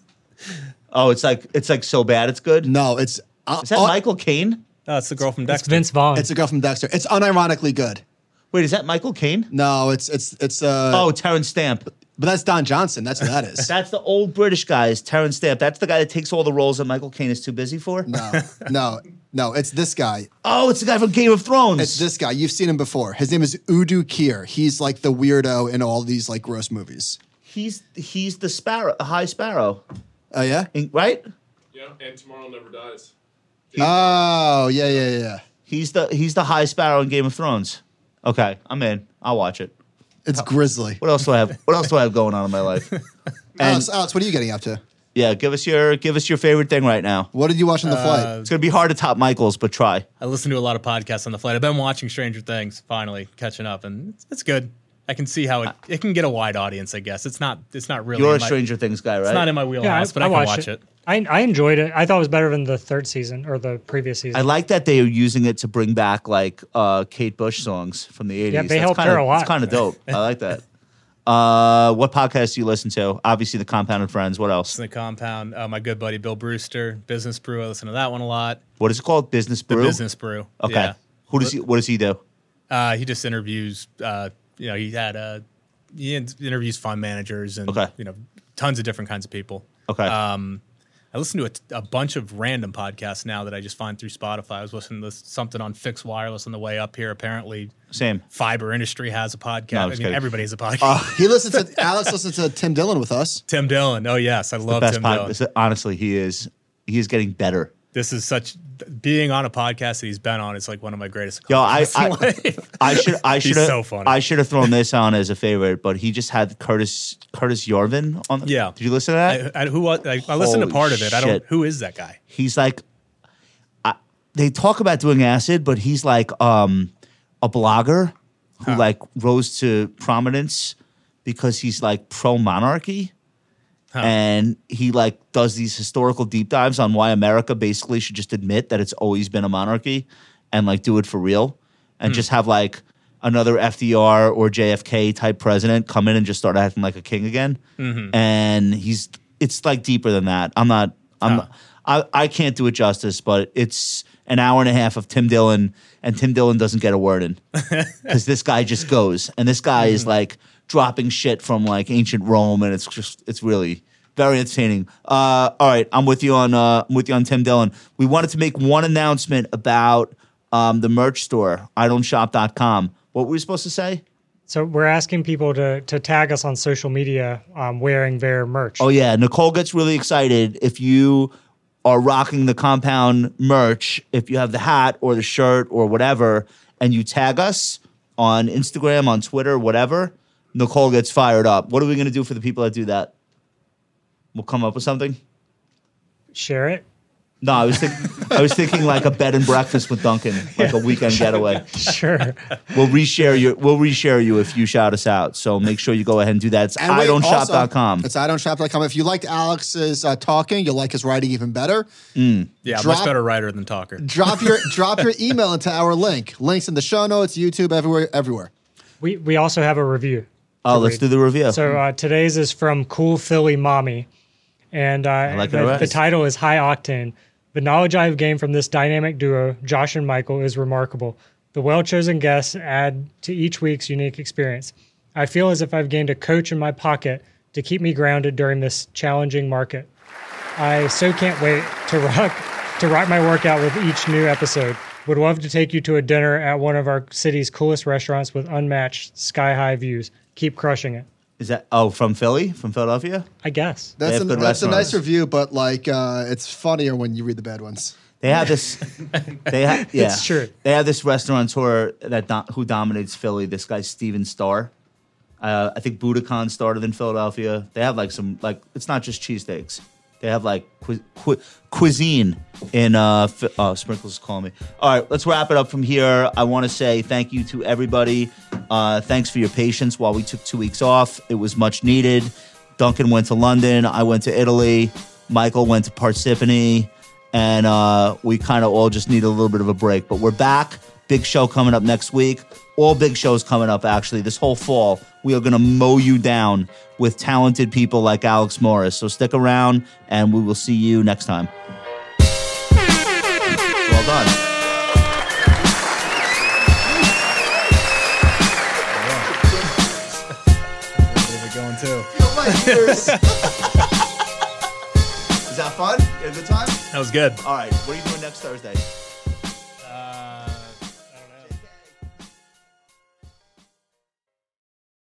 S1: oh, it's like it's like so bad it's good.
S3: No, it's uh,
S1: Is that
S3: uh,
S1: Michael Caine?
S2: Oh, it's the girl from
S6: That's
S2: Dexter.
S6: Vince Vaughn.
S3: It's a girl from Dexter. It's unironically good.
S1: Wait, is that Michael Caine?
S3: No, it's it's it's uh,
S1: Oh, Terrence Stamp.
S3: but that's Don Johnson. That's what that is.
S1: That's the old British guy. Is Terrence Stamp? That's the guy that takes all the roles that Michael Caine is too busy for.
S3: no, no, no. It's this guy.
S1: Oh, it's the guy from Game of Thrones.
S3: It's this guy. You've seen him before. His name is Udo Kier. He's like the weirdo in all these like gross movies.
S1: he's he's the sparrow, high sparrow,
S3: Oh yeah.
S1: in- right?
S7: Yeah, and Tomorrow Never Dies.
S3: Oh yeah yeah yeah.
S1: He's the he's the high sparrow in Game of Thrones. Okay, I'm in. I'll watch it.
S3: It's Grizzly.
S1: What else do I have? What else do I have going on in my life?
S3: Alex, Alex, what are you getting up to?
S1: Yeah, give us your give us your favorite thing right now.
S3: What did you watch on the
S2: Uh,
S3: flight?
S1: It's gonna be hard to top Michael's, but try.
S2: I listen to a lot of podcasts on the flight. I've been watching Stranger Things, finally catching up, and it's, it's good. I can see how it, it can get a wide audience. I guess it's not it's not really
S1: You're a
S2: in my,
S1: Stranger Things guy, right?
S2: It's not in my wheelhouse, but I, can
S6: watched
S2: watch it.
S6: I, I enjoyed it. I thought it was better than the third season or the previous season.
S1: I like that they are using it to bring back like uh, Kate Bush songs from the 80s.
S6: they helped
S1: kinda,
S6: her a lot.
S1: It's kind of dope. I like that. Uh, what podcast do you listen to? Obviously, The Compound and Friends. What else?
S2: The compound, uh, my good buddy Bill Brewster, Business Brew. I listen to that one a lot.
S1: What is it called? Business
S2: The
S1: Brew.
S2: Business Brew.
S1: Okay.
S2: Yeah.
S1: Who does he? What does he do?
S2: Uh, he just interviews. Uh, you know, he had uh, he in- interviews fund managers and
S1: Okay.
S2: you know tons of different kinds of people.
S1: Okay.
S2: Um, I listen to a, t- a bunch of random podcasts now that I just find through Spotify. I was listening to something on fixed wireless on the way up here. Apparently,
S1: Same.
S2: fiber industry has a podcast.
S1: I'm just
S2: I mean,
S1: kidding. Ah.
S2: everybody has a podcast.
S3: he listens to Alex listens to Tim Dillon with us.
S2: Tim Dillon. Oh yes, I love
S1: Best
S2: Tim
S1: podcast.
S2: Dillon.
S1: Honestly, he is. He is getting better.
S2: This is such being on a podcast that he's been on is like one of my greatest.
S1: Yo, I,
S2: accomplishments in
S1: I, I
S2: life.
S1: should I
S2: He's
S1: should have
S2: so funny.
S1: I should have thrown this on as a favorite, but he just had Curtis Curtis Yarvin on. The,
S2: Yeah.
S1: did you listen to that?
S2: I, I- who was- I, I listened to
S1: Holy
S2: part of it. I don't.
S1: shit.
S2: Who is that guy?
S1: he's like I, they talk about doing acid but he's like um a blogger who like rose to prominence because he's like pro monarchy and he like does these historical deep dives on why america basically should just admit that it's always been a monarchy and like do it for real and just have like another fdr or jfk type president come in and just start acting like a king again and he's it's like deeper than that i'm not i'm
S2: Huh.
S1: I, I can't do it justice, but it's an hour and a half of Tim Dillon, and Tim Dillon doesn't get a word in because this guy just goes, and this guy is like dropping shit from like ancient Rome, and it's just it's really very entertaining. Uh, all right, I'm with you on uh, I'm with you on Tim Dillon. We wanted to make one announcement about um, the merch store, idonshop.com. What were we supposed to say?
S6: So we're asking people to to tag us on social media um, wearing their merch.
S1: Oh yeah, Nicole gets really excited if you are rocking the compound merch, if you have the hat or the shirt or whatever, and you tag us on Instagram, on Twitter, whatever. Nicole gets fired up. What are we gonna do for the people that do that? We'll come up with something.
S6: Share it.
S1: No, I was think- I was thinking like a bed and breakfast with Duncan, like a weekend getaway.
S6: Sure.
S1: We'll reshare you. We'll reshare you if you shout us out. So make sure you go ahead and do that. It's
S3: And wait, also,
S1: idonshop.com.
S3: It's idonshop.com. If you liked Alex's uh, talking, you'll like his writing even better.
S2: Yeah,
S3: Drop-
S2: much better writer than talker.
S3: Drop your drop your email into our link. Links in the show notes, YouTube, everywhere, everywhere.
S6: We we also have a review.
S1: Oh, let's do the review.
S6: So uh, today's is from Cool Philly Mommy, and uh,
S1: like it
S6: the,
S1: already.
S6: the title is High Octane. The knowledge I have gained from this dynamic duo, Josh and Michael, is remarkable. The well chosen guests add to each week's unique experience. I feel as if I've gained a coach in my pocket to keep me grounded during this challenging market. I so can't wait to rock to rock my workout with each new episode. Would love to take you to a dinner at one of our city's coolest restaurants with unmatched sky high views. Keep crushing it.
S1: Is that oh from Philly, from Philadelphia?
S6: I guess.
S1: They
S3: That's,
S1: have
S3: a,
S1: good
S3: that's a
S1: restaurants.
S3: nice review, but like uh, it's funnier when you read the bad ones.
S1: They have this. they ha- yeah,
S6: It's true.
S1: They have this restaurateur that do- who dominates Philly. This guy Steven Starr. Uh, I think Budokan started in Philadelphia. They have like some like it's not just cheesesteaks. They have like cu- cu- cuisine in uh, Phi- oh, Sprinkles is calling me. All right, let's wrap it up from here. I want to say thank you to everybody. Uh, thanks for your patience while we took two weeks off. It was much needed. Duncan went to London. I went to Italy. Michael went to Parsippany and uh, we kind of all just need a little bit of a break. But we're back. Big show coming up next week. All big shows coming up, actually. This whole fall, we are going to mow you down with talented people like Alex Morris. So stick around, and we will see you next time. Well done.
S2: Where we going to?
S1: Is that fun? You had a good time?
S2: That was good.
S1: All right. What are you doing next Thursday?